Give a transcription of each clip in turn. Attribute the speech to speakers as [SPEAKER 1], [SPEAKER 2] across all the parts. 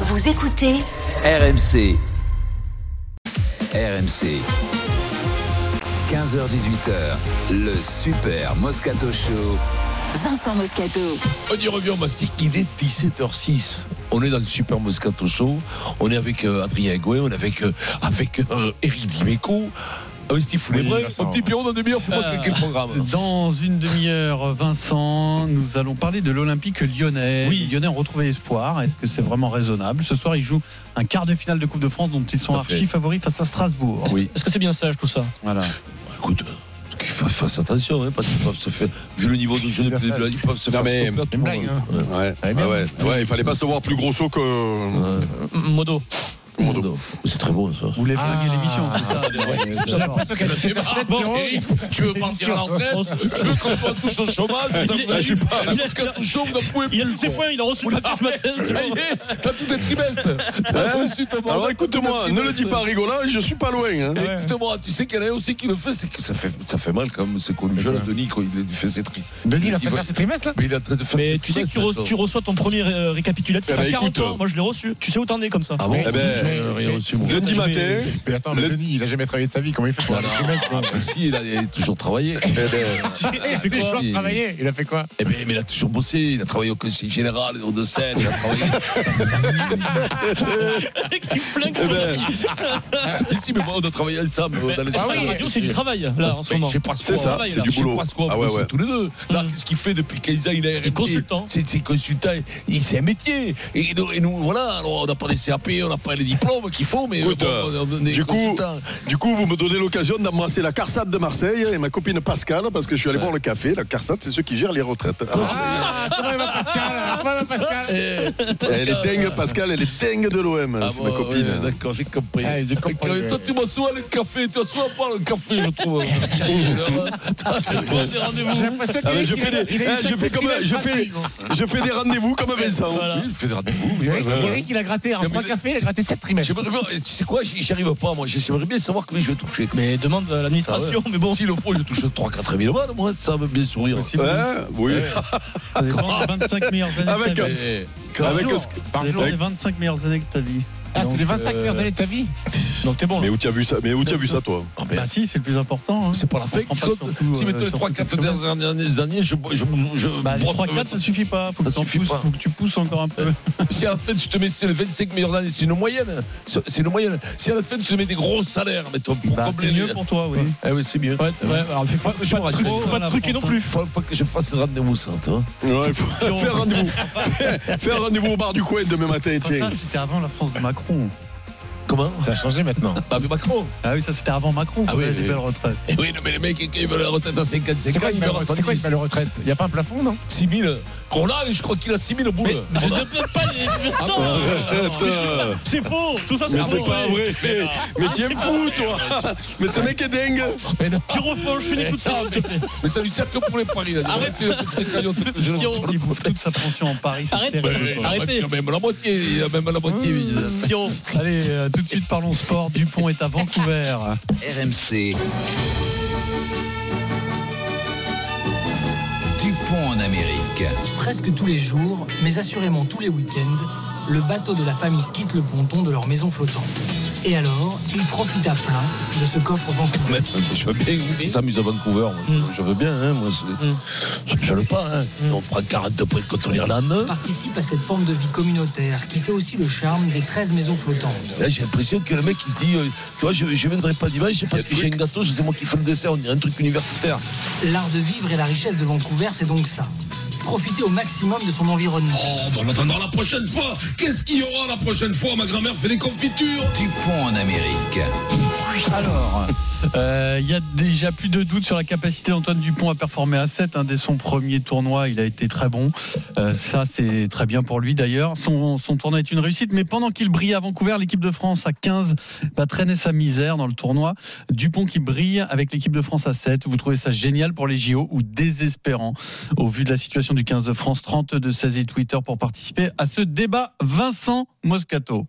[SPEAKER 1] Vous écoutez
[SPEAKER 2] RMC. RMC. 15h-18h, le Super Moscato Show.
[SPEAKER 1] Vincent Moscato.
[SPEAKER 3] On y revient au Mastic, il est 17h06. On est dans le Super Moscato Show. On est avec euh, Adrien Gouet, on est avec, euh, avec euh, Eric Dimeco. Avec Steve Foulébret,
[SPEAKER 4] Vincent.
[SPEAKER 3] un petit pion dans demi-heure, faut moi cliquer le programme.
[SPEAKER 4] Dans une demi-heure, Vincent, nous allons parler de l'Olympique lyonnais.
[SPEAKER 3] Oui.
[SPEAKER 4] Les Lyonnais ont retrouvé espoir. Est-ce que c'est vraiment raisonnable Ce soir, ils jouent un quart de finale de Coupe de France dont ils sont
[SPEAKER 3] Tout à fait.
[SPEAKER 4] archi favoris face à Strasbourg.
[SPEAKER 3] Oui,
[SPEAKER 5] Est-ce que c'est bien sage tout ça
[SPEAKER 4] Voilà.
[SPEAKER 3] écoute, qu'ils fassent fassent attention, hein, parce qu'ils peuvent se faire, vu le niveau de jeu des blagues, ils peuvent se faire
[SPEAKER 6] Non, mais-
[SPEAKER 3] stopper à tout
[SPEAKER 5] blague,
[SPEAKER 3] moment. Ouais.
[SPEAKER 6] Ouais,
[SPEAKER 3] Eh bien.
[SPEAKER 6] ouais, ouais, ouais, il fallait pas se voir plus grosso que.
[SPEAKER 3] Ouais.
[SPEAKER 5] Modo.
[SPEAKER 3] Commando. C'est très bon ça.
[SPEAKER 4] Vous voulez flinguer l'émission, c'est ça
[SPEAKER 5] Ah. J'ai l'impression qu'elle a fait
[SPEAKER 3] Ah bon, Eric, tu veux partir à la retraite Tu veux qu'on soit tous au chômage Je suis pas. Il est qu'à tout chôme, n'en pouvez
[SPEAKER 5] Il a
[SPEAKER 3] plus.
[SPEAKER 5] tous ses
[SPEAKER 3] quoi.
[SPEAKER 5] points, il a reçu le papier ce
[SPEAKER 3] Ça y
[SPEAKER 5] matin.
[SPEAKER 3] est, t'as tous tes trimestres. T'as tout de suite au mandat,
[SPEAKER 6] Alors
[SPEAKER 3] t'as tous
[SPEAKER 6] écoute-moi,
[SPEAKER 3] tes
[SPEAKER 6] ne le dis
[SPEAKER 3] trimestres.
[SPEAKER 6] pas rigolant, je suis pas loin. hein.
[SPEAKER 3] Et Écoute-moi, tu sais qu'il y en a aussi qui le fait, c'est que ça fait, ça fait mal quand même, c'est connu. Jeune Denis, quand il fait ses tri. Denis, il a fait faire ses trimestres là Mais il est en train de faire ses
[SPEAKER 5] Mais tu sais que tu, re-
[SPEAKER 3] trimestres,
[SPEAKER 5] tu reçois ton premier euh, récapitulatif
[SPEAKER 6] Eh ben,
[SPEAKER 5] à 40
[SPEAKER 6] écoute.
[SPEAKER 5] ans. Moi, je l'ai reçu. Tu sais où t'en es comme ça.
[SPEAKER 3] Ah bon
[SPEAKER 6] Eh ben,
[SPEAKER 3] J'ai rien reçu, moi.
[SPEAKER 6] Lundi
[SPEAKER 5] Je vais-
[SPEAKER 6] matin,
[SPEAKER 7] Mais attends, mais
[SPEAKER 6] Le-
[SPEAKER 7] Denis, il a jamais travaillé de sa vie. Comment il fait pour
[SPEAKER 3] Voilà. Ah, si, il a, il a toujours travaillé.
[SPEAKER 6] eh ben,
[SPEAKER 7] Il fait
[SPEAKER 3] quoi
[SPEAKER 7] travailler Il a fait quoi
[SPEAKER 3] Eh ben, mais il a toujours bossé, il a travaillé au conseil général, au de Seine, il a travaillé.
[SPEAKER 5] Il flingue
[SPEAKER 6] eh
[SPEAKER 5] son
[SPEAKER 6] ben,
[SPEAKER 5] ami.
[SPEAKER 3] Mais si, mais moi, on a travaillé ensemble.
[SPEAKER 5] Mais
[SPEAKER 3] dans
[SPEAKER 4] ah
[SPEAKER 3] les-
[SPEAKER 5] la radio, c'est du travail,
[SPEAKER 6] Bah,
[SPEAKER 5] là, en ce
[SPEAKER 3] Mais
[SPEAKER 5] moment.
[SPEAKER 3] je sais pas ce
[SPEAKER 6] C'est
[SPEAKER 3] qu'on
[SPEAKER 6] ça,
[SPEAKER 3] travaille,
[SPEAKER 6] hein. c'est
[SPEAKER 3] là.
[SPEAKER 6] du
[SPEAKER 3] Je sais
[SPEAKER 6] boulot.
[SPEAKER 3] pas ce qu'on
[SPEAKER 6] Ah ouais,
[SPEAKER 3] bosse
[SPEAKER 6] ouais. Mmh.
[SPEAKER 3] tous les deux. Là,
[SPEAKER 5] Mm.
[SPEAKER 3] qu'est-ce qu'il fait depuis 15 ans Il est RMT.
[SPEAKER 5] consultant.
[SPEAKER 3] C'est c'est consultant. Il c'est un métier. Et nous, et nous, voilà, alors, on n'a pas les CAP, on n'a pas les diplômes qu'il faut, mais
[SPEAKER 6] Écoute,
[SPEAKER 3] euh, bon, on est
[SPEAKER 6] du coup- Ah,
[SPEAKER 3] consultant.
[SPEAKER 6] du coup, vous me donnez l'occasion d'embrasser la Carsat de Marseille et ma copine Pascal, parce que je suis allé boire le café. La Carsat, c'est ceux qui gèrent les retraites.
[SPEAKER 7] Ah, problème à Pascal un problème à
[SPEAKER 6] Ah,
[SPEAKER 7] Pascal
[SPEAKER 3] Eh,
[SPEAKER 6] elle est dingue, Pascal, elle est dingue de l'OM,
[SPEAKER 3] ah
[SPEAKER 6] c'est
[SPEAKER 3] bon,
[SPEAKER 6] ma copine.
[SPEAKER 3] ouais, D'accord, j'ai compris.
[SPEAKER 7] Ah, j'ai compris,
[SPEAKER 3] D'accord, et Toi,
[SPEAKER 7] ouais.
[SPEAKER 3] tu m'assois le café, tu assois pas le café, je trouve. Alors, hein, t'as-
[SPEAKER 5] Des rendez-vous.
[SPEAKER 7] J'ai l'impression
[SPEAKER 6] Ah, mais je
[SPEAKER 7] qu'il
[SPEAKER 6] fais
[SPEAKER 7] a-
[SPEAKER 6] des-
[SPEAKER 7] il a eu
[SPEAKER 6] eh, je
[SPEAKER 7] cinq
[SPEAKER 6] fais comme-
[SPEAKER 7] festivals
[SPEAKER 6] je fais-
[SPEAKER 7] gratuits, gros.
[SPEAKER 6] Je fais des rendez-vous comme Vincent.
[SPEAKER 5] Voilà.
[SPEAKER 3] Il fait des rendez-vous.
[SPEAKER 7] Oui,
[SPEAKER 3] ouais, ouais.
[SPEAKER 7] Eric, il a gratté
[SPEAKER 3] Non,
[SPEAKER 7] en
[SPEAKER 3] mais
[SPEAKER 7] trois
[SPEAKER 3] le-
[SPEAKER 7] cafés, il a gratté sept trimestres.
[SPEAKER 3] J'aimerais bien- Tu sais quoi, j'y j'y arrive pas, moi. J'aimerais bien savoir combien je vais toucher.
[SPEAKER 5] Mais demande à l'administration, mais bon.
[SPEAKER 3] S'il le faut, je touche 3-4 000 balles, moi, ça me bien sourire.
[SPEAKER 4] Possible.
[SPEAKER 6] Ouais, oui.
[SPEAKER 4] Ça dépend des 25 Ah, meilleures années
[SPEAKER 6] Avec-
[SPEAKER 4] de ta vie.
[SPEAKER 3] Eh,
[SPEAKER 6] Avec
[SPEAKER 7] jour.
[SPEAKER 6] ce-
[SPEAKER 4] Ça
[SPEAKER 7] Par
[SPEAKER 4] dépend
[SPEAKER 7] jour.
[SPEAKER 4] des 25 meilleures années de ta vie.
[SPEAKER 7] Ah, c'est
[SPEAKER 4] Donc,
[SPEAKER 7] les 25
[SPEAKER 4] euh,
[SPEAKER 7] meilleures années de ta vie
[SPEAKER 5] Donc, t'es bon, là.
[SPEAKER 6] Mais où tu as vu ça Mais où tu as vu ça, toi
[SPEAKER 3] oh, merde.
[SPEAKER 4] Bah si, c'est le plus important. hein.
[SPEAKER 3] C'est pas la fake.
[SPEAKER 4] On prend pas
[SPEAKER 3] compte.
[SPEAKER 4] surtout,
[SPEAKER 3] si
[SPEAKER 4] euh,
[SPEAKER 3] mettons les
[SPEAKER 4] surtout
[SPEAKER 3] 3-4
[SPEAKER 4] cette
[SPEAKER 3] dernières dernières années, je. je, je
[SPEAKER 4] Bah, les
[SPEAKER 3] brosse-
[SPEAKER 4] 3-4, ça suffit pas. Faut que,
[SPEAKER 3] Ça
[SPEAKER 4] t'en
[SPEAKER 3] suffit
[SPEAKER 4] pousses,
[SPEAKER 3] pas.
[SPEAKER 4] faut que tu pousses encore un peu.
[SPEAKER 3] Si à la fin tu te mets c'est les 25 meilleures années, c'est une moyenne. C'est c'est une moyenne. Si à la fin tu te mets des gros salaires, mettons, pour
[SPEAKER 4] Bah,
[SPEAKER 3] combler
[SPEAKER 4] c'est
[SPEAKER 3] les-
[SPEAKER 4] mieux pour toi, oui.
[SPEAKER 3] Eh oui, c'est mieux.
[SPEAKER 5] Ouais, t- ouais, alors, faut
[SPEAKER 3] Je me
[SPEAKER 5] pas,
[SPEAKER 3] rassure.
[SPEAKER 5] faut pas te
[SPEAKER 4] Voilà,
[SPEAKER 5] truquer non
[SPEAKER 4] pour
[SPEAKER 5] plus.
[SPEAKER 3] Faut, faut que je fasse des rendez-vous, ça, tu vois.
[SPEAKER 6] Ouais, il faut faire rendez-vous. Faire- Faire rendez-vous au bar du coin demain matin,
[SPEAKER 4] Enfin,
[SPEAKER 6] tiens.
[SPEAKER 4] ça, c'était avant la France de Macron.
[SPEAKER 3] Comment
[SPEAKER 7] Ça a changé maintenant.
[SPEAKER 3] Bah, mais Macron.
[SPEAKER 4] Ah oui, ça c'était avant Macron.
[SPEAKER 3] Ah
[SPEAKER 4] qu'on
[SPEAKER 3] oui,
[SPEAKER 4] avait
[SPEAKER 3] oui,
[SPEAKER 4] les
[SPEAKER 3] oui.
[SPEAKER 4] belles retraites.
[SPEAKER 3] Eh oui, non, mais les mecs, ils veulent la retraite à 55
[SPEAKER 7] C'est
[SPEAKER 3] ans,
[SPEAKER 7] quoi
[SPEAKER 3] ils
[SPEAKER 7] une
[SPEAKER 3] veulent
[SPEAKER 7] belle
[SPEAKER 3] à
[SPEAKER 7] c'est quoi une
[SPEAKER 3] 110.
[SPEAKER 7] belle retraite Il n'y a pas un plafond, non
[SPEAKER 3] 6 000. Roland, je crois qu'il a 6 000
[SPEAKER 5] Mais
[SPEAKER 3] boules.
[SPEAKER 5] je ne peux pas les.
[SPEAKER 3] Ah
[SPEAKER 6] Putain.
[SPEAKER 5] Vincent, C'est faux. Tout ça, c'est
[SPEAKER 6] Mais
[SPEAKER 5] faux.
[SPEAKER 6] c'est pas vrai. Mais tu es
[SPEAKER 3] Ah,
[SPEAKER 6] fou, toi. Mais ce mec est dingue.
[SPEAKER 3] Mais non.
[SPEAKER 5] Pyrofonchine, écoute ça, s'il te plaît.
[SPEAKER 3] Mais ça lui sert que pour les paris. là.
[SPEAKER 5] Arrête.
[SPEAKER 3] C'est le petit crayon tout le
[SPEAKER 5] Pierrot.
[SPEAKER 3] jour.
[SPEAKER 4] Il bouffe toute sa pension en Paris. c'est
[SPEAKER 5] Arrête.
[SPEAKER 4] terrible, quoi.
[SPEAKER 5] Arrêtez.
[SPEAKER 3] Il
[SPEAKER 5] Mmh.
[SPEAKER 3] a même la moitié. Il a même la moitié.
[SPEAKER 5] Pierrot.
[SPEAKER 4] Allez, euh, tout de suite parlons sport. Dupont est à Vancouver.
[SPEAKER 2] RMC. Dupont en Amérique.
[SPEAKER 8] Presque tous les jours, mais assurément tous les week-ends, le bateau de la famille quitte le ponton de leur maison flottante. Et alors, ils profitent à plein de ce coffre Vancouver.
[SPEAKER 3] Mais je veux bien qu'il s'amuse à Vancouver. moi.
[SPEAKER 5] Mmh.
[SPEAKER 3] Je veux bien, hein, moi. c'est-
[SPEAKER 5] Mm.
[SPEAKER 3] Je ne gêne pas. Hein.
[SPEAKER 5] Mmh.
[SPEAKER 3] On prend 42 points contre l'Irlande.
[SPEAKER 8] Participe à cette forme de vie communautaire qui fait aussi le charme des 13 maisons flottantes.
[SPEAKER 3] Là, j'ai l'impression que le mec, il dit euh, Tu vois, je ne viendrai pas dimanche parce que j'ai un gâteau, c'est moi qui fais le dessert. On dirait un truc universitaire.
[SPEAKER 8] L'art de vivre et la richesse de Vancouver, c'est donc ça. Profiter au maximum de son environnement.
[SPEAKER 3] Oh, bah, on attendra la prochaine fois. Qu'est-ce qu'il y aura la prochaine fois Ma grand-mère fait des confitures.
[SPEAKER 2] Dupont en Amérique.
[SPEAKER 4] Alors, euh, il y a déjà plus de doute sur la capacité d'Antoine Dupont à performer à 7. hein. dès son premier tournoi, il a été très bon. Euh, ça, c'est très bien pour lui d'ailleurs. Son, son tournoi est une réussite, mais pendant qu'il brille à Vancouver, l'équipe de France à 15 va traîner sa misère dans le tournoi. Dupont qui brille avec l'équipe de France à 7. Vous trouvez ça génial pour les JO ou désespérant au vu de la situation du 15 de France 32 16 et Twitter pour participer à ce débat. Vincent Moscato.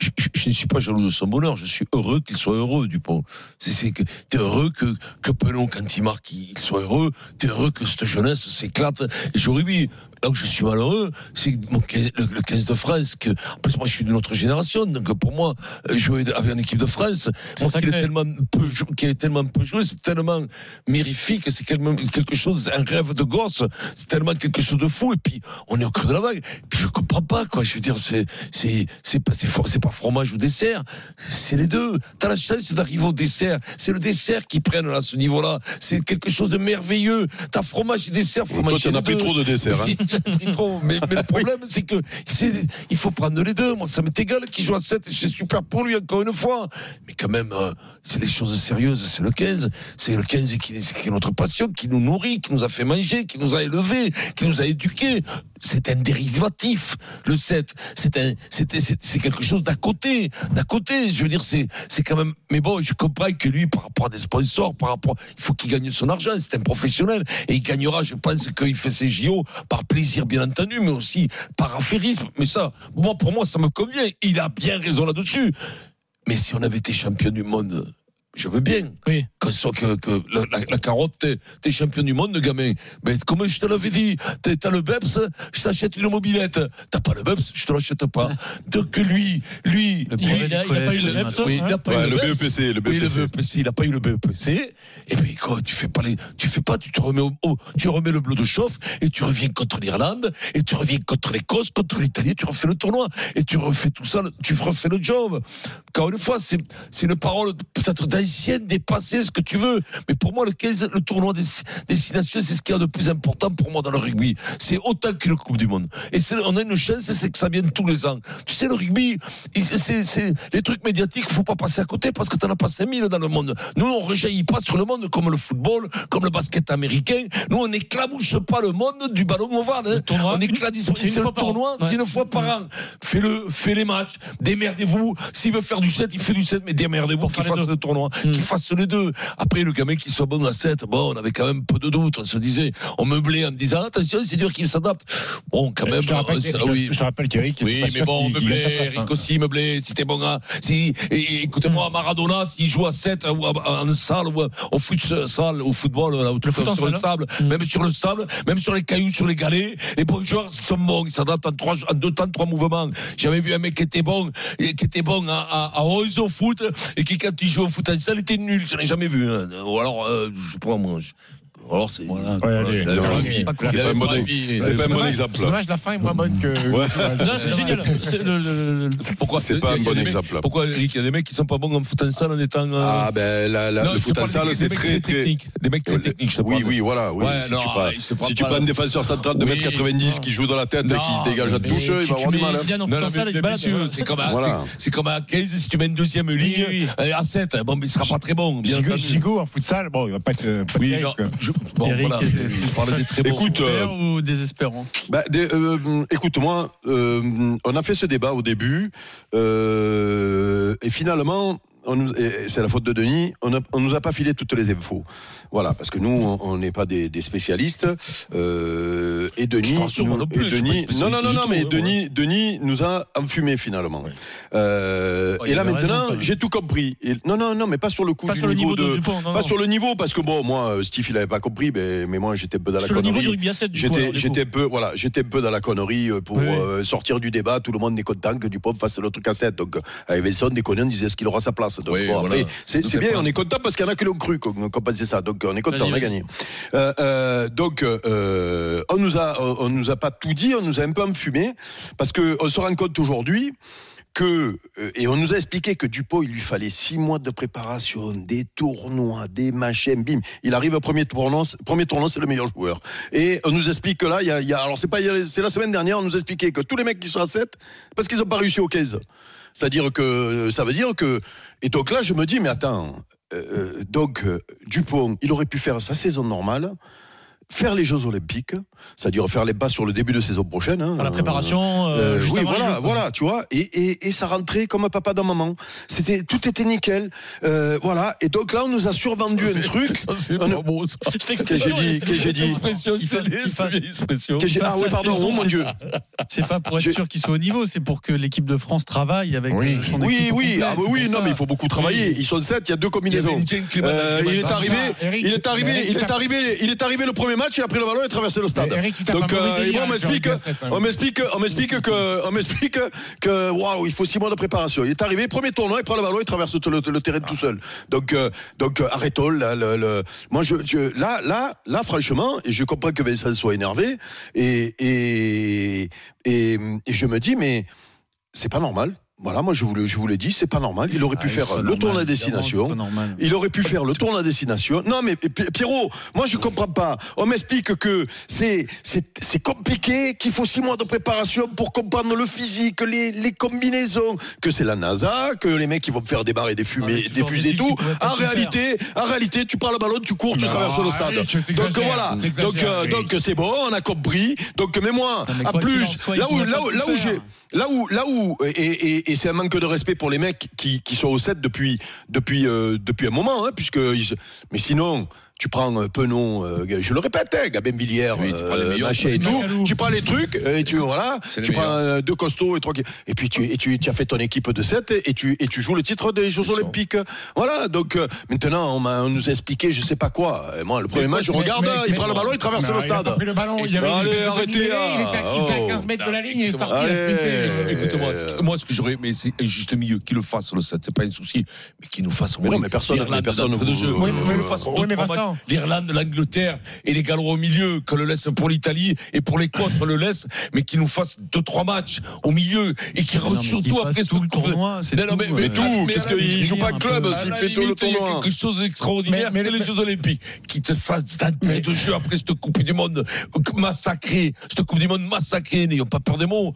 [SPEAKER 3] je, je- je ne suis pas jaloux de son bonheur, je suis heureux qu'il soit heureux, Dupont. C'est, c'est que t'es heureux que, que Pelon, quand il marque, il, il soit heureux, t'es heureux que cette jeunesse s'éclate. Et j'aurais dit, là où je suis malheureux, c'est que mon 15 le, le 15 de France, que, en plus moi je suis d'une autre génération, donc pour moi, euh, jouer avec une équipe de France,
[SPEAKER 7] C'est
[SPEAKER 3] moi, qui, est
[SPEAKER 7] sacré.
[SPEAKER 3] tellement peu, jou- qui est tellement peu joué, c'est tellement mirifique, c'est quelque, quelque chose, un rêve de gosse, c'est tellement quelque chose de fou, et puis on est au creux de la vague, puis je comprends pas, quoi, je veux dire, c'est c'est c'est pas, c'est for- c'est pas fromage ou dessert, c'est les deux. T'as la chance d'arriver au dessert. C'est le dessert qu'ils prennent à ce niveau-là. C'est quelque chose de merveilleux. T'as fromage et dessert, fromage
[SPEAKER 6] Toi, tu en
[SPEAKER 3] et
[SPEAKER 6] as pris
[SPEAKER 3] deux.
[SPEAKER 6] trop de desserts. hein.
[SPEAKER 3] J'en ai pris trop. Mais, mais le problème, c'est que c'est- il faut prendre les deux. Moi, ça m'est égal qu'il joue à 7. C'est super pour lui, encore une fois. Mais quand même, euh, c'est les choses sérieuses. C'est le 15. C'est le 15 qui, qui est notre passion, qui nous nourrit, qui nous a fait manger, qui nous a élevés, qui nous a éduqués. C'est un dérivatif, le 7. C'est un, c'est, c'est- c'est quelque chose d'à côté. D'à côté, je veux dire, c'est, c'est quand même. Mais bon, je comprends que lui, par rapport à des sponsors, par rapport. Il faut qu'il gagne son argent. C'est un professionnel. Et il gagnera, je pense, qu'il fait ses JO par plaisir, bien entendu, mais aussi par affairisme. Mais ça, moi, pour moi, ça me convient. Il a bien raison là-dessus. Mais si on avait été champion du monde, je veux bien.
[SPEAKER 7] Oui.
[SPEAKER 3] Que, ce soit que, que la, la- la carotte, t'es, t'es champion du monde, gamin. Mais comme je te l'avais dit, t'es- t'as le BEPS, je t'achète une mobilette. T'as pas le BEPS, je te l'achète pas. Donc lui, lui,
[SPEAKER 4] Le
[SPEAKER 3] lui,
[SPEAKER 4] brevet
[SPEAKER 3] il
[SPEAKER 4] de
[SPEAKER 3] a-
[SPEAKER 4] collège,
[SPEAKER 3] pas eu le
[SPEAKER 4] le
[SPEAKER 3] BEPS.
[SPEAKER 4] matin,
[SPEAKER 3] Oui, il a
[SPEAKER 4] hein.
[SPEAKER 3] pas eu
[SPEAKER 6] Ouais,
[SPEAKER 3] le E
[SPEAKER 6] le
[SPEAKER 3] BEPS.
[SPEAKER 6] BEPC, le E
[SPEAKER 3] Oui, le
[SPEAKER 6] BEPC.
[SPEAKER 3] BEPC, il n'a pas eu le BEPC. Et puis quoi, Eh ben, tu fais pas les, tu fais pas, tu te remets au, au- tu remets le bleu de chauffe et tu reviens contre l'Irlande et tu reviens contre l'Écosse, contre l'Italie, tu refais le tournoi et tu refais tout ça, tu refais le job. Quand une fois, c'est, c'est une parole peut-être d'ancienne, dépassée, ce que tu veux. Mais pour moi, le 15, le tournoi des, destinations, c'est ce qu'il y a de plus important pour moi dans le rugby. C'est autant que le Coupe du Monde. Et c'est- on a une chance, c'est que ça vienne tous les ans. Tu sais, le rugby, il- c'est, c'est- les trucs médiatiques, faut pas passer à côté parce que t'en as pas 5000 dans le monde. Nous, on rejaillit pas sur le monde comme le football, comme le basket américain. Nous, on n'éclabousse pas le monde du ballon ovale. hein.
[SPEAKER 5] tournoi,
[SPEAKER 3] on éclabousse,
[SPEAKER 5] c'est une
[SPEAKER 3] c'est le
[SPEAKER 5] fois par an.
[SPEAKER 3] tournoi,
[SPEAKER 5] Ouais.
[SPEAKER 3] c'est une fois par an. Fais-le, fais les matchs, démerdez-vous. S'il veut faire du 7, il fait du 7, mais démerdez-vous
[SPEAKER 5] Pour
[SPEAKER 3] qu'il
[SPEAKER 5] faire les
[SPEAKER 3] fasse
[SPEAKER 5] deux.
[SPEAKER 3] le tournoi,
[SPEAKER 7] Hmm.
[SPEAKER 5] Mm.
[SPEAKER 3] qu'il fasse les deux. Après, le gamin qui soit bon à 7, bon, on avait quand même peu de doutes. On se disait, on meublait en disant, attention, c'est dur qu'il s'adapte. Bon, quand même,
[SPEAKER 7] je, te rappelle,
[SPEAKER 3] euh, ça-
[SPEAKER 7] je-
[SPEAKER 3] oui.
[SPEAKER 7] je te rappelle qu'Eric. est
[SPEAKER 3] Oui,
[SPEAKER 7] pas
[SPEAKER 3] mais
[SPEAKER 7] sûr
[SPEAKER 3] bon,
[SPEAKER 7] qu'il- qu'il
[SPEAKER 3] meublé,
[SPEAKER 7] gagne sa place,
[SPEAKER 3] Eric
[SPEAKER 7] hein. Hmm.
[SPEAKER 3] aussi, meublé, si t'es bon, hein, si, et- et écoutez-moi, Maradona, s'il joue à 7 ou à- en salle, ou à- au foot salle, au football, là, où tu le
[SPEAKER 5] foot en
[SPEAKER 3] sur le
[SPEAKER 5] salle,
[SPEAKER 7] hein.
[SPEAKER 3] sable,
[SPEAKER 7] Hmm.
[SPEAKER 3] même sur le sable, même sur les cailloux, sur les galets, les bons joueurs, ils sont bons, ils s'adaptent en, trois, en deux temps, trois mouvements. J'avais vu un mec qui était bon, et qui était bon à, à, à 11 au foot, et qui, quand il jouait au foot en salle, était nul, j'en ai jamais vu, hein. Ou alors, euh, je sais pas, moi, je- ou alors c'est,
[SPEAKER 4] Voilà.
[SPEAKER 7] Ouais, allez,
[SPEAKER 3] il avait pas
[SPEAKER 7] terminé.
[SPEAKER 3] envie.
[SPEAKER 6] C'est
[SPEAKER 3] Il
[SPEAKER 6] pas
[SPEAKER 3] avait
[SPEAKER 6] un
[SPEAKER 3] pas
[SPEAKER 6] bon-
[SPEAKER 3] envie.
[SPEAKER 6] C'est pas un bon
[SPEAKER 7] dommage-
[SPEAKER 6] exemple.
[SPEAKER 7] C'est dommage, la fin est moins bonne que.
[SPEAKER 6] Ouais.
[SPEAKER 5] Non, c'est génial. C'est le- le- le-
[SPEAKER 3] Pourquoi
[SPEAKER 6] C'est pas
[SPEAKER 3] Il Euh, y a-
[SPEAKER 6] un
[SPEAKER 3] il y a
[SPEAKER 6] bon
[SPEAKER 3] des mecs-
[SPEAKER 6] exemple.
[SPEAKER 3] Pourquoi, Eric, il y a des mecs qui sont pas bons en foot en salle en étant. euh,
[SPEAKER 6] Ah, ben là, là,
[SPEAKER 3] non,
[SPEAKER 6] le
[SPEAKER 3] je
[SPEAKER 6] foot
[SPEAKER 3] te
[SPEAKER 6] en
[SPEAKER 3] parle des-
[SPEAKER 6] salle,
[SPEAKER 3] des
[SPEAKER 6] c'est
[SPEAKER 3] mecs
[SPEAKER 6] très, très.
[SPEAKER 3] Des mecs très
[SPEAKER 6] Le-
[SPEAKER 3] techniques, je te
[SPEAKER 6] Oui,
[SPEAKER 3] parle.
[SPEAKER 6] oui, voilà. oui.
[SPEAKER 3] Ouais,
[SPEAKER 6] si
[SPEAKER 3] non,
[SPEAKER 6] tu prends,
[SPEAKER 3] il se prend
[SPEAKER 6] si tu
[SPEAKER 3] pas,
[SPEAKER 6] prends un
[SPEAKER 3] là.
[SPEAKER 6] défenseur central de
[SPEAKER 3] Oui.
[SPEAKER 6] 1m90 qui joue dans la tête et
[SPEAKER 3] Non,
[SPEAKER 6] qui dégage la
[SPEAKER 3] mais
[SPEAKER 6] touche, il
[SPEAKER 5] tu-
[SPEAKER 6] va
[SPEAKER 5] tu
[SPEAKER 6] avoir du
[SPEAKER 5] mets
[SPEAKER 6] mal. hein.
[SPEAKER 5] Zidane
[SPEAKER 3] Non,
[SPEAKER 5] en foot
[SPEAKER 3] non,
[SPEAKER 5] en
[SPEAKER 3] mais
[SPEAKER 5] salle, il
[SPEAKER 3] bien
[SPEAKER 5] se balade.
[SPEAKER 3] sûr, c'est comme, à-
[SPEAKER 6] Voilà.
[SPEAKER 3] c'est- c'est comme à 15, si tu mets une deuxième ligne,
[SPEAKER 5] Oui,
[SPEAKER 3] euh, à 7, bon, mais il sera pas très bon, bien
[SPEAKER 7] Gigot,
[SPEAKER 3] entendu.
[SPEAKER 7] Gigot en futsal, bon, il va pas être. euh, pas
[SPEAKER 3] Oui,
[SPEAKER 7] terrible,
[SPEAKER 3] non,
[SPEAKER 7] quoi.
[SPEAKER 3] je, bon,
[SPEAKER 4] Eric,
[SPEAKER 3] voilà,
[SPEAKER 4] euh,
[SPEAKER 3] je parle des très bons.
[SPEAKER 6] Écoute, euh,
[SPEAKER 4] Super ou désespérant
[SPEAKER 6] Bah, des- euh, écoute-moi, euh, on a fait ce débat au début, euh, et finalement, on nous- et- et c'est la faute de Denis, on ne nous a pas filé toutes les infos. Voilà, parce que nous, on- on n'est pas des, des spécialistes. euh, et
[SPEAKER 3] Je
[SPEAKER 6] Denis.
[SPEAKER 3] te rassure, moi
[SPEAKER 6] nous-
[SPEAKER 3] non plus,
[SPEAKER 6] et
[SPEAKER 3] je suis
[SPEAKER 6] Denis-
[SPEAKER 3] pas spécialiste
[SPEAKER 6] non, non, non,
[SPEAKER 3] du
[SPEAKER 6] non,
[SPEAKER 3] tout,
[SPEAKER 6] mais
[SPEAKER 3] hein,
[SPEAKER 6] Denis, Denis nous a enfumé finalement. Euh,
[SPEAKER 4] Oh, il
[SPEAKER 6] et là
[SPEAKER 4] avait raison,
[SPEAKER 6] maintenant,
[SPEAKER 4] quand même.
[SPEAKER 6] j'ai tout compris. Et- non, non, non, mais pas sur le coup
[SPEAKER 5] Pas
[SPEAKER 6] du
[SPEAKER 5] sur le niveau
[SPEAKER 6] de.
[SPEAKER 5] de- du pont,
[SPEAKER 6] pas
[SPEAKER 5] non, non.
[SPEAKER 6] sur le niveau, parce que bon, moi, euh, Steve, il n'avait pas compris, ben, mais, mais moi, j'étais un peu dans la
[SPEAKER 5] Sur le niveau
[SPEAKER 6] connerie.
[SPEAKER 5] du rugby à 7, du coup,
[SPEAKER 6] J'étais,
[SPEAKER 5] alors, du
[SPEAKER 6] j'étais
[SPEAKER 5] coup.
[SPEAKER 6] un peu, voilà, j'étais un peu dans la connerie euh, pour
[SPEAKER 5] Oui, oui.
[SPEAKER 6] euh, sortir du débat. Tout le monde est content que Dupont fasse le truc à 7. Donc, euh, avec Vincent, déconnant, disait ce qu'il aura sa place. Donc,
[SPEAKER 3] Oui,
[SPEAKER 6] bon,
[SPEAKER 3] voilà.
[SPEAKER 6] après, c'est,
[SPEAKER 3] Tout
[SPEAKER 6] c'est
[SPEAKER 3] est
[SPEAKER 6] bien,
[SPEAKER 3] prêt.
[SPEAKER 6] on est content parce qu'il y en a qui l'ont cru qu'on, qu'on pensait ça. Donc, on est content,
[SPEAKER 5] Vas-y,
[SPEAKER 6] on a
[SPEAKER 5] vas-y.
[SPEAKER 6] gagné. Euh, euh, donc, euh, on nous a, on, on nous a pas tout dit, on nous a un peu enfumé parce que on se rend compte aujourd'hui que, euh, et on nous a expliqué que Dupont, il lui fallait six mois de préparation, des tournois, des machins, bim. Il arrive au premier tournoi, c'est- premier tournoi, c'est le meilleur joueur. Et on nous explique que là, il y a, il y a- alors c'est pas, il y a- c'est la semaine dernière, on nous expliquait que tous les mecs qui sont à 7, parce qu'ils ont pas réussi au 15. C'est-à-dire que, ça veut dire que, et donc là, je me dis, mais attends, euh, euh, donc, euh, Dupont, il aurait pu faire sa saison normale, faire les Jeux Olympiques, c'est-à-dire faire les pas sur le début de saison prochaine. hein.
[SPEAKER 5] Faire la préparation. euh,
[SPEAKER 6] Euh,
[SPEAKER 5] juste
[SPEAKER 6] oui,
[SPEAKER 5] avant les
[SPEAKER 6] voilà,
[SPEAKER 5] jeux, quoi.
[SPEAKER 6] voilà, tu vois, et, et, et ça rentrait comme un papa dans maman. C'était tout était nickel, euh, voilà. Et donc là, on nous a survendu un truc.
[SPEAKER 3] Ça, c'est
[SPEAKER 6] On
[SPEAKER 3] pas
[SPEAKER 6] a-
[SPEAKER 3] beau, ça.
[SPEAKER 5] Je t'explique.
[SPEAKER 6] Que j'ai dit, que j'ai dit,
[SPEAKER 3] Expression,
[SPEAKER 4] Il
[SPEAKER 3] c'est
[SPEAKER 4] fasse- il fasse-
[SPEAKER 3] des expressions.
[SPEAKER 6] que j'ai- ah oui, pardon, oh mon dieu.
[SPEAKER 4] C'est pas pour
[SPEAKER 6] Je-
[SPEAKER 4] être sûr qu'il soit au niveau, c'est pour que l'équipe de France travaille avec
[SPEAKER 7] Oui.
[SPEAKER 4] euh, son
[SPEAKER 6] Oui,
[SPEAKER 4] équipe au
[SPEAKER 6] oui,
[SPEAKER 4] complet,
[SPEAKER 6] ah, bah
[SPEAKER 4] c'est
[SPEAKER 6] oui,
[SPEAKER 4] pour
[SPEAKER 6] non,
[SPEAKER 4] ça.
[SPEAKER 6] mais il faut beaucoup travailler. Ils sont sept, il y a
[SPEAKER 3] Il y
[SPEAKER 6] deux
[SPEAKER 3] avait
[SPEAKER 6] combinaisons.
[SPEAKER 3] une Jane Clement
[SPEAKER 6] Euh,
[SPEAKER 3] qui
[SPEAKER 6] il
[SPEAKER 3] m'a-
[SPEAKER 6] est arrivé,
[SPEAKER 7] Eric,
[SPEAKER 6] il est arrivé,
[SPEAKER 7] Eric,
[SPEAKER 6] il est
[SPEAKER 7] t'as-
[SPEAKER 6] arrivé, il est arrivé le 1er premier match, il a pris le ballon et a traversé le stade.
[SPEAKER 7] Mais Eric, tu t'as
[SPEAKER 6] Donc,
[SPEAKER 7] pas mauvais
[SPEAKER 6] euh, et
[SPEAKER 7] délire,
[SPEAKER 6] moi, on
[SPEAKER 7] hein, sur
[SPEAKER 6] m'explique, Oh,
[SPEAKER 7] le cassette, hein.
[SPEAKER 6] on m'explique, on m'explique que, on m'explique que, waouh, il faut six mois de préparation. Il est arrivé, premier tournoi, il prend le ballon, il traverse tout le, le terrain tout seul. Donc, euh, donc, euh, arrêtons. Là, le, le- moi, je, je- là, là, là, franchement, et je comprends que Vincent soit énervé, et, et, et, et je me dis, mais c'est pas normal. Voilà, moi, je vous le, je vous l'ai dit, c'est pas normal. Ah, Il aurait pu
[SPEAKER 7] Ah,
[SPEAKER 6] faire le tour de la destination. Il aurait pu faire le tour de la destination. Non, mais Pi- Pierrot, moi je comprends pas. On m'explique que c'est c'est c'est compliqué, qu'il faut six mois de préparation pour comprendre le physique, les, les combinaisons, que c'est la NASA, que les mecs ils vont me faire démarrer des
[SPEAKER 4] Non, Ah, mais
[SPEAKER 6] fumées,
[SPEAKER 4] tu
[SPEAKER 6] des
[SPEAKER 4] leur
[SPEAKER 6] fusées et
[SPEAKER 4] dis qu'ils
[SPEAKER 6] tout.
[SPEAKER 4] pourraient pas
[SPEAKER 6] En
[SPEAKER 4] tout faire. Ah
[SPEAKER 6] réalité, en réalité, tu prends le ballon, tu cours, tu
[SPEAKER 7] Non,
[SPEAKER 6] traverses le stade.
[SPEAKER 7] Eric, t'exagères,
[SPEAKER 6] donc voilà.
[SPEAKER 7] t'exagères,
[SPEAKER 6] Donc euh,
[SPEAKER 7] Eric.
[SPEAKER 6] donc c'est bon, on a compris. Donc mais moi,
[SPEAKER 4] Non, mais
[SPEAKER 6] en
[SPEAKER 4] quoi qu'il en
[SPEAKER 6] plus,
[SPEAKER 4] soit, ils
[SPEAKER 6] là où
[SPEAKER 4] pourraient
[SPEAKER 6] là
[SPEAKER 4] pas
[SPEAKER 6] où
[SPEAKER 4] tout
[SPEAKER 6] là où
[SPEAKER 4] faire.
[SPEAKER 6] j'ai Là où, là où, et, et- et c'est un manque de respect pour les mecs qui, qui sont au set depuis, depuis, euh, depuis un moment, hein, puisque ils se- mais sinon, tu prends euh, Penon, euh, je le répète, hein, Gabin Villiers,
[SPEAKER 3] Oui, tu prends les meilleurs.
[SPEAKER 6] machin et tout,
[SPEAKER 5] Macalou.
[SPEAKER 6] tu prends les trucs, euh, et tu, voilà,
[SPEAKER 3] C'est les
[SPEAKER 6] tu prends
[SPEAKER 3] meilleurs.
[SPEAKER 6] euh, deux costauds et trois qui- et puis tu, et tu, tu as fait ton équipe de 7 et tu, et tu joues le titre des Jeux Olympiques. Voilà, donc euh, maintenant, on, m'a- on nous a expliqué je sais pas quoi. Et moi, le premier match, je
[SPEAKER 7] Mais-
[SPEAKER 6] regarde,
[SPEAKER 7] mais-
[SPEAKER 6] hein, il
[SPEAKER 7] mais-
[SPEAKER 6] prend le ballon, il traverse
[SPEAKER 7] Non,
[SPEAKER 6] le
[SPEAKER 7] il a
[SPEAKER 6] stade.
[SPEAKER 7] pas pris le ballon, il y avait
[SPEAKER 6] Allez,
[SPEAKER 7] une espèce de
[SPEAKER 6] arrêtez,
[SPEAKER 7] dénivelé,
[SPEAKER 6] là.
[SPEAKER 7] Il était à- il était
[SPEAKER 6] Oh.
[SPEAKER 7] à 15 mètres de la ligne, il est sorti, il a
[SPEAKER 6] Allez.
[SPEAKER 7] sprinté. euh,
[SPEAKER 3] Écoute-moi, ce que- moi, ce que j'aurais aimé, c'est un juste milieu, qu'il le fasse le 7, c'est pas un souci, mais qu'il nous fasse au
[SPEAKER 6] Mais
[SPEAKER 3] moins
[SPEAKER 6] non, mais personne-
[SPEAKER 3] l'Irlande
[SPEAKER 6] mais personne
[SPEAKER 3] d'entrée de
[SPEAKER 6] ne
[SPEAKER 3] jeu,
[SPEAKER 6] vous-
[SPEAKER 3] qu'il
[SPEAKER 7] oui,
[SPEAKER 3] le fasse
[SPEAKER 7] oui,
[SPEAKER 3] deux,
[SPEAKER 7] mais
[SPEAKER 3] trois
[SPEAKER 7] Vincent.
[SPEAKER 3] matchs. l'Irlande, l'Angleterre et les Gallois au milieu, qu'on le laisse pour l'Italie et pour l'Écosse, on le laisse, mais qu'il nous fasse deux, trois matchs au milieu et qu'il re- surtout après ce
[SPEAKER 4] tout le
[SPEAKER 3] qu'on-
[SPEAKER 4] tournoi. c'est
[SPEAKER 3] Non, non, mais-
[SPEAKER 4] tout,
[SPEAKER 3] mais
[SPEAKER 4] euh,
[SPEAKER 6] Mais tout,
[SPEAKER 3] Mais
[SPEAKER 6] qu'est-ce
[SPEAKER 3] à la
[SPEAKER 6] qu'il joue pas de
[SPEAKER 4] un
[SPEAKER 6] club
[SPEAKER 4] peu.
[SPEAKER 3] À
[SPEAKER 6] s'il
[SPEAKER 3] la
[SPEAKER 6] fait tout le
[SPEAKER 3] limite, il y a
[SPEAKER 6] tournoi.
[SPEAKER 3] quelque chose d'extraordinaire,
[SPEAKER 7] Mais- mais-
[SPEAKER 3] c'est les
[SPEAKER 7] mais-
[SPEAKER 3] Jeux Olympiques. Qui te fassent d'entrée de jeu après cette Coupe du Monde massacrée, cette Coupe du Monde massacrée, n'ayons pas peur des mots.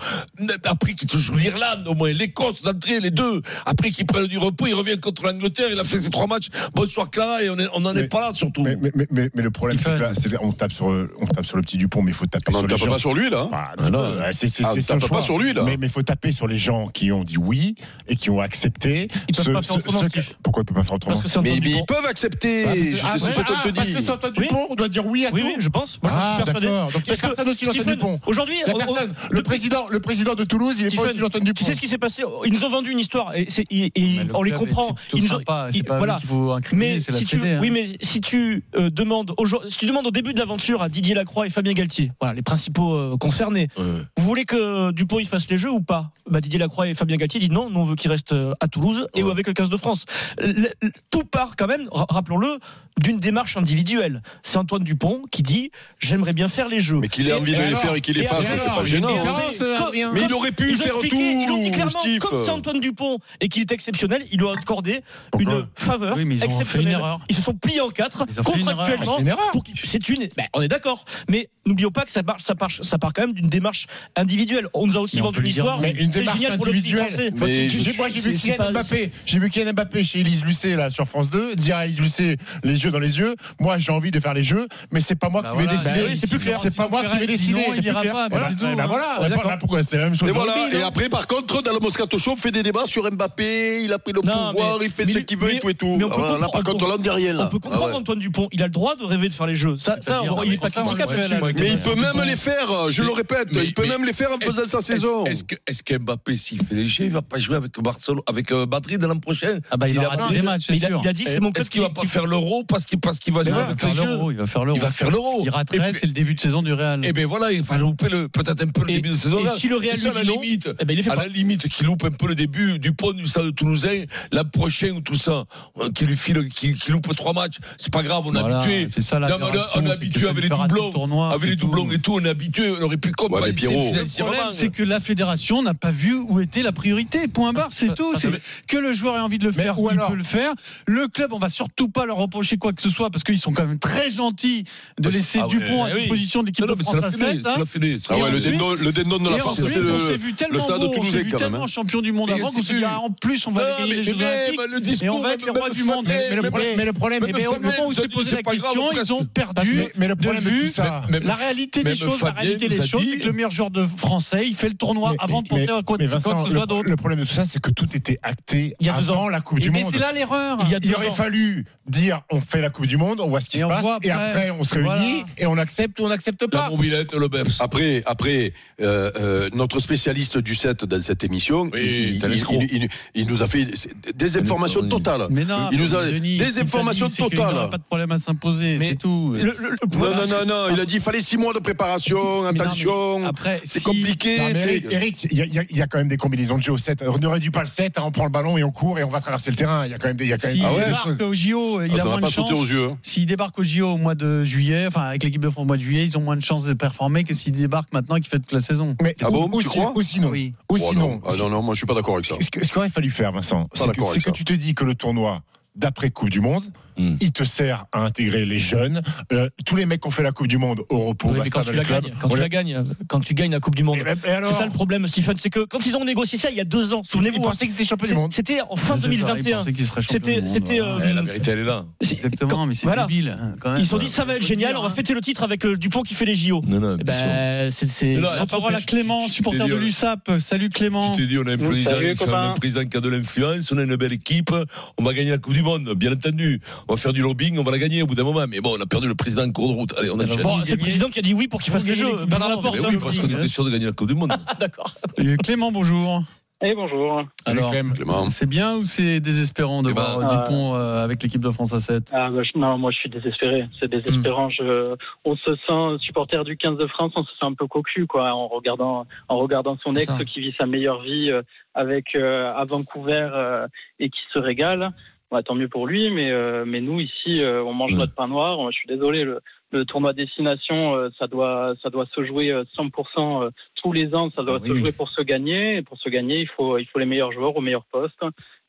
[SPEAKER 3] Après qu'ils te jouent l'Irlande, au moins l'Écosse d'entrée, les deux. Après qu'ils prennent du repos, il revient contre l'Angleterre, il a fait ses trois matchs. Bonsoir Clara, et on est- on n'en est
[SPEAKER 7] Mais-
[SPEAKER 3] pas là surtout.
[SPEAKER 7] Mais, mais, mais, mais- mais le problème,
[SPEAKER 4] Il
[SPEAKER 7] c'est
[SPEAKER 4] fait-
[SPEAKER 7] que là, c'est- on tape, sur, euh, on tape sur le petit Dupont, mais il faut taper
[SPEAKER 6] Ah, On
[SPEAKER 7] sur
[SPEAKER 6] ne
[SPEAKER 7] les
[SPEAKER 6] tape
[SPEAKER 7] gens.
[SPEAKER 6] pas sur lui, là.
[SPEAKER 7] Ah, non, non, euh, c'est- c'est-
[SPEAKER 6] Ah,
[SPEAKER 7] c'est
[SPEAKER 6] on tape
[SPEAKER 7] son
[SPEAKER 6] pas
[SPEAKER 7] choix.
[SPEAKER 6] sur lui, là.
[SPEAKER 7] Mais il faut taper sur les gens qui ont dit oui et qui ont accepté.
[SPEAKER 5] Ils peuvent
[SPEAKER 7] Ce-
[SPEAKER 5] pas faire
[SPEAKER 7] ce-
[SPEAKER 5] autrement,
[SPEAKER 7] ceux qui-
[SPEAKER 5] Steve.
[SPEAKER 7] Pourquoi ils peuvent pas faire autrement
[SPEAKER 5] Parce que c'est
[SPEAKER 6] Mais,
[SPEAKER 5] Antoine
[SPEAKER 6] mais
[SPEAKER 5] Dupont.
[SPEAKER 6] ils peuvent accepter.
[SPEAKER 7] Ah, parce que-
[SPEAKER 6] je-
[SPEAKER 7] ah,
[SPEAKER 6] c'est ce
[SPEAKER 7] ouais,
[SPEAKER 6] que
[SPEAKER 7] ah,
[SPEAKER 6] je te
[SPEAKER 7] Parce que
[SPEAKER 6] dis.
[SPEAKER 7] c'est Antoine
[SPEAKER 5] Oui.
[SPEAKER 7] Dupont, on doit dire oui à
[SPEAKER 5] Oui,
[SPEAKER 7] tout.
[SPEAKER 5] oui, je pense. Moi,
[SPEAKER 7] Ah,
[SPEAKER 5] je suis persuadé.
[SPEAKER 7] d'accord. Donc, il y a personne au-dessus d'Antoine
[SPEAKER 5] Stephen,
[SPEAKER 7] Dupont.
[SPEAKER 5] Aujourd'hui,
[SPEAKER 7] La
[SPEAKER 5] on- on-
[SPEAKER 7] personne, le,
[SPEAKER 5] depuis-
[SPEAKER 7] président, le président de Toulouse, il est pas
[SPEAKER 5] Stephen,
[SPEAKER 7] au-dessus d'Antoine Dupont.
[SPEAKER 5] Tu sais ce qui s'est passé Ils nous ont vendu une histoire et, c'est- et- et
[SPEAKER 4] Mais le
[SPEAKER 5] on les
[SPEAKER 4] club
[SPEAKER 5] comprend.
[SPEAKER 4] est-
[SPEAKER 5] Ils nous ont-
[SPEAKER 4] pas,
[SPEAKER 5] ils-
[SPEAKER 4] c'est pas
[SPEAKER 5] voilà.
[SPEAKER 4] voilà. qu'il faut incriminer,
[SPEAKER 5] Mais
[SPEAKER 4] c'est la
[SPEAKER 5] si tu,
[SPEAKER 4] fédé, hein.
[SPEAKER 5] oui, mais si tu euh, demandes, aujourd'hui- si tu demandes au début de l'aventure à Didier Lacroix et Fabien Galtier, voilà les principaux euh, concernés. Vous voulez que Dupont il fasse les jeux ou pas bah, Didier Lacroix et Fabien Galtier disent non, nous on veut qu'il reste euh, à Toulouse et ou avec le 15 de France. Le- le- tout part quand même, ra- rappelons-le, d'une démarche individuelle. C'est Antoine Dupont qui dit j'aimerais bien faire les jeux.
[SPEAKER 6] Mais qu'il ait
[SPEAKER 5] Et-
[SPEAKER 6] envie de
[SPEAKER 5] et
[SPEAKER 6] les
[SPEAKER 5] alors-
[SPEAKER 6] faire et qu'il les
[SPEAKER 5] et
[SPEAKER 6] fasse,
[SPEAKER 5] alors-
[SPEAKER 6] c'est pas
[SPEAKER 5] et
[SPEAKER 6] gênant.
[SPEAKER 5] alors-
[SPEAKER 6] hein.
[SPEAKER 7] Différence, euh,
[SPEAKER 5] Comme-
[SPEAKER 7] Adrien.
[SPEAKER 6] Mais il aurait pu
[SPEAKER 5] ils ont
[SPEAKER 6] faire tout.
[SPEAKER 5] expliqué, ils l'ont dit clairement,
[SPEAKER 6] Steve.
[SPEAKER 5] comme c'est Antoine Dupont et qu'il est exceptionnel, il lui a accordé
[SPEAKER 7] Pourquoi
[SPEAKER 5] une faveur
[SPEAKER 4] Oui, mais ils ont fait une
[SPEAKER 5] exceptionnelle.
[SPEAKER 4] erreur.
[SPEAKER 5] Ils se sont pliés en quatre
[SPEAKER 4] Ils ont fait une erreur.
[SPEAKER 7] Mais
[SPEAKER 5] contractuellement.
[SPEAKER 7] C'est une erreur.
[SPEAKER 5] pour qu'il- C'est une. ben, on est d'accord, mais n'oublions pas que ça part, ça part, ça part quand même d'une démarche individuelle. On nous a aussi
[SPEAKER 4] Mais on
[SPEAKER 5] vendu
[SPEAKER 4] peut lui dire
[SPEAKER 5] l'histoire.
[SPEAKER 7] Mais une
[SPEAKER 5] C'est
[SPEAKER 7] démarche
[SPEAKER 5] génial pour le petit
[SPEAKER 7] individuelle.
[SPEAKER 5] français.
[SPEAKER 7] Quand
[SPEAKER 6] Mais
[SPEAKER 7] il-
[SPEAKER 6] je
[SPEAKER 7] j'ai- moi, j'ai vu
[SPEAKER 5] c'est- c'est
[SPEAKER 7] Kylian
[SPEAKER 5] pas-
[SPEAKER 7] Mbappé. J'ai vu Kylian Mbappé chez Elise Lucet là sur France 2 dire à Elise Lucet les yeux dans les yeux. Moi, j'ai envie de faire les jeux, mais c'est pas moi
[SPEAKER 4] Bah
[SPEAKER 7] qui vais
[SPEAKER 4] voilà,
[SPEAKER 7] décider.
[SPEAKER 5] bah oui, c'est plus clair.
[SPEAKER 7] C'est pas moi qui vais décider.
[SPEAKER 4] Sinon, il ira pas.
[SPEAKER 7] Voilà,
[SPEAKER 4] mais c'est
[SPEAKER 7] Eh
[SPEAKER 4] tout,
[SPEAKER 7] ben
[SPEAKER 4] hein.
[SPEAKER 7] voilà,
[SPEAKER 4] Ouais,
[SPEAKER 7] bah,
[SPEAKER 4] d'accord.
[SPEAKER 7] là, pourquoi c'est la même chose.
[SPEAKER 6] Et
[SPEAKER 7] au
[SPEAKER 6] voilà.
[SPEAKER 7] rugby,
[SPEAKER 6] Et
[SPEAKER 7] non
[SPEAKER 6] après, par contre, dans le Moscato Show, on fait des débats sur Mbappé. Il a pris le
[SPEAKER 5] Non,
[SPEAKER 6] pouvoir,
[SPEAKER 5] mais-
[SPEAKER 6] il fait
[SPEAKER 5] mais-
[SPEAKER 6] ce qu'il veut
[SPEAKER 5] mais-
[SPEAKER 6] et tout et tout.
[SPEAKER 5] mais on peut
[SPEAKER 6] Voilà, Là,
[SPEAKER 5] comprendre-
[SPEAKER 6] par contre, on n'en dit rien.
[SPEAKER 5] On
[SPEAKER 6] là.
[SPEAKER 5] peut
[SPEAKER 6] Ah
[SPEAKER 5] comprendre
[SPEAKER 6] ouais.
[SPEAKER 5] Antoine Dupont, il a le droit de rêver de faire les jeux. Ça, ça
[SPEAKER 4] C'est-à-dire,
[SPEAKER 5] on-
[SPEAKER 4] non,
[SPEAKER 5] il
[SPEAKER 4] mais
[SPEAKER 5] n'est pas
[SPEAKER 4] contraire,
[SPEAKER 5] critiquable
[SPEAKER 4] on le voit
[SPEAKER 5] là-dessus.
[SPEAKER 6] Mais il peut même les faire, je le
[SPEAKER 3] Mais-
[SPEAKER 6] répète,
[SPEAKER 3] mais-
[SPEAKER 6] il peut
[SPEAKER 3] mais-
[SPEAKER 6] même les faire en faisant sa
[SPEAKER 3] Est-ce-
[SPEAKER 6] saison.
[SPEAKER 3] Est-ce que, est-ce que Mbappé, s'il fait léger, il va pas jouer avec Barcelone, avec euh, Madrid l'an prochain
[SPEAKER 4] Ah bah, il
[SPEAKER 3] S'il est
[SPEAKER 4] aura
[SPEAKER 3] à
[SPEAKER 4] des
[SPEAKER 3] Madrid,
[SPEAKER 4] matchs, c'est
[SPEAKER 5] Mais il, a,
[SPEAKER 4] sûr.
[SPEAKER 5] il a dit c'est mon club
[SPEAKER 3] Est-ce qu'il va
[SPEAKER 5] qui-
[SPEAKER 3] pas
[SPEAKER 5] qui-
[SPEAKER 3] faire l'euro parce qu'il parce qu'il va
[SPEAKER 4] Il
[SPEAKER 3] jouer
[SPEAKER 4] va
[SPEAKER 3] avec les
[SPEAKER 4] faire
[SPEAKER 3] jeux
[SPEAKER 4] l'euro, il va faire l'euro.
[SPEAKER 3] Il va faire l'euro.
[SPEAKER 4] Il
[SPEAKER 3] Et
[SPEAKER 4] rattrape,
[SPEAKER 3] puis-
[SPEAKER 4] c'est le début de saison du Real.
[SPEAKER 3] Eh bien voilà, il va louper le- peut-être un peu le
[SPEAKER 5] Et-
[SPEAKER 3] début de saison.
[SPEAKER 5] et
[SPEAKER 3] là.
[SPEAKER 5] si le Real
[SPEAKER 3] Et ça,
[SPEAKER 5] lui
[SPEAKER 3] à
[SPEAKER 5] dit
[SPEAKER 3] la
[SPEAKER 5] non,
[SPEAKER 3] limite,
[SPEAKER 5] eh ben, il les fait
[SPEAKER 3] à
[SPEAKER 5] pas.
[SPEAKER 3] la limite, qu'il loupe un peu le début du pont du stade toulousain, l'an prochain ou tout ça, euh, qu'il lui file, qu'il qu'il loupe trois matchs, c'est pas grave, on est
[SPEAKER 4] Voilà,
[SPEAKER 3] habitué.
[SPEAKER 4] c'est ça la
[SPEAKER 3] Non, mais
[SPEAKER 4] déraison,
[SPEAKER 3] on est
[SPEAKER 4] c'est que
[SPEAKER 3] habitué
[SPEAKER 4] ça
[SPEAKER 3] avec
[SPEAKER 4] lui
[SPEAKER 3] les
[SPEAKER 4] fait rater le
[SPEAKER 3] doublons,
[SPEAKER 4] tournoi,
[SPEAKER 3] avec les
[SPEAKER 4] c'est tout.
[SPEAKER 3] doublons et hein. tout, on est habitué, on aurait pu compenser
[SPEAKER 6] Pierrot. Le
[SPEAKER 4] Le problème,
[SPEAKER 3] financièrement.
[SPEAKER 4] c'est que la fédération n'a pas vu où était la priorité. Point barre, c'est tout. C'est que le joueur ait envie de le
[SPEAKER 7] Mais
[SPEAKER 4] faire,
[SPEAKER 7] ou
[SPEAKER 4] il
[SPEAKER 7] alors-
[SPEAKER 4] peut le faire. Le club, on va surtout pas leur reprocher quoi que ce soit parce qu'ils sont quand même très gentils de laisser
[SPEAKER 3] Ah oui,
[SPEAKER 4] Dupont à
[SPEAKER 3] oui.
[SPEAKER 4] disposition de l'équipe
[SPEAKER 3] Non, non,
[SPEAKER 4] de
[SPEAKER 3] mais c'est
[SPEAKER 4] France
[SPEAKER 3] la
[SPEAKER 4] à
[SPEAKER 3] fédé,
[SPEAKER 4] 7.
[SPEAKER 3] c'est la fédé. ça.
[SPEAKER 6] Ah ouais, le
[SPEAKER 4] ensuite-
[SPEAKER 6] dindon le dindon de la
[SPEAKER 4] Et
[SPEAKER 6] farce,
[SPEAKER 4] ensuite,
[SPEAKER 6] c'est
[SPEAKER 4] on s'est
[SPEAKER 6] le.
[SPEAKER 4] vu tellement,
[SPEAKER 6] le stade
[SPEAKER 4] bon,
[SPEAKER 6] de
[SPEAKER 4] on s'est
[SPEAKER 6] Toulouse,
[SPEAKER 4] vu
[SPEAKER 6] quand même,
[SPEAKER 4] tellement
[SPEAKER 6] hein.
[SPEAKER 4] champion du monde
[SPEAKER 3] Mais
[SPEAKER 4] avant qu'on
[SPEAKER 3] c'est
[SPEAKER 4] se dit
[SPEAKER 3] plus-
[SPEAKER 4] ah, en plus on va
[SPEAKER 3] Ah,
[SPEAKER 4] gagner
[SPEAKER 3] mais
[SPEAKER 4] les Jeux
[SPEAKER 3] même,
[SPEAKER 4] Olympiques
[SPEAKER 3] le discours,
[SPEAKER 4] et on va être
[SPEAKER 3] même,
[SPEAKER 4] les rois
[SPEAKER 3] même
[SPEAKER 4] du monde.
[SPEAKER 3] Samuel,
[SPEAKER 4] Mais le
[SPEAKER 3] même
[SPEAKER 4] problème,
[SPEAKER 7] Mais le problème,
[SPEAKER 4] mais
[SPEAKER 3] Samuel,
[SPEAKER 4] au moment où
[SPEAKER 3] ils ont
[SPEAKER 4] s'est
[SPEAKER 3] dit,
[SPEAKER 4] posé
[SPEAKER 3] c'est
[SPEAKER 4] la
[SPEAKER 3] pas grave,
[SPEAKER 4] question,
[SPEAKER 3] presque.
[SPEAKER 4] ils ont
[SPEAKER 7] Parce que-
[SPEAKER 4] perdu
[SPEAKER 7] mais le
[SPEAKER 4] de
[SPEAKER 7] problème de tout
[SPEAKER 4] vue
[SPEAKER 7] ça,
[SPEAKER 3] Même
[SPEAKER 4] la réalité des
[SPEAKER 3] Même
[SPEAKER 4] choses, la
[SPEAKER 3] Fabien
[SPEAKER 4] réalité
[SPEAKER 3] nous
[SPEAKER 4] des
[SPEAKER 3] a
[SPEAKER 4] choses,
[SPEAKER 3] dit-
[SPEAKER 4] c'est que le meilleur joueur de français, il fait le tournoi
[SPEAKER 7] Mais-
[SPEAKER 4] avant de
[SPEAKER 7] mais-
[SPEAKER 4] penser à quoi,
[SPEAKER 7] mais
[SPEAKER 4] quoi
[SPEAKER 7] Vincent,
[SPEAKER 4] que ce soit
[SPEAKER 7] le-
[SPEAKER 4] d'autre.
[SPEAKER 7] Le problème de tout ça, c'est que tout était acté
[SPEAKER 5] Il y a deux
[SPEAKER 7] avant la Coupe
[SPEAKER 4] Et
[SPEAKER 7] du
[SPEAKER 4] Mais
[SPEAKER 7] Monde.
[SPEAKER 4] c'est là l'erreur.
[SPEAKER 5] Il y a deux
[SPEAKER 7] Il aurait
[SPEAKER 5] ans.
[SPEAKER 7] fallu dire on fait la Coupe du Monde, on voit ce qui
[SPEAKER 4] Et
[SPEAKER 7] se
[SPEAKER 4] on
[SPEAKER 7] passe,
[SPEAKER 4] voit
[SPEAKER 7] et
[SPEAKER 4] après.
[SPEAKER 7] après on se réunit
[SPEAKER 4] Voilà.
[SPEAKER 7] et on accepte ou on n'accepte
[SPEAKER 3] La
[SPEAKER 7] pas.
[SPEAKER 3] mobilette, le BEPS.
[SPEAKER 6] Après, après euh, euh, notre spécialiste du 7 dans cette émission,
[SPEAKER 3] Oui,
[SPEAKER 6] il,
[SPEAKER 3] t'as
[SPEAKER 6] il-
[SPEAKER 3] l'escroc.
[SPEAKER 6] il- il- il nous a fait des- des informations
[SPEAKER 3] Oui.
[SPEAKER 6] totales.
[SPEAKER 4] Mais non,
[SPEAKER 6] il nous a
[SPEAKER 4] mais Denis,
[SPEAKER 6] des
[SPEAKER 4] ce qu'il t'a
[SPEAKER 6] informations
[SPEAKER 4] dit, c'est qu'il
[SPEAKER 6] totales.
[SPEAKER 4] n'aurait Pas de problème à s'imposer,
[SPEAKER 5] Mais
[SPEAKER 4] c'est tout.
[SPEAKER 5] Le- le- le
[SPEAKER 6] Non,
[SPEAKER 5] point-
[SPEAKER 6] non, non, non, il a dit il fallait six mois de préparation,
[SPEAKER 4] Mais ah, non, mais
[SPEAKER 6] attention,
[SPEAKER 4] Après,
[SPEAKER 6] c'est
[SPEAKER 4] si-
[SPEAKER 6] compliqué.
[SPEAKER 7] Non, mais
[SPEAKER 6] tu sais.
[SPEAKER 7] Eric, Eric, il y, a- il y a- il y a quand même des combinaisons de jeu au 7. On ne réduit pas le 7, hein, on prend le ballon et on court et on va traverser le terrain. Il y a quand même des, il y a quand même
[SPEAKER 4] S'il
[SPEAKER 6] Ah ouais,
[SPEAKER 7] des
[SPEAKER 4] débarque
[SPEAKER 7] choses.
[SPEAKER 4] au JO, il
[SPEAKER 6] Ah,
[SPEAKER 4] a
[SPEAKER 6] ça va
[SPEAKER 4] moins de
[SPEAKER 6] pas sauter
[SPEAKER 4] chance.
[SPEAKER 6] aux yeux. hein.
[SPEAKER 4] S'il débarque au JO au mois de juillet, enfin avec l'équipe de France au mois de juillet, ils ont moins de chances de performer que s'il débarque maintenant et qu'il fait toute la saison.
[SPEAKER 7] Mais
[SPEAKER 6] Ah
[SPEAKER 7] ou-
[SPEAKER 6] bon,
[SPEAKER 7] ou,
[SPEAKER 6] tu
[SPEAKER 7] si-
[SPEAKER 6] crois
[SPEAKER 7] ou sinon,
[SPEAKER 4] Oui.
[SPEAKER 7] ou
[SPEAKER 6] Oh,
[SPEAKER 7] sinon
[SPEAKER 6] non. Ah, non, non, moi je suis pas d'accord avec ça.
[SPEAKER 7] ce que- ce qu'il aurait fallu faire, Vincent, c'est que,
[SPEAKER 6] d'accord avec
[SPEAKER 7] c'est que
[SPEAKER 6] ça.
[SPEAKER 7] tu te dis que le tournoi d'après Coupe du Monde,
[SPEAKER 3] Hmm.
[SPEAKER 7] il te sert à intégrer les jeunes, euh, tous les mecs qui ont fait la Coupe du Monde au repos,
[SPEAKER 5] Oui, mais
[SPEAKER 7] basta,
[SPEAKER 5] quand
[SPEAKER 7] dans
[SPEAKER 5] tu
[SPEAKER 7] les
[SPEAKER 5] la
[SPEAKER 7] clubs.
[SPEAKER 5] gagnes, quand
[SPEAKER 7] On
[SPEAKER 5] tu
[SPEAKER 7] les-
[SPEAKER 5] la gagnes, quand tu gagnes la Coupe du Monde.
[SPEAKER 7] Et ben- et alors
[SPEAKER 5] C'est ça le problème, Stephen, c'est que quand ils ont négocié ça il y a deux ans,
[SPEAKER 7] Ils
[SPEAKER 5] souvenez-vous, hein,
[SPEAKER 7] pensaient que c'était champion du
[SPEAKER 5] c'est-
[SPEAKER 7] monde.
[SPEAKER 5] c'était en fin
[SPEAKER 4] C'est ça, ils
[SPEAKER 5] 2021.
[SPEAKER 4] pensaient qu'il serait champion
[SPEAKER 5] C'était-
[SPEAKER 4] du monde,
[SPEAKER 5] c'était,
[SPEAKER 4] voilà.
[SPEAKER 5] euh,
[SPEAKER 3] Eh, La vérité, elle est là.
[SPEAKER 4] Exactement, mais c'est
[SPEAKER 5] Voilà.
[SPEAKER 4] débile. hein, quand même.
[SPEAKER 5] Ils se sont dit ça va être
[SPEAKER 4] Faut le
[SPEAKER 5] génial,
[SPEAKER 4] dire,
[SPEAKER 5] on va
[SPEAKER 4] hein.
[SPEAKER 5] fêter le titre avec euh, Dupont qui fait les JO.
[SPEAKER 3] Non, non,
[SPEAKER 5] Eh
[SPEAKER 3] bien sûr.
[SPEAKER 5] Ben, c'est c'est-
[SPEAKER 3] Mais
[SPEAKER 5] ils
[SPEAKER 3] là,
[SPEAKER 5] sont
[SPEAKER 4] Eh La parole à
[SPEAKER 5] empêchés.
[SPEAKER 4] Clément,
[SPEAKER 3] tu- tu
[SPEAKER 4] supporter
[SPEAKER 3] t'es
[SPEAKER 4] de
[SPEAKER 3] dit,
[SPEAKER 4] l'USAP. Salut Clément.
[SPEAKER 3] Tu t'es dit, on a un
[SPEAKER 9] Salut,
[SPEAKER 3] président, on a
[SPEAKER 9] copains.
[SPEAKER 3] un président qui a de l'influence, on a une belle équipe, on va gagner la Coupe du Monde, bien entendu. On va faire du lobbying, on va la gagner au bout d'un moment. Mais bon, on a perdu le président en cours de route. Allez, on enchaîne.
[SPEAKER 5] Bon,
[SPEAKER 4] Vous
[SPEAKER 5] c'est le
[SPEAKER 4] gagnez-
[SPEAKER 5] président qui a dit oui pour qu'il fasse
[SPEAKER 4] vous
[SPEAKER 5] les
[SPEAKER 4] gagnez
[SPEAKER 5] jeux.
[SPEAKER 4] les
[SPEAKER 5] Bernard
[SPEAKER 4] coupes du
[SPEAKER 5] Laporte.
[SPEAKER 4] Monde,
[SPEAKER 3] Mais oui, parce qu'on
[SPEAKER 4] lobbying, hein.
[SPEAKER 3] était sûr de gagner la Coupe du Monde.
[SPEAKER 5] Ah, D'accord.
[SPEAKER 4] Euh, Clément, bonjour.
[SPEAKER 9] Eh bonjour.
[SPEAKER 4] Alors,
[SPEAKER 7] Clem.
[SPEAKER 6] Clément.
[SPEAKER 4] c'est bien ou c'est désespérant de
[SPEAKER 3] Eh ben,
[SPEAKER 4] voir euh, Dupont euh, avec l'équipe de France à 7
[SPEAKER 9] Ah, bah, je- non, moi je suis désespéré. C'est désespérant. Je, on se sent supporter du 15 de France, on se sent un peu cocu quoi, en regardant, en regardant son
[SPEAKER 5] C'est
[SPEAKER 9] ex
[SPEAKER 5] ça.
[SPEAKER 9] qui vit sa meilleure vie euh, avec euh, à Vancouver euh, et qui se régale. Bah, tant mieux pour lui, mais euh, mais nous ici, euh, on mange
[SPEAKER 3] Mm.
[SPEAKER 9] notre pain noir. Euh, Je suis désolé. Le, le tournoi destination, euh, ça doit ça doit se jouer euh, 100% euh, tous les ans. Ça doit
[SPEAKER 5] Ah oui,
[SPEAKER 9] se
[SPEAKER 5] oui.
[SPEAKER 9] jouer pour se gagner. Et pour se gagner, il faut il faut les meilleurs joueurs au meilleur poste.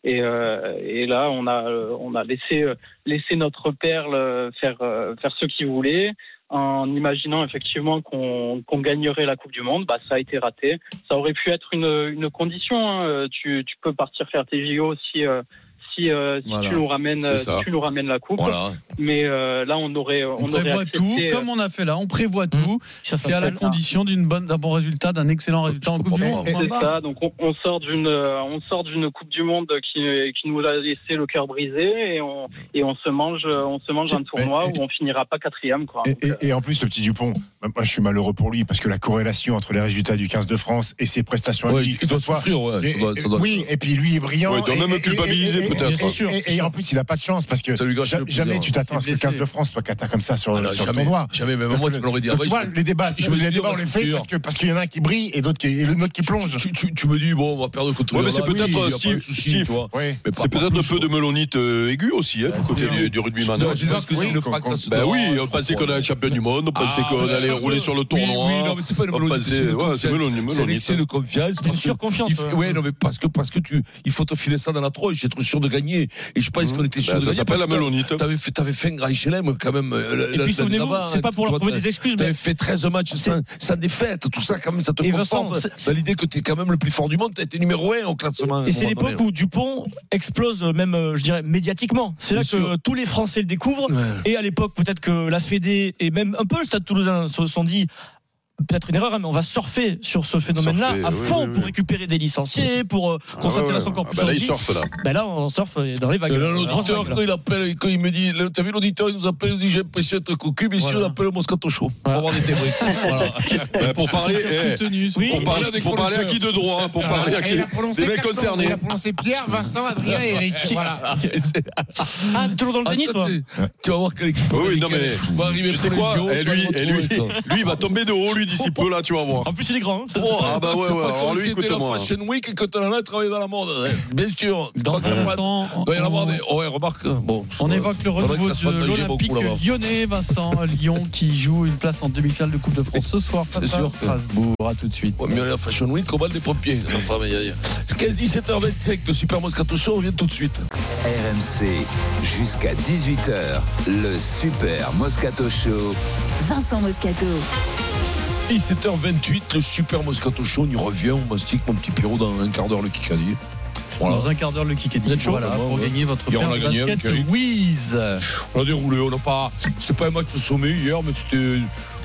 [SPEAKER 9] Et, euh, et là, on a euh, on a laissé euh, laisser notre perle euh, faire, euh, faire ce qu'il voulait en imaginant effectivement qu'on qu'on gagnerait la Coupe du Monde, bah, ça a été raté. Ça aurait pu être une, une condition. hein. Tu, tu peux partir faire tes JO si, euh, si, euh, si
[SPEAKER 4] Voilà,
[SPEAKER 9] tu, nous ramènes,
[SPEAKER 6] c'est ça.
[SPEAKER 9] tu nous ramènes la Coupe.
[SPEAKER 3] Voilà.
[SPEAKER 9] Mais euh, là, on aurait,
[SPEAKER 4] On,
[SPEAKER 9] on aurait
[SPEAKER 4] prévoit tout,
[SPEAKER 9] accepté, euh,
[SPEAKER 4] comme on a fait là, on prévoit tout.
[SPEAKER 5] Si ça se
[SPEAKER 4] C'est à
[SPEAKER 5] passe
[SPEAKER 4] la
[SPEAKER 5] pas,
[SPEAKER 4] condition d'une bonne, d'un bon résultat, d'un excellent résultat en Coupe du
[SPEAKER 3] comprends
[SPEAKER 4] Monde.
[SPEAKER 3] pas.
[SPEAKER 4] Point
[SPEAKER 9] C'est
[SPEAKER 4] barre.
[SPEAKER 9] ça, donc on, on sort d'une euh, on sort d'une Coupe du Monde qui, qui nous a laissé le cœur brisé et on et on se mange euh, on se mange un tournoi
[SPEAKER 7] Mais-
[SPEAKER 9] où on finira pas quatrième quoi.
[SPEAKER 7] Et,
[SPEAKER 9] Donc, euh,
[SPEAKER 7] et- et en plus, le petit Dupont, bah, moi je suis malheureux pour lui parce que la corrélation entre les résultats du 15 de France et ses prestations à
[SPEAKER 3] Ouais,
[SPEAKER 7] lui,
[SPEAKER 3] il
[SPEAKER 7] que ce
[SPEAKER 3] doit
[SPEAKER 7] soit-
[SPEAKER 3] souffrir, ouais.
[SPEAKER 7] Et-
[SPEAKER 3] Ça doit, ça
[SPEAKER 7] et-
[SPEAKER 3] doit-
[SPEAKER 7] oui, et puis lui est brillant.
[SPEAKER 6] Ouais, il doit
[SPEAKER 7] et-
[SPEAKER 6] même
[SPEAKER 7] et-
[SPEAKER 6] le culpabiliser,
[SPEAKER 7] et- et-
[SPEAKER 6] peut-être.
[SPEAKER 7] bien sûr. Et, et en plus, il n'a pas de chance parce que
[SPEAKER 3] Ça lui gâche
[SPEAKER 7] ja-
[SPEAKER 3] le plaisir.
[SPEAKER 7] jamais tu t'attends à ce que le 15 de France soit cata comme ça sur,
[SPEAKER 3] Ah non,
[SPEAKER 7] sur le
[SPEAKER 3] jamais,
[SPEAKER 7] tournoi.
[SPEAKER 3] jamais, même
[SPEAKER 7] Donc,
[SPEAKER 3] moi, tu me l'aurais dit.
[SPEAKER 7] donc,
[SPEAKER 3] Ah ouais,
[SPEAKER 7] tu vois,
[SPEAKER 3] il-
[SPEAKER 7] les débats,
[SPEAKER 3] je me suis
[SPEAKER 7] les
[SPEAKER 3] dit,
[SPEAKER 7] débats,
[SPEAKER 3] on
[SPEAKER 7] on les
[SPEAKER 3] se
[SPEAKER 7] fait
[SPEAKER 3] tire.
[SPEAKER 7] parce que parce qu'il y en a un qui brille et d'autres qui et l'autre qui plonge.
[SPEAKER 3] Tu, tu- tu me dis, bon, on va perdre contre
[SPEAKER 6] Ouais, mais
[SPEAKER 3] l'Iran,
[SPEAKER 6] c'est peut-être,
[SPEAKER 3] oui, il y a
[SPEAKER 6] euh,
[SPEAKER 3] pas de
[SPEAKER 6] Steve-
[SPEAKER 3] souci,
[SPEAKER 6] Steve.
[SPEAKER 3] tu vois.
[SPEAKER 7] Oui.
[SPEAKER 3] Mais pas-
[SPEAKER 6] C'est
[SPEAKER 3] pas
[SPEAKER 6] peut-être un
[SPEAKER 3] plus,
[SPEAKER 6] peu de melonite euh, aiguë aussi, hein, du côté du, du rugbyman.
[SPEAKER 3] Non, je pense que
[SPEAKER 7] Oui,
[SPEAKER 3] c'est le
[SPEAKER 7] qu'on-
[SPEAKER 3] fracas.
[SPEAKER 6] Ben oui, on pensait qu'on allait être champion du monde, on pensait qu'on allait rouler sur le tournoi.
[SPEAKER 3] euh, Oui, non, mais c'est pas une
[SPEAKER 6] on
[SPEAKER 3] melonite,
[SPEAKER 6] pensait-
[SPEAKER 3] c'est une
[SPEAKER 6] ouais,
[SPEAKER 3] confiance.
[SPEAKER 6] c'est meloni-
[SPEAKER 3] C'est un
[SPEAKER 6] melonite.
[SPEAKER 3] excès de confiance.
[SPEAKER 5] C'est une
[SPEAKER 3] parce que-
[SPEAKER 5] surconfiance.
[SPEAKER 3] il f- Ouais, non, mais parce que, parce que tu, il faut te filer ça dans la tronche, être sûr de gagner. Et je pense qu'on était sûr
[SPEAKER 6] Ben,
[SPEAKER 3] de
[SPEAKER 6] ça
[SPEAKER 3] gagner.
[SPEAKER 6] s'appelle
[SPEAKER 3] parce
[SPEAKER 6] la Ah
[SPEAKER 3] que
[SPEAKER 6] melonite.
[SPEAKER 3] T'avais fait, t'avais fait un grand HLM quand même. euh,
[SPEAKER 5] Et
[SPEAKER 3] l'année
[SPEAKER 5] puis souvenez-vous,
[SPEAKER 3] d'avant,
[SPEAKER 5] c'est pas pour leur
[SPEAKER 3] tu vois,
[SPEAKER 5] trouver des excuses, mais
[SPEAKER 3] T'avais fait 13 matchs sans, sans défaite, tout ça, quand même, ça te
[SPEAKER 5] Et Vincent,
[SPEAKER 3] conforte
[SPEAKER 5] c'est-
[SPEAKER 3] dans l'idée que t'es quand même le plus fort du monde, t'as été numéro 1 au classement.
[SPEAKER 5] Et c'est l'époque où Dupont explose, euh, même, euh, je dirais, médiatiquement. C'est là que
[SPEAKER 3] Bien sûr.
[SPEAKER 5] euh, tous les Français le découvrent.
[SPEAKER 3] Ouais.
[SPEAKER 5] Et à l'époque, peut-être que la Fédé et même un peu le Stade Toulousain se sont dit. Peut-être une erreur, hein, mais on va surfer sur ce phénomène-là
[SPEAKER 6] Surfer,
[SPEAKER 5] à
[SPEAKER 6] oui,
[SPEAKER 5] fond
[SPEAKER 6] oui, oui.
[SPEAKER 5] pour récupérer des licenciés, pour euh, qu'on s'intéresse encore plus
[SPEAKER 6] Ah, ben
[SPEAKER 5] au
[SPEAKER 6] là, il
[SPEAKER 5] rugby.
[SPEAKER 6] surfe, là.
[SPEAKER 5] Ben là, on surfe euh, dans les vagues.
[SPEAKER 3] Et là,
[SPEAKER 5] Euh,
[SPEAKER 3] l'auditeur,
[SPEAKER 5] voilà.
[SPEAKER 3] quand il appelle, quand il me dit, le- t'as vu l'auditeur, il nous appelle, il nous dit, j'ai l'impression d'être cocu, mais si
[SPEAKER 5] Voilà.
[SPEAKER 3] on appelle le Moscato Show. On va avoir des témoins. Voilà.
[SPEAKER 6] Ben, pour parler, eh,
[SPEAKER 4] Soutenu,
[SPEAKER 5] Oui,
[SPEAKER 6] pour
[SPEAKER 5] et
[SPEAKER 6] parler,
[SPEAKER 3] voilà des
[SPEAKER 6] pour parler à
[SPEAKER 3] connaisseurs.
[SPEAKER 6] qui de droit hein, Pour parler à
[SPEAKER 7] Et
[SPEAKER 6] qui
[SPEAKER 7] Ah, il a prononcé
[SPEAKER 6] Des mecs
[SPEAKER 7] quatre noms.
[SPEAKER 6] concernés.
[SPEAKER 7] Il a prononcé Pierre, Vincent, Adrien et Eric. Voilà.
[SPEAKER 5] Ah, t'es toujours dans le déni,
[SPEAKER 3] Ah,
[SPEAKER 5] toi
[SPEAKER 3] c'est- Tu vas voir que l'équipe.
[SPEAKER 6] Oui, oui, non,
[SPEAKER 3] américaine
[SPEAKER 6] mais
[SPEAKER 3] va arriver
[SPEAKER 6] Tu
[SPEAKER 3] pour
[SPEAKER 6] sais
[SPEAKER 3] les
[SPEAKER 6] quoi
[SPEAKER 3] JO,
[SPEAKER 6] Eh,
[SPEAKER 3] tu vas
[SPEAKER 6] lui,
[SPEAKER 3] le
[SPEAKER 6] eh,
[SPEAKER 3] retrouver,
[SPEAKER 6] lui,
[SPEAKER 3] toi.
[SPEAKER 6] lui, il va tomber de haut, lui, d'ici peu, là, tu vas voir.
[SPEAKER 5] En plus, il est grand. hein, ça,
[SPEAKER 6] Oh,
[SPEAKER 5] c'est-
[SPEAKER 6] ah bah ouais,
[SPEAKER 3] C'est
[SPEAKER 6] ouais.
[SPEAKER 3] pas
[SPEAKER 6] Alors
[SPEAKER 3] comme
[SPEAKER 6] lui,
[SPEAKER 3] si c'était la
[SPEAKER 6] écoute-moi.
[SPEAKER 3] Fashion Week et que t'en as travaillé dans la mode. Eh, Bien sûr.
[SPEAKER 4] Dans un instant,
[SPEAKER 3] Il doit y en avoir des. Oh,
[SPEAKER 4] on-
[SPEAKER 3] Ouais, remarque. Bon.
[SPEAKER 4] On
[SPEAKER 3] euh,
[SPEAKER 4] évoque le
[SPEAKER 3] dans
[SPEAKER 4] renouveau
[SPEAKER 3] classement
[SPEAKER 4] de
[SPEAKER 3] de G, beaucoup,
[SPEAKER 4] l'Olympique
[SPEAKER 3] là-bas.
[SPEAKER 4] lyonnais, Vincent Lyon, qui joue une place en demi-finale de Coupe de France ce soir face
[SPEAKER 3] C'est sûr
[SPEAKER 4] à
[SPEAKER 3] que-
[SPEAKER 4] Strasbourg. À tout de suite.
[SPEAKER 3] Ouais, mieux aller à la Fashion Week qu'au bal des pompiers. Enfin, mais, euh, 15 17h25, le Super Moscato Show, on vient tout de suite.
[SPEAKER 2] RMC, jusqu'à 18h, le Super Moscato Show.
[SPEAKER 1] Vincent Moscato.
[SPEAKER 3] 17h28, le Super Moscato Show, on y revient, on mastique mon petit Pierrot dans un quart d'heure le Kikadi. Voilà.
[SPEAKER 4] Dans un quart d'heure, le kick est
[SPEAKER 3] Vous êtes chaud,
[SPEAKER 4] voilà,
[SPEAKER 3] là,
[SPEAKER 4] pour
[SPEAKER 3] ouais.
[SPEAKER 4] gagner votre
[SPEAKER 3] Et on
[SPEAKER 4] paire
[SPEAKER 3] l'a
[SPEAKER 4] de
[SPEAKER 3] gagné
[SPEAKER 4] baskets
[SPEAKER 3] avec Eric.
[SPEAKER 4] Wiz.
[SPEAKER 3] On a déroulé, on n'a pas. C'était pas un match au sommet hier, mais c'était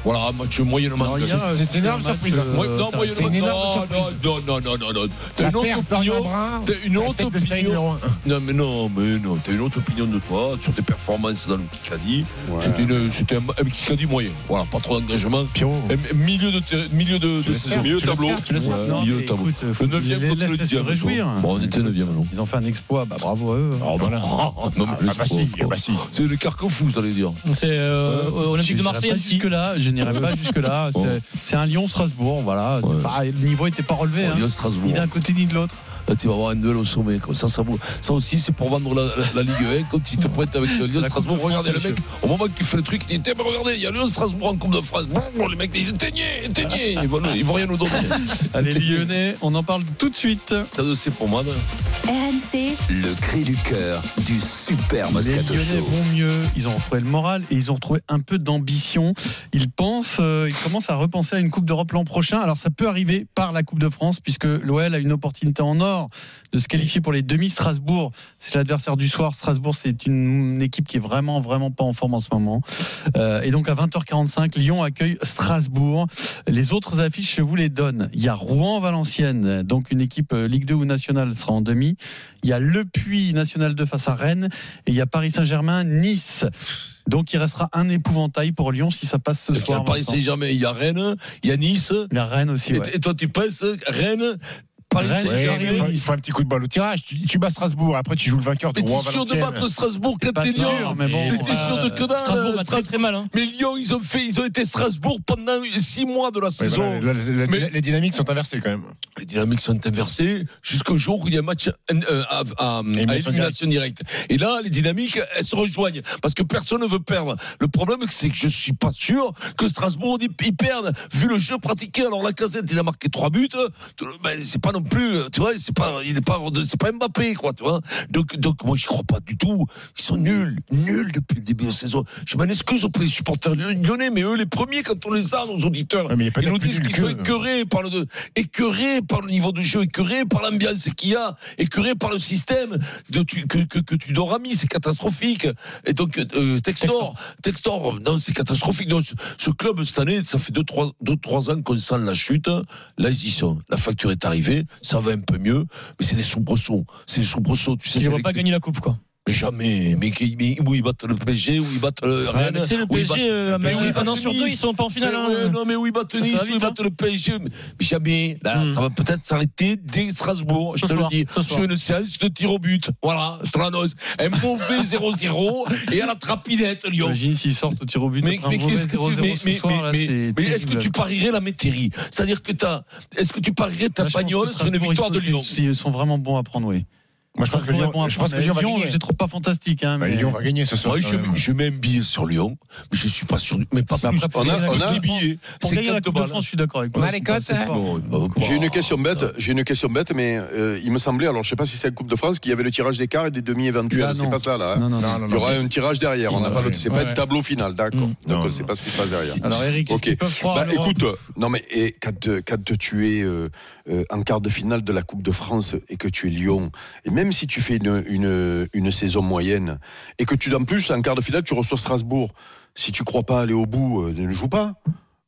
[SPEAKER 3] Voilà, un match moyennement.
[SPEAKER 4] Non, il y a-
[SPEAKER 3] C'est-
[SPEAKER 7] C'est c'est une énorme
[SPEAKER 4] c'est un match,
[SPEAKER 7] surprise.
[SPEAKER 4] euh,
[SPEAKER 3] Moi- non, moi,
[SPEAKER 7] c'est
[SPEAKER 3] non,
[SPEAKER 7] une énorme
[SPEAKER 3] non,
[SPEAKER 7] surprise.
[SPEAKER 3] Non, non, non, non, non. T'as
[SPEAKER 7] La
[SPEAKER 3] une autre
[SPEAKER 7] perte d'Orient
[SPEAKER 3] opinion.
[SPEAKER 7] Brun,
[SPEAKER 3] T'as une
[SPEAKER 7] la
[SPEAKER 3] autre
[SPEAKER 7] tête de série
[SPEAKER 3] opinion.
[SPEAKER 7] numéro un.
[SPEAKER 5] hein.
[SPEAKER 3] Non, mais non, mais non. T'as une autre opinion de toi sur tes performances dans le Kikadi. C'était une- C'était un, un Kikadi moyen. Voilà, pas trop d'engagement.
[SPEAKER 7] Pierrot.
[SPEAKER 3] Un- un Milieu de, ter- milieu de, de saison.
[SPEAKER 6] Milieu
[SPEAKER 3] Tu
[SPEAKER 6] tableau.
[SPEAKER 3] l'espères, tu l'espères.
[SPEAKER 4] Non,
[SPEAKER 3] milieu
[SPEAKER 4] mais
[SPEAKER 3] de tableau.
[SPEAKER 4] écoute, faut
[SPEAKER 3] Le
[SPEAKER 4] qu'ils
[SPEAKER 3] 9e
[SPEAKER 4] les
[SPEAKER 3] contre le
[SPEAKER 4] laissent se
[SPEAKER 3] 10e.
[SPEAKER 4] réjouir.
[SPEAKER 3] Bon, on était 9e, non
[SPEAKER 4] Ils ont fait un exploit, bah, bravo à eux.
[SPEAKER 3] Ah,
[SPEAKER 4] Voilà.
[SPEAKER 3] bah, non, mais
[SPEAKER 7] Ah bah si,
[SPEAKER 3] c'est-
[SPEAKER 7] ah bah si.
[SPEAKER 3] C'est le carcafou, vous allez dire.
[SPEAKER 5] C'est euh, Olympique de
[SPEAKER 4] J'irai
[SPEAKER 5] Marseille,
[SPEAKER 4] pas
[SPEAKER 5] Annecy.
[SPEAKER 4] jusque-là, je n'irai pas jusque-là. C'est-
[SPEAKER 3] Bon.
[SPEAKER 4] C'est un Lyon-Strasbourg, voilà. C'est
[SPEAKER 3] Ouais. Oh,
[SPEAKER 4] pas- le niveau était pas relevé. hein.
[SPEAKER 3] Lyon, Strasbourg.
[SPEAKER 4] Ni d'un côté ni de l'autre.
[SPEAKER 3] Là, tu vas avoir un duel au sommet. Quoi. Ça, ça, vaut- ça aussi, c'est pour vendre la, la- la Ligue 1. Quand il te prête avec le Lyon
[SPEAKER 4] La
[SPEAKER 3] Strasbourg,
[SPEAKER 4] Coupe de
[SPEAKER 3] regardez le
[SPEAKER 4] France,
[SPEAKER 3] mec, au moment qu'il fait le truc, il dit Tiens, mais regardez, il y a Lyon Strasbourg en Coupe de France. Bon, les mecs disent Éteignez, éteignez ils vont, ils vont rien nous donner.
[SPEAKER 4] Allez, Lyonnais, on en parle tout de suite.
[SPEAKER 3] Ça, c'est pour moi.
[SPEAKER 1] RMC,
[SPEAKER 2] Le cri du cœur du super
[SPEAKER 4] Les
[SPEAKER 2] Moscato
[SPEAKER 4] Lyonnais
[SPEAKER 2] Show.
[SPEAKER 4] vont mieux, ils ont retrouvé le moral et ils ont retrouvé un peu d'ambition. Ils pensent, euh, ils commencent à repenser à une Coupe d'Europe l'an prochain. Alors ça peut arriver par la Coupe de France puisque l'OL a une opportunité en or de se qualifier pour les demi. Strasbourg, c'est l'adversaire du soir. Strasbourg, c'est une, une équipe qui est vraiment, vraiment pas en forme en ce moment. Euh, et donc à 20h45, Lyon accueille Strasbourg. Les autres affiches, je vous les donne. Il y a Rouen-Valenciennes, donc une équipe euh, Ligue 2 ou nationale sera en demi. Il y a Le Puy National 2 face à Rennes. Et il y a Paris Saint-Germain, Nice. Donc il restera un épouvantail pour Lyon si ça passe ce
[SPEAKER 3] Il y a
[SPEAKER 4] soir.
[SPEAKER 3] Paris
[SPEAKER 4] Vincent.
[SPEAKER 3] Saint-Germain, il y a Rennes, il y a Nice.
[SPEAKER 4] La Rennes aussi. ouais.
[SPEAKER 3] Et, et toi, tu penses Rennes, Paris
[SPEAKER 4] Rennes,
[SPEAKER 7] Ouais,
[SPEAKER 3] Saint-Germain.
[SPEAKER 7] il, faut, il faut un petit coup de balle au tirage. Tu, tu bats Strasbourg, après tu joues le vainqueur de
[SPEAKER 3] Mais t'es
[SPEAKER 7] Rouen
[SPEAKER 3] sûr de
[SPEAKER 7] Valenciennes.
[SPEAKER 3] battre Strasbourg quand
[SPEAKER 4] pas
[SPEAKER 3] t'es
[SPEAKER 4] sûr,
[SPEAKER 3] Lyon
[SPEAKER 4] mais bon.
[SPEAKER 3] Mais t'es
[SPEAKER 5] Ah,
[SPEAKER 3] sûr de que dalle,
[SPEAKER 5] Strasbourg va très
[SPEAKER 3] Strasbourg.
[SPEAKER 5] très mal. hein.
[SPEAKER 3] Mais Lyon, ils ont, fait, ils ont été Strasbourg pendant 6 mois de la
[SPEAKER 7] Ouais,
[SPEAKER 3] saison.
[SPEAKER 7] voilà, la- la- la-
[SPEAKER 3] Mais-
[SPEAKER 7] Les dynamiques sont inversées quand même.
[SPEAKER 3] les dynamiques sont inversées jusqu'au jour où il y a un match euh, à, à- à
[SPEAKER 7] Élimination
[SPEAKER 3] élimination directe. Et là, les dynamiques, elles se rejoignent parce que personne ne veut perdre. Le problème, c'est que je suis pas sûr que Strasbourg ils- ils perdent vu le jeu pratiqué. Alors la casette, il a marqué trois buts. Tout le- ben, c'est pas non plus, tu vois, c'est pas, il est pas, c'est pas Mbappé, quoi, tu vois. Donc, donc moi, j'y crois pas du tout. Ils sont nuls, nuls depuis le début de la saison. Je m'en excuse auprès des supporters lyonnais, mais eux, les premiers, quand on les a, nos auditeurs,
[SPEAKER 7] Ouais, mais il y a
[SPEAKER 3] ils
[SPEAKER 7] peut-être
[SPEAKER 3] nous
[SPEAKER 7] plus
[SPEAKER 3] disent
[SPEAKER 7] nul
[SPEAKER 3] qu'ils
[SPEAKER 7] que-
[SPEAKER 3] sont écœurés par, le, de- écœurés par le niveau de jeu, écœurés par l'ambiance qu'il y a, écœurés par le système de tu- que, que, que tu leur as mis. C'est catastrophique. Et donc, euh, Textor, Textor, non, c'est catastrophique. Non, ce, ce club, cette année, ça fait 2-3 trois, deux, trois ans qu'on sent la chute. Là, ils y sont. La facture est arrivée, ça va un peu mieux, mais c'est des soubresauts. C'est des soubresauts. Tu sais,
[SPEAKER 5] Ils
[SPEAKER 3] c'est
[SPEAKER 5] vont
[SPEAKER 3] les-
[SPEAKER 5] pas gagner la coupe quoi.
[SPEAKER 3] mais jamais. Mais, qui- mais où ils battent le PSG, où ils battent le
[SPEAKER 5] Ouais,
[SPEAKER 3] Rennes.
[SPEAKER 5] mais C'est le
[SPEAKER 3] où ils battent-
[SPEAKER 5] PSG, euh,
[SPEAKER 3] mais
[SPEAKER 5] mais
[SPEAKER 3] oui,
[SPEAKER 5] un an sur
[SPEAKER 3] Nice.
[SPEAKER 5] deux, ils sont pas en finale.
[SPEAKER 3] mais ouais,
[SPEAKER 5] hein.
[SPEAKER 3] non mais oui, battre
[SPEAKER 5] Ça, ça
[SPEAKER 3] Nice,
[SPEAKER 5] va
[SPEAKER 3] oui,
[SPEAKER 5] vite, hein.
[SPEAKER 3] battre le PSG. Mais jamais. Là,
[SPEAKER 5] Hmm.
[SPEAKER 3] ça va peut-être s'arrêter dès Strasbourg. Je
[SPEAKER 5] Ce
[SPEAKER 3] te
[SPEAKER 5] soir,
[SPEAKER 3] le dis.
[SPEAKER 5] ce soir.
[SPEAKER 3] Sur une séance de tir au but. Voilà, je te l'annonce. Un mauvais 0-0 et à la trapinette, Lyon.
[SPEAKER 4] Imagine s'ils sortent au tir au but
[SPEAKER 3] Mais,
[SPEAKER 4] après un
[SPEAKER 3] mais
[SPEAKER 4] mauvais
[SPEAKER 3] qu'est-ce que
[SPEAKER 4] 0-0
[SPEAKER 3] tu, mais,
[SPEAKER 4] ce
[SPEAKER 3] mais,
[SPEAKER 4] soir, là,
[SPEAKER 3] mais-
[SPEAKER 4] c'est
[SPEAKER 3] mais est-ce que
[SPEAKER 4] terrible.
[SPEAKER 3] tu parierais la métairie C'est-à-dire que t'as, est-ce que tu parierais ta
[SPEAKER 4] Là, je pense
[SPEAKER 3] bagnole
[SPEAKER 4] que
[SPEAKER 3] sur une
[SPEAKER 4] Strasbourg,
[SPEAKER 3] victoire de
[SPEAKER 4] ils sont-
[SPEAKER 3] Lyon
[SPEAKER 4] Ils sont vraiment bons à prendre, oui.
[SPEAKER 7] Moi, je pense que
[SPEAKER 4] Strasbourg est
[SPEAKER 7] Lyon,
[SPEAKER 4] bon à
[SPEAKER 7] je pense
[SPEAKER 4] prendre.
[SPEAKER 7] que Lyon va
[SPEAKER 4] Lyon,
[SPEAKER 7] gagner.
[SPEAKER 4] je les trouve pas fantastiques. hein,
[SPEAKER 7] Bah,
[SPEAKER 4] mais-
[SPEAKER 7] Lyon va gagner ce soir.
[SPEAKER 3] Moi,
[SPEAKER 7] quand
[SPEAKER 3] je,
[SPEAKER 7] même.
[SPEAKER 3] mets- je mets un billet sur Lyon, mais je suis pas sûr, mais pas
[SPEAKER 4] Bah,
[SPEAKER 3] plus.
[SPEAKER 4] après, pour
[SPEAKER 6] On a- on
[SPEAKER 4] gagner
[SPEAKER 6] a-
[SPEAKER 4] la Coupe de France- Pour
[SPEAKER 3] c'est
[SPEAKER 4] gagner la
[SPEAKER 3] 4
[SPEAKER 4] Coupe de
[SPEAKER 3] balles.
[SPEAKER 4] France, je suis d'accord avec toi.
[SPEAKER 7] On a les
[SPEAKER 4] c'est pas-
[SPEAKER 7] cotes,
[SPEAKER 4] c'est
[SPEAKER 7] hein.
[SPEAKER 4] fort.
[SPEAKER 3] Bon, bah, bah,
[SPEAKER 6] J'ai une question bête, j'ai une question bête, mais euh, il me semblait, alors je sais pas si c'est la Coupe de France, qu'il y avait le tirage des quarts et des demi éventuels.
[SPEAKER 4] Là, non.
[SPEAKER 6] C'est pas ça là. hein.
[SPEAKER 4] Non, non, non.
[SPEAKER 7] Non, non,
[SPEAKER 6] Il y
[SPEAKER 7] non.
[SPEAKER 6] aura un tirage derrière. On n'a pas le, c'est pas
[SPEAKER 7] Ouais.
[SPEAKER 6] le tableau final, d'accord.
[SPEAKER 5] Mm.
[SPEAKER 6] Donc
[SPEAKER 7] Non,
[SPEAKER 6] on sait pas ce qui se passe derrière.
[SPEAKER 4] Alors, Eric, est-ce
[SPEAKER 6] Ok.
[SPEAKER 4] qu'ils peuvent croire
[SPEAKER 6] Bah,
[SPEAKER 4] à l'Europe
[SPEAKER 6] écoute, euh, non mais et, quand, euh, quand tu es euh, euh, en quart de finale de la Coupe de France et que tu es Lyon, et même si tu fais une, une, une saison moyenne et que tu en plus en quart de finale tu reçois Strasbourg, si tu crois pas aller au bout, euh, ne joue pas.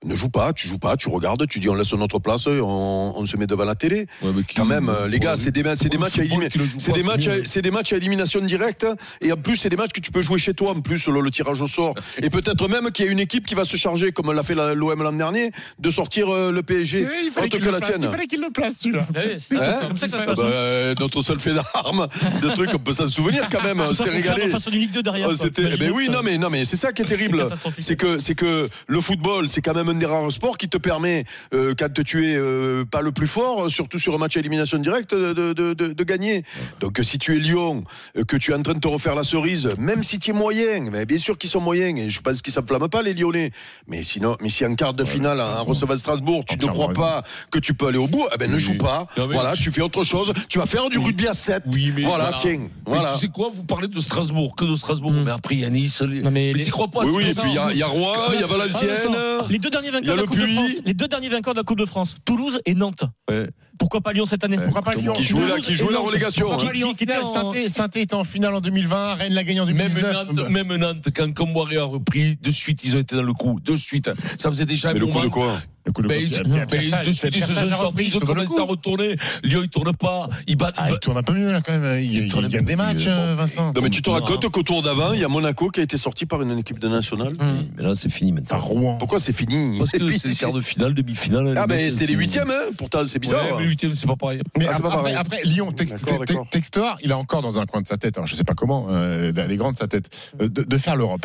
[SPEAKER 6] Ne joue pas, tu joues pas, tu regardes, tu dis on laisse notre place, on, on se met devant la télé.
[SPEAKER 3] Ouais, mais qui-
[SPEAKER 6] Quand même, euh, les
[SPEAKER 3] Ouais,
[SPEAKER 6] gars,
[SPEAKER 3] oui.
[SPEAKER 6] c'est des, ma- c'est des
[SPEAKER 3] Pour le
[SPEAKER 6] matchs à
[SPEAKER 3] football
[SPEAKER 6] éliminer.
[SPEAKER 3] qui le joue
[SPEAKER 6] C'est
[SPEAKER 3] pas,
[SPEAKER 6] des, matchs
[SPEAKER 3] mieux.
[SPEAKER 6] à- c'est des matchs à élimination directe. hein, Et en plus, c'est des matchs que tu peux jouer chez toi, en plus, le, le tirage au sort. Et peut-être même qu'il y a une équipe qui va se charger, comme l'a fait la- l'OM l'an dernier, de sortir euh, le PSG.
[SPEAKER 7] Oui, il fallait
[SPEAKER 6] Autre
[SPEAKER 7] qu'il
[SPEAKER 6] que
[SPEAKER 7] le
[SPEAKER 6] la
[SPEAKER 7] place,
[SPEAKER 6] tienne.
[SPEAKER 7] Il fallait qu'il le place, celui-là.
[SPEAKER 5] Ah oui, C'est
[SPEAKER 6] Hein
[SPEAKER 5] c'est comme ça que ça se
[SPEAKER 6] Ah
[SPEAKER 5] passe.
[SPEAKER 6] bah, euh, notre seul fait d'armes, de trucs, on peut s'en souvenir quand même. On
[SPEAKER 5] Tout ça
[SPEAKER 6] s'était
[SPEAKER 5] pour perdre
[SPEAKER 6] régalé.
[SPEAKER 5] face à une Ligue 2 derrière.
[SPEAKER 6] Oh,
[SPEAKER 5] quoi.
[SPEAKER 6] c'était- eh ben oui, non mais non mais c'est ça qui est terrible.
[SPEAKER 5] catastrophique.
[SPEAKER 6] C'est que c'est que le football, c'est quand même un des rares sports qui te permet euh, quand tu es euh, pas le plus fort, euh, surtout sur un match à élimination directe, de, de, de, de gagner. Donc euh, si tu es Lyon, euh, que tu es en train de te refaire la cerise, même si tu es moyen, mais bien sûr qu'ils sont moyens et je pense qu'ils s'enflamment pas les Lyonnais. Mais sinon, mais si en quart de finale en recevant Strasbourg, tu ne
[SPEAKER 7] Entièrement
[SPEAKER 6] crois
[SPEAKER 7] raison.
[SPEAKER 6] pas que tu peux aller au bout, eh ben ne
[SPEAKER 3] Oui.
[SPEAKER 6] joue pas.
[SPEAKER 3] Non, mais-
[SPEAKER 6] voilà, tu fais autre chose. Tu vas faire du rugby à 7
[SPEAKER 3] Oui, mais
[SPEAKER 6] Voilà,
[SPEAKER 3] voilà.
[SPEAKER 6] tiens,
[SPEAKER 3] Mais
[SPEAKER 6] voilà.
[SPEAKER 3] tu sais quoi, vous parlez de Strasbourg, que de Strasbourg.
[SPEAKER 5] Mm.
[SPEAKER 3] Mais après, il y a Nice. les-
[SPEAKER 5] Non,
[SPEAKER 3] mais
[SPEAKER 5] mais les-
[SPEAKER 3] t'y crois pas.
[SPEAKER 6] Oui,
[SPEAKER 3] c'est
[SPEAKER 6] oui,
[SPEAKER 3] pour
[SPEAKER 6] et
[SPEAKER 3] ça.
[SPEAKER 6] puis il y a- il y, a Rouen, il y a
[SPEAKER 5] Ah, Vincent,
[SPEAKER 6] Valenciennes.
[SPEAKER 5] Les deux derniers
[SPEAKER 6] Il y a
[SPEAKER 5] vainqueurs de la
[SPEAKER 6] le
[SPEAKER 5] Coupe de
[SPEAKER 6] Puy.
[SPEAKER 5] France. Les deux derniers vainqueurs de la Coupe de France, Toulouse et Nantes.
[SPEAKER 3] Ouais.
[SPEAKER 5] Pourquoi pas Lyon cette année
[SPEAKER 7] Pourquoi pas Lyon
[SPEAKER 6] Qui jouait la,
[SPEAKER 5] Toulouse
[SPEAKER 6] qui jouait
[SPEAKER 5] et
[SPEAKER 6] la
[SPEAKER 5] Nantes.
[SPEAKER 6] relégation.
[SPEAKER 5] Pourquoi
[SPEAKER 6] hein.
[SPEAKER 5] pas Lyon qui était en-
[SPEAKER 7] saint était en finale en 2020, Rennes l'a gagné en
[SPEAKER 3] Même
[SPEAKER 7] 2019.
[SPEAKER 3] Nantes, même Nantes, quand Comboiré a repris, de suite, ils ont été dans le coup. De suite. Ça faisait déjà un
[SPEAKER 6] Mais le coup
[SPEAKER 3] moment.
[SPEAKER 6] de quoi
[SPEAKER 3] Mais ils, mais de suite, ils se sont sortis, ils ont commencé à retourner. Lyon, ils tournent pas. Ils battent.
[SPEAKER 7] Ah, il tourne un peu mieux là quand même. Il,
[SPEAKER 3] Il
[SPEAKER 7] il
[SPEAKER 3] tourne un
[SPEAKER 7] gagne
[SPEAKER 3] peu
[SPEAKER 7] des
[SPEAKER 3] mieux.
[SPEAKER 7] matchs, euh, Vincent.
[SPEAKER 6] Non mais
[SPEAKER 3] Ah.
[SPEAKER 6] tu te racontes qu'au tour d'avant, il y a Monaco qui a été sorti par une équipe de nationale.
[SPEAKER 7] Hum.
[SPEAKER 3] Mais là, c'est fini
[SPEAKER 7] T'as
[SPEAKER 3] maintenant.
[SPEAKER 7] Rouen.
[SPEAKER 6] Pourquoi c'est
[SPEAKER 3] Hmm.
[SPEAKER 6] fini
[SPEAKER 3] Parce
[SPEAKER 6] Et
[SPEAKER 3] que
[SPEAKER 6] puis,
[SPEAKER 3] c'est les quarts de finale, demi-finale.
[SPEAKER 6] Ah
[SPEAKER 3] mais
[SPEAKER 6] ben c'était les huitièmes, hein pourtant c'est
[SPEAKER 3] Ouais,
[SPEAKER 6] bizarre.
[SPEAKER 3] mais les huitièmes, c'est pas pareil.
[SPEAKER 7] Mais
[SPEAKER 6] Ah, c'est
[SPEAKER 7] après,
[SPEAKER 6] pas
[SPEAKER 7] après,
[SPEAKER 6] pareil.
[SPEAKER 7] Lyon, text-
[SPEAKER 6] D'accord,
[SPEAKER 7] te-
[SPEAKER 6] d'accord.
[SPEAKER 7] Textor, il a encore dans un coin de sa tête, alors je sais pas comment, euh, elle est grande sa tête, euh, de, de faire l'Europe.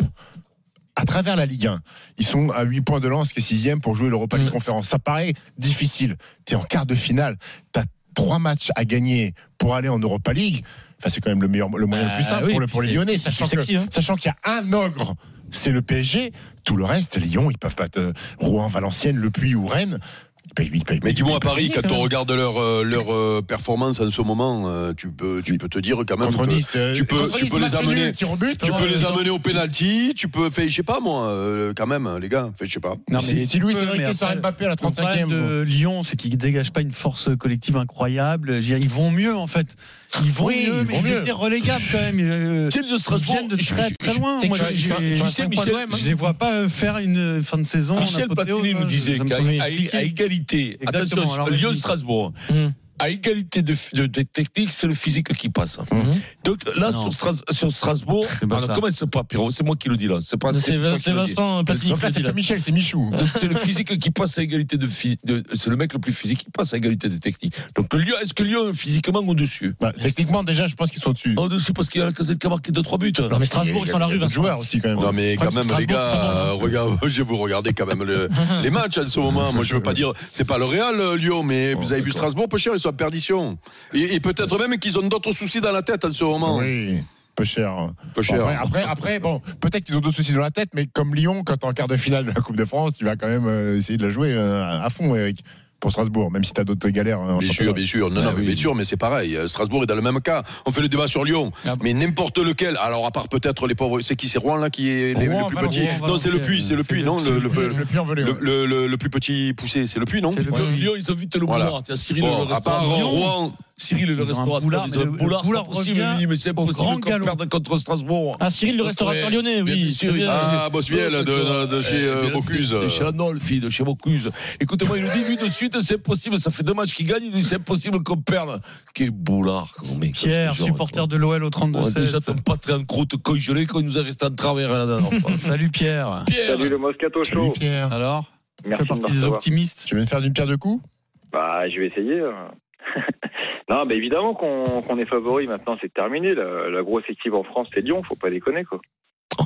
[SPEAKER 7] À travers la Ligue 1, ils sont à 8 points de lance, qui est 6 pour jouer l'Europa League
[SPEAKER 5] Mm.
[SPEAKER 7] Conférence. Ça paraît difficile. Tu es en quart de finale, tu as 3 matchs à gagner pour aller en Europa League. Enfin, c'est quand même le, meilleur, le moyen le plus
[SPEAKER 5] Bah
[SPEAKER 7] simple
[SPEAKER 5] oui,
[SPEAKER 7] pour, le- pour les
[SPEAKER 5] c'est-
[SPEAKER 7] Lyonnais,
[SPEAKER 5] c'est
[SPEAKER 7] sachant
[SPEAKER 5] plus
[SPEAKER 7] que-
[SPEAKER 5] sexy, hein.
[SPEAKER 7] sachant qu'il y a un ogre, c'est le PSG. Tout le reste, Lyon, ils peuvent pas te. Rouen, Valenciennes, Le Puy ou Rennes. ils payent- ils payent-
[SPEAKER 6] Mais
[SPEAKER 7] ils
[SPEAKER 6] dis-moi
[SPEAKER 7] payent
[SPEAKER 6] à Paris,
[SPEAKER 7] pas
[SPEAKER 6] quand
[SPEAKER 7] quand
[SPEAKER 6] on
[SPEAKER 7] même.
[SPEAKER 6] regarde leur, euh, leur euh, performance en ce moment, euh, tu peux, tu peux te dire quand même
[SPEAKER 7] Contre
[SPEAKER 6] que
[SPEAKER 7] Nice, euh,
[SPEAKER 6] tu peux-
[SPEAKER 7] contre
[SPEAKER 6] tu
[SPEAKER 7] Nice,
[SPEAKER 6] peux les
[SPEAKER 7] match nul,
[SPEAKER 6] amener-
[SPEAKER 7] tir au but,
[SPEAKER 6] tu
[SPEAKER 7] hein,
[SPEAKER 3] Ah,
[SPEAKER 6] peux les
[SPEAKER 7] euh,
[SPEAKER 6] amener au pénalty, tu peux, fait, je sais pas moi, euh, quand même les gars, fait, je sais pas.
[SPEAKER 4] Non, mais
[SPEAKER 7] si, si Louis
[SPEAKER 4] tu peux, mais
[SPEAKER 7] Enrique
[SPEAKER 4] après,
[SPEAKER 7] sort Mbappé à la euh,
[SPEAKER 4] Le problème
[SPEAKER 7] 35e. bon.
[SPEAKER 4] de Lyon, c'est qu'ils dégagent pas une force collective incroyable. Je veux dire, Ils vont mieux en fait. Ils vont
[SPEAKER 7] Oui,
[SPEAKER 4] mieux,
[SPEAKER 7] ils
[SPEAKER 4] mais
[SPEAKER 7] vont
[SPEAKER 4] ils
[SPEAKER 7] mieux.
[SPEAKER 4] étaient relégables quand même. Euh,
[SPEAKER 3] Quel de
[SPEAKER 4] Ils
[SPEAKER 3] Strasbourg
[SPEAKER 4] viennent de
[SPEAKER 3] je-
[SPEAKER 4] très
[SPEAKER 3] je-
[SPEAKER 4] très loin.
[SPEAKER 7] C'est
[SPEAKER 4] Moi,
[SPEAKER 7] que
[SPEAKER 4] j'ai-
[SPEAKER 7] ils sont- ils
[SPEAKER 4] j'ai-
[SPEAKER 7] sont à
[SPEAKER 3] sais,
[SPEAKER 7] cinq
[SPEAKER 3] Michel,
[SPEAKER 7] points de l'OM, hein.
[SPEAKER 4] je les vois pas euh, faire une fin de saison. en
[SPEAKER 3] Michel
[SPEAKER 4] apothéose,
[SPEAKER 3] Platini nous
[SPEAKER 4] hein.
[SPEAKER 3] disait
[SPEAKER 4] Ça me
[SPEAKER 3] qu'à
[SPEAKER 4] paraît
[SPEAKER 3] à-
[SPEAKER 4] compliqué.
[SPEAKER 3] à égalité,
[SPEAKER 4] Exactement,
[SPEAKER 3] attention,
[SPEAKER 4] alors, vas-y.
[SPEAKER 3] Lyon-Strasbourg,
[SPEAKER 5] Hmm.
[SPEAKER 6] Mmh.
[SPEAKER 3] à égalité de, de, de technique, c'est le physique qui passe.
[SPEAKER 5] Mhm.
[SPEAKER 3] Donc là, sur,
[SPEAKER 4] Non.
[SPEAKER 3] Stras- sur Strasbourg,
[SPEAKER 4] C'est pas
[SPEAKER 3] alors
[SPEAKER 4] ça.
[SPEAKER 3] comment c'est pas Pierrot C'est moi qui le dis là. C'est pas
[SPEAKER 5] C'est
[SPEAKER 3] toi qui
[SPEAKER 5] c'est
[SPEAKER 3] le dis.
[SPEAKER 5] Vincent Platini
[SPEAKER 7] Donc
[SPEAKER 5] qui
[SPEAKER 7] là,
[SPEAKER 5] le dit,
[SPEAKER 7] c'est
[SPEAKER 5] là.
[SPEAKER 7] pas Michel, c'est Michou.
[SPEAKER 3] Donc, c'est le physique qui passe à égalité de, phy- de- c'est le mec le plus physique qui passe à égalité de technique. Donc le Lyon, est-ce que Lyon est physiquement au-dessus
[SPEAKER 7] Bah, techniquement, déjà, je pense qu'ils sont dessus.
[SPEAKER 3] Au-dessus parce qu'il y a la casette qui a marqué 2-3 buts.
[SPEAKER 5] Non, mais Strasbourg, ils sont à la rue,
[SPEAKER 7] Les
[SPEAKER 5] Vincent.
[SPEAKER 7] joueurs aussi, quand même.
[SPEAKER 6] Non mais quand
[SPEAKER 5] Franck
[SPEAKER 6] même les
[SPEAKER 5] Strasbourg, c'est pas
[SPEAKER 6] gars, euh, regarde, je vous regardez quand même le- les matchs en ce moment. Moi je veux pas dire, c'est pas le Real euh, Lyon, mais vous avez vu Strasbourg, peu cher, ils sont en perdition. Et, et peut-être même qu'ils ont d'autres soucis dans la tête en ce moment.
[SPEAKER 7] Oui. Peu cher.
[SPEAKER 6] Peu cher.
[SPEAKER 7] Après, après, après, bon, peut-être qu'ils ont d'autres soucis dans la tête, mais comme Lyon, quand t'es en quart de finale de la Coupe de France, tu vas quand même euh, essayer de la jouer euh, à fond, Eric, pour Strasbourg, même si t'as d'autres galères. euh, en
[SPEAKER 6] Bien sûr,
[SPEAKER 7] championnat.
[SPEAKER 6] bien sûr. Non,
[SPEAKER 3] Ah
[SPEAKER 6] non, mais
[SPEAKER 3] oui.
[SPEAKER 6] bien sûr, mais c'est pareil. Euh, Strasbourg est dans le même cas. On fait le débat sur Lyon. Mais n'importe lequel. Alors, à part peut-être les pauvres. C'est qui C'est Rouen, là, qui est les-
[SPEAKER 7] Rouen,
[SPEAKER 6] le plus
[SPEAKER 7] Valenciennes.
[SPEAKER 6] petit
[SPEAKER 4] Rouen,
[SPEAKER 6] Non, c'est le
[SPEAKER 4] Valenciennes.
[SPEAKER 6] Puy, c'est le
[SPEAKER 4] C'est
[SPEAKER 6] Puy,
[SPEAKER 4] le-
[SPEAKER 6] non
[SPEAKER 4] c'est
[SPEAKER 6] le,
[SPEAKER 4] le
[SPEAKER 6] le-
[SPEAKER 4] Puy.
[SPEAKER 7] Le- Le plus envolé.
[SPEAKER 6] le-
[SPEAKER 7] ouais.
[SPEAKER 6] le- le- le plus petit poussé, c'est le Puy, non
[SPEAKER 4] C'est le
[SPEAKER 3] Lyon,
[SPEAKER 4] Puy.
[SPEAKER 3] Lyon, ils ont vite le
[SPEAKER 6] Voilà.
[SPEAKER 3] boulard. Tiens, Cyril,
[SPEAKER 6] Bon,
[SPEAKER 3] le
[SPEAKER 6] à part
[SPEAKER 3] restaurateur.
[SPEAKER 6] Rouen,
[SPEAKER 3] Cyril, le
[SPEAKER 4] Ils ont un
[SPEAKER 3] restaurateur.
[SPEAKER 4] boulard,
[SPEAKER 3] ils ont un
[SPEAKER 4] mais le- le
[SPEAKER 3] boulard.
[SPEAKER 4] boulard
[SPEAKER 3] pas possible.
[SPEAKER 4] revient
[SPEAKER 3] Il dit, mais c'est
[SPEAKER 4] au
[SPEAKER 3] impossible
[SPEAKER 4] grand
[SPEAKER 3] qu'on
[SPEAKER 4] galop.
[SPEAKER 3] perde contre Strasbourg.
[SPEAKER 5] Ah, Cyril, le restaurateur
[SPEAKER 3] Ouais.
[SPEAKER 5] lyonnais,
[SPEAKER 3] Bien
[SPEAKER 5] oui.
[SPEAKER 3] sûr,
[SPEAKER 5] très bien.
[SPEAKER 6] Ah, Bossuel, de- de- de chez, euh,
[SPEAKER 3] eh, Bien,
[SPEAKER 6] Bocuse.
[SPEAKER 3] De chez Anolfi, de chez Bocuse. Écoutez-moi, il nous dit, lui, de suite, c'est impossible. Ça fait deux matchs qu'il gagne. Il dit, c'est impossible qu'on perde. Quel boulard, gros mec.
[SPEAKER 4] Pierre,
[SPEAKER 3] ce genre,
[SPEAKER 4] supporter
[SPEAKER 3] quoi.
[SPEAKER 4] de l'OL au
[SPEAKER 3] On a
[SPEAKER 4] 32
[SPEAKER 3] déjà ton patron en croûte congelé quand il nous a resté en travers à la dernière fois.
[SPEAKER 4] Salut Pierre.
[SPEAKER 3] Pierre,
[SPEAKER 10] Salut le Moscato
[SPEAKER 7] Salut,
[SPEAKER 10] Show.
[SPEAKER 7] Pierre.
[SPEAKER 4] Alors, tu
[SPEAKER 10] Merci
[SPEAKER 4] fais
[SPEAKER 10] de me
[SPEAKER 4] partie des
[SPEAKER 10] recevoir.
[SPEAKER 4] optimistes.
[SPEAKER 7] Tu veux me faire d'une pierre deux coups
[SPEAKER 10] Bah, je vais essayer. hein. non, bah évidemment qu'on qu'on est favori maintenant, c'est terminé. La, la grosse équipe en France, c'est Lyon, faut pas déconner quoi.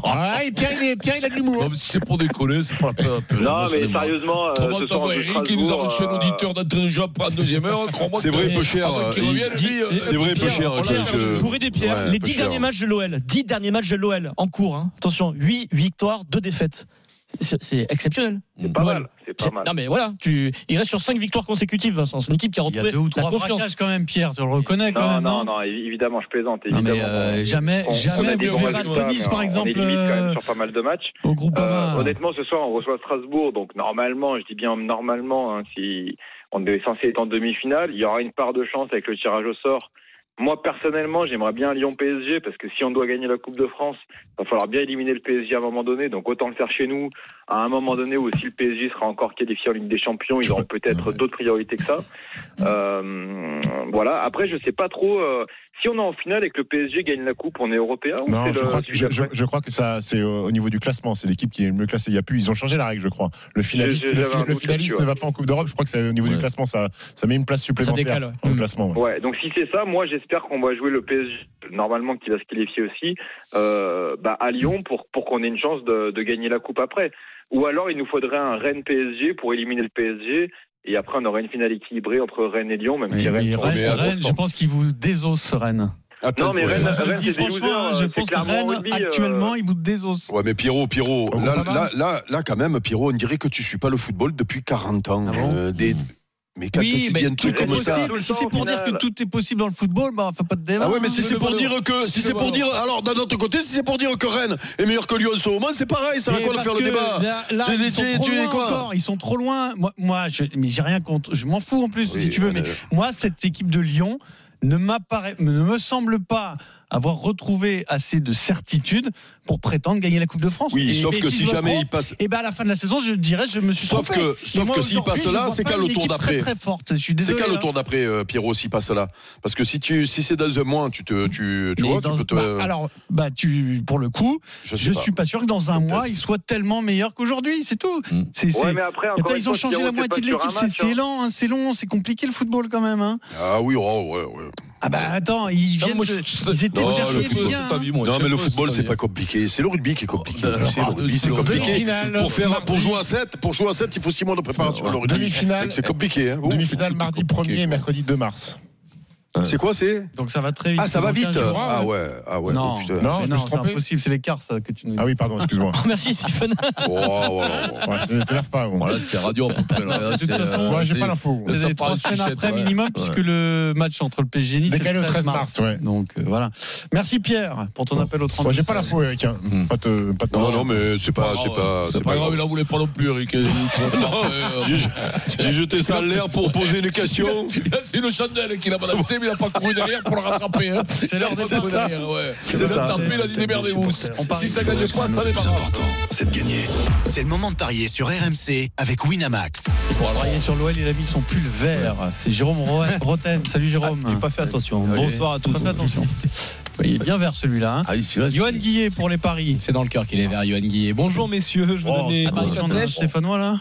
[SPEAKER 7] Ah, et Pierre, il est- Pierre, il a de l'humour.
[SPEAKER 3] comme si c'est pour décoller, c'est pas la peine. d'appeler.
[SPEAKER 10] Non,
[SPEAKER 3] Moi, ça
[SPEAKER 10] mais
[SPEAKER 3] démarre.
[SPEAKER 10] sérieusement, euh,
[SPEAKER 3] Comment
[SPEAKER 10] ce
[SPEAKER 3] t'as
[SPEAKER 10] soir, on
[SPEAKER 3] vu
[SPEAKER 10] joue
[SPEAKER 3] Eric qui nous a reçu un
[SPEAKER 10] Strasbourg,
[SPEAKER 3] auditeur d'entrée de jeu après en deuxième heure Crois-moi
[SPEAKER 6] c'est
[SPEAKER 3] que-
[SPEAKER 6] vrai, peu cher.
[SPEAKER 3] Avant qu'il
[SPEAKER 6] Il-
[SPEAKER 3] revienne, lui, euh,
[SPEAKER 5] Et-
[SPEAKER 6] C'est vrai, peu
[SPEAKER 5] Pierre,
[SPEAKER 6] cher.
[SPEAKER 5] on
[SPEAKER 6] que-
[SPEAKER 5] l'a
[SPEAKER 6] que-
[SPEAKER 5] Pour aider Pierre,
[SPEAKER 6] Ouais,
[SPEAKER 5] les
[SPEAKER 6] peu
[SPEAKER 5] 10
[SPEAKER 6] cher.
[SPEAKER 5] derniers matchs de l'OL, 10 derniers matchs de l'OL en cours, hein. attention, 8 victoires, 2 défaites. C'est c'est exceptionnel.
[SPEAKER 10] C'est pas
[SPEAKER 5] Ouais.
[SPEAKER 10] mal, c'est pas
[SPEAKER 5] C'est-
[SPEAKER 10] mal.
[SPEAKER 5] Non mais voilà, tu... il reste sur 5 victoires consécutives Vincent, c'est une équipe qui a
[SPEAKER 4] Il y a
[SPEAKER 5] retrouvé
[SPEAKER 4] deux ou
[SPEAKER 5] la
[SPEAKER 4] trois
[SPEAKER 5] confiance.
[SPEAKER 4] braquages quand même, Pierre. Tu le reconnais quand
[SPEAKER 10] Non, non,
[SPEAKER 4] même.
[SPEAKER 10] non, évi- évidemment, je plaisante.
[SPEAKER 4] Non,
[SPEAKER 10] Évidemment.
[SPEAKER 4] mais euh, jamais,
[SPEAKER 10] On- on
[SPEAKER 4] jamais
[SPEAKER 10] a
[SPEAKER 4] vous
[SPEAKER 10] des bons
[SPEAKER 4] verrez
[SPEAKER 10] résultats,
[SPEAKER 4] Antonis,
[SPEAKER 10] mais
[SPEAKER 4] par
[SPEAKER 10] on- On
[SPEAKER 4] exemple,
[SPEAKER 10] est limite quand
[SPEAKER 4] euh,
[SPEAKER 10] même sur pas mal de matchs.
[SPEAKER 4] au groupe
[SPEAKER 10] Euh,
[SPEAKER 4] Ama.
[SPEAKER 10] honnêtement, ce soir, on reçoit Strasbourg. Donc, normalement, je dis bien normalement, hein, si on est censé être en demi-finale, il y aura une part de chance avec le tirage au sort. Moi, personnellement, j'aimerais bien Lyon-PSG parce que si on doit gagner la Coupe de France, il va falloir bien éliminer le PSG à un moment donné. Donc, autant le faire chez nous à un moment donné où si le PSG sera encore qualifié en Ligue des Champions, ils auront peut-être d'autres priorités que ça. Euh, voilà. Après, je sais pas trop. euh, si on est en finale et que le PSG gagne la Coupe, on est européen ou
[SPEAKER 7] Non,
[SPEAKER 10] Oh, c'est
[SPEAKER 7] je
[SPEAKER 10] le
[SPEAKER 7] crois, que, je,
[SPEAKER 10] sujet
[SPEAKER 7] je-
[SPEAKER 10] d'après
[SPEAKER 7] je crois que ça, c'est au, au niveau du classement. C'est l'équipe qui est le mieux classée. Il y a plus, ils ont changé la règle, je crois. Le finaliste,
[SPEAKER 10] J'ai-
[SPEAKER 7] le,
[SPEAKER 10] j'avais un
[SPEAKER 7] fi- le
[SPEAKER 10] doute
[SPEAKER 7] finaliste
[SPEAKER 10] là-dessus,
[SPEAKER 7] ne va pas en Coupe d'Europe. Je crois que c'est au niveau
[SPEAKER 3] Ouais.
[SPEAKER 7] du classement, ça, ça met une place supplémentaire
[SPEAKER 5] décale, ouais.
[SPEAKER 7] dans le
[SPEAKER 5] Mm.
[SPEAKER 7] classement. ouais.
[SPEAKER 10] Ouais, donc si c'est ça, moi j'espère qu'on va jouer le PSG, normalement qu'il va se qualifier aussi, euh, bah, à Lyon pour, pour qu'on ait une chance de, de gagner la Coupe après. Ou alors il nous faudrait un Rennes-PSG pour éliminer le PSG, et après on aurait une finale équilibrée entre Rennes et Lyon, même
[SPEAKER 4] Mais-
[SPEAKER 10] si Rennes...
[SPEAKER 4] mais
[SPEAKER 6] mais
[SPEAKER 4] Rennes,
[SPEAKER 6] attends,
[SPEAKER 4] Rennes, je pense qu'il vous désosse, Rennes.
[SPEAKER 6] Attends,
[SPEAKER 10] Non mais
[SPEAKER 6] ouais.
[SPEAKER 10] Rennes,
[SPEAKER 4] Je
[SPEAKER 10] Rennes
[SPEAKER 4] Euh, dis
[SPEAKER 10] c'est des
[SPEAKER 4] franchement, hein,
[SPEAKER 10] losers,
[SPEAKER 4] je
[SPEAKER 10] c'est
[SPEAKER 4] pense que
[SPEAKER 10] clairement
[SPEAKER 4] Rennes,
[SPEAKER 10] rugby, euh,
[SPEAKER 4] actuellement, il vous désosse.
[SPEAKER 6] Ouais, mais Pierrot, Pierrot,
[SPEAKER 7] On
[SPEAKER 6] là,
[SPEAKER 7] comprend pas
[SPEAKER 6] là, là, là, quand même, Pierrot, on dirait que tu suis pas le football depuis 40 ans.
[SPEAKER 4] Ah bon
[SPEAKER 6] Euh, des- Mais quand tu dis un
[SPEAKER 4] tout
[SPEAKER 6] truc
[SPEAKER 4] est
[SPEAKER 6] comme ça.
[SPEAKER 4] possible. Si c'est pour dire que tout est possible dans le football, bah, faut pas de débat.
[SPEAKER 6] Ah ouais, mais
[SPEAKER 4] hein.
[SPEAKER 6] si c'est pour dire que si c'est pour dire alors d'un autre côté si c'est pour dire que Rennes est meilleur que Lyon en ce moment c'est pareil ça va
[SPEAKER 4] Mais
[SPEAKER 6] quoi de
[SPEAKER 4] parce
[SPEAKER 6] faire le
[SPEAKER 4] que
[SPEAKER 6] débat
[SPEAKER 4] Là, là,
[SPEAKER 6] Tu-
[SPEAKER 4] ils
[SPEAKER 6] tu-
[SPEAKER 4] sont
[SPEAKER 6] tu-
[SPEAKER 4] trop
[SPEAKER 6] tu-
[SPEAKER 4] loin
[SPEAKER 6] quoi
[SPEAKER 4] encore. Ils sont trop loin. Moi, moi je, mais j'ai rien contre. Je m'en fous en plus,
[SPEAKER 6] Oui,
[SPEAKER 4] si tu veux.
[SPEAKER 6] voilà.
[SPEAKER 4] Mais moi, cette équipe de Lyon ne m'apparaît, ne me semble pas avoir retrouvé assez de certitude pour prétendre gagner la Coupe de France.
[SPEAKER 6] Oui
[SPEAKER 4] Et-
[SPEAKER 6] sauf
[SPEAKER 4] et
[SPEAKER 6] que
[SPEAKER 4] si
[SPEAKER 6] si
[SPEAKER 4] je me
[SPEAKER 6] jamais
[SPEAKER 4] trompe,
[SPEAKER 6] il passe
[SPEAKER 4] eh ben à la fin de la saison, je dirais, je me suis
[SPEAKER 6] Sauf
[SPEAKER 4] trompé.
[SPEAKER 6] que-
[SPEAKER 4] Et
[SPEAKER 6] sauf
[SPEAKER 4] moi,
[SPEAKER 6] que s'il
[SPEAKER 4] aujourd'hui,
[SPEAKER 6] passe là,
[SPEAKER 4] je vois
[SPEAKER 6] c'est
[SPEAKER 4] pas
[SPEAKER 6] qu'à
[SPEAKER 4] une
[SPEAKER 6] le tour
[SPEAKER 4] équipe
[SPEAKER 6] d'après.
[SPEAKER 4] Très très forte. Je suis
[SPEAKER 6] c'est
[SPEAKER 4] désolé.
[SPEAKER 6] qu'à le
[SPEAKER 4] hein.
[SPEAKER 6] tour d'après euh, Pierrot s'il passe là parce que si tu si c'est dans un mois tu te tu tu
[SPEAKER 4] Mais
[SPEAKER 6] vois tu
[SPEAKER 4] dans-
[SPEAKER 6] peux te
[SPEAKER 4] bah, alors, bah, tu, pour le coup, je
[SPEAKER 6] je sais pas.
[SPEAKER 4] suis pas sûr que dans un
[SPEAKER 6] Peut-être. Hmm.
[SPEAKER 4] mois, il soit tellement meilleur qu'aujourd'hui. C'est tout.
[SPEAKER 3] Mm.
[SPEAKER 4] C'est, c'est-
[SPEAKER 10] Ouais, mais après, encore
[SPEAKER 4] Attends,
[SPEAKER 10] une
[SPEAKER 4] ils
[SPEAKER 10] fois,
[SPEAKER 4] ont changé
[SPEAKER 10] Spirou,
[SPEAKER 4] la
[SPEAKER 10] c'est
[SPEAKER 4] moitié de
[SPEAKER 10] pas sur
[SPEAKER 4] l'équipe,
[SPEAKER 10] un
[SPEAKER 4] c'est
[SPEAKER 10] match,
[SPEAKER 4] c'est
[SPEAKER 10] hein.
[SPEAKER 4] lent, hein, c'est long, c'est compliqué le football quand même. hein.
[SPEAKER 6] Ah oui oh, ouais ouais
[SPEAKER 4] Ah bah attends, ils
[SPEAKER 3] Non,
[SPEAKER 4] viennent
[SPEAKER 3] moi,
[SPEAKER 4] de-
[SPEAKER 3] je- Oh,
[SPEAKER 4] ils étaient
[SPEAKER 6] Non,
[SPEAKER 4] déjà
[SPEAKER 6] le
[SPEAKER 4] bien,
[SPEAKER 6] football,
[SPEAKER 4] hein.
[SPEAKER 6] Non, mais le football, c'est pas compliqué. C'est le rugby qui est compliqué.
[SPEAKER 3] Oh,
[SPEAKER 4] Euh,
[SPEAKER 6] Tu sais,
[SPEAKER 4] ah,
[SPEAKER 6] le
[SPEAKER 3] bah,
[SPEAKER 6] rugby, c'est
[SPEAKER 3] le
[SPEAKER 6] compliqué.
[SPEAKER 7] Demi-finale.
[SPEAKER 6] Pour, faire, pour jouer à 7, pour jouer à 7, il faut 6 mois de préparation. le rugby.
[SPEAKER 7] Demi-finale.
[SPEAKER 6] Donc, C'est compliqué. hein. Ouh.
[SPEAKER 7] Demi-finale mardi 1er et mercredi 2 mars.
[SPEAKER 6] C'est quoi, c'est
[SPEAKER 4] Donc ça va très vite.
[SPEAKER 6] Ah, ça va
[SPEAKER 4] Dans quinze
[SPEAKER 6] vite.
[SPEAKER 4] jours.
[SPEAKER 6] Ah ouais, ah ouais.
[SPEAKER 4] non,
[SPEAKER 6] oh, putain.
[SPEAKER 7] Non,
[SPEAKER 4] mais
[SPEAKER 7] je me
[SPEAKER 4] non,
[SPEAKER 7] suis
[SPEAKER 4] c'est
[SPEAKER 7] trompé.
[SPEAKER 4] impossible, c'est l'écart ça que tu nous.
[SPEAKER 7] Ah oui, pardon, excuse-moi.
[SPEAKER 5] Merci Stephen.
[SPEAKER 6] Oh, oh, oh, oh.
[SPEAKER 7] Ouais, ça ne t'énerve pas. bon.
[SPEAKER 3] Voilà, c'est radio à peu près. là.
[SPEAKER 4] De toute
[SPEAKER 3] C'est,
[SPEAKER 4] façon,
[SPEAKER 3] euh,
[SPEAKER 7] Moi, j'ai
[SPEAKER 3] c'est-
[SPEAKER 7] pas l'info.
[SPEAKER 4] Vous
[SPEAKER 3] Ça
[SPEAKER 4] avez
[SPEAKER 3] part à
[SPEAKER 4] trois semaines
[SPEAKER 3] sucette,
[SPEAKER 4] après
[SPEAKER 3] ouais.
[SPEAKER 4] minimum,
[SPEAKER 3] Ouais.
[SPEAKER 4] puisque le match entre le PSG et Nice c'est
[SPEAKER 7] Décalé au 13 mars, ouais.
[SPEAKER 4] Donc euh, voilà. Merci Pierre pour ton appel au 30.
[SPEAKER 7] Moi, j'ai pas l'info, Eric. hein.
[SPEAKER 3] Mm.
[SPEAKER 7] Pas de. Pas de-
[SPEAKER 6] Non, non, mais c'est pas, c'est pas,
[SPEAKER 3] Ah, C'est pas grave, il en voulait pas non plus, Eric. Il a-
[SPEAKER 6] J'ai j'ai jeté ça en l'air pour poser une question.
[SPEAKER 3] il a- C'est une chandelle qu'il a balancé, mais il a pas couru derrière pour le rattraper. hein.
[SPEAKER 4] C'est l'heure des
[SPEAKER 3] Il a pas couru
[SPEAKER 4] ça.
[SPEAKER 3] derrière, ouais.
[SPEAKER 6] C'est
[SPEAKER 3] Il a
[SPEAKER 6] ça.
[SPEAKER 3] tapé, il a dit démerdez-vous.
[SPEAKER 4] On parle-
[SPEAKER 3] Si ça gagne pas, ça
[SPEAKER 2] Le plus
[SPEAKER 3] débarrasse.
[SPEAKER 2] important, c'est de gagner.
[SPEAKER 11] C'est le moment de parier sur RMC avec Winamax.
[SPEAKER 4] Pour travailler sur l'OL, il a mis son pull vert. C'est Jérôme Ro- Roten. Salut Jérôme.
[SPEAKER 5] J'ai pas fait attention. Bonsoir à tous.
[SPEAKER 4] Faites attention. Il est bien vert celui-là. hein.
[SPEAKER 3] Ah, ici, là,
[SPEAKER 4] Johan Guillet pour les paris.
[SPEAKER 12] C'est dans le cœur qu'il est vers Johan Guillet. Bonjour messieurs, je
[SPEAKER 4] Oh,
[SPEAKER 12] vous donne les paris
[SPEAKER 4] Attention, on a un
[SPEAKER 12] Stéphane.
[SPEAKER 4] Stéphanois là.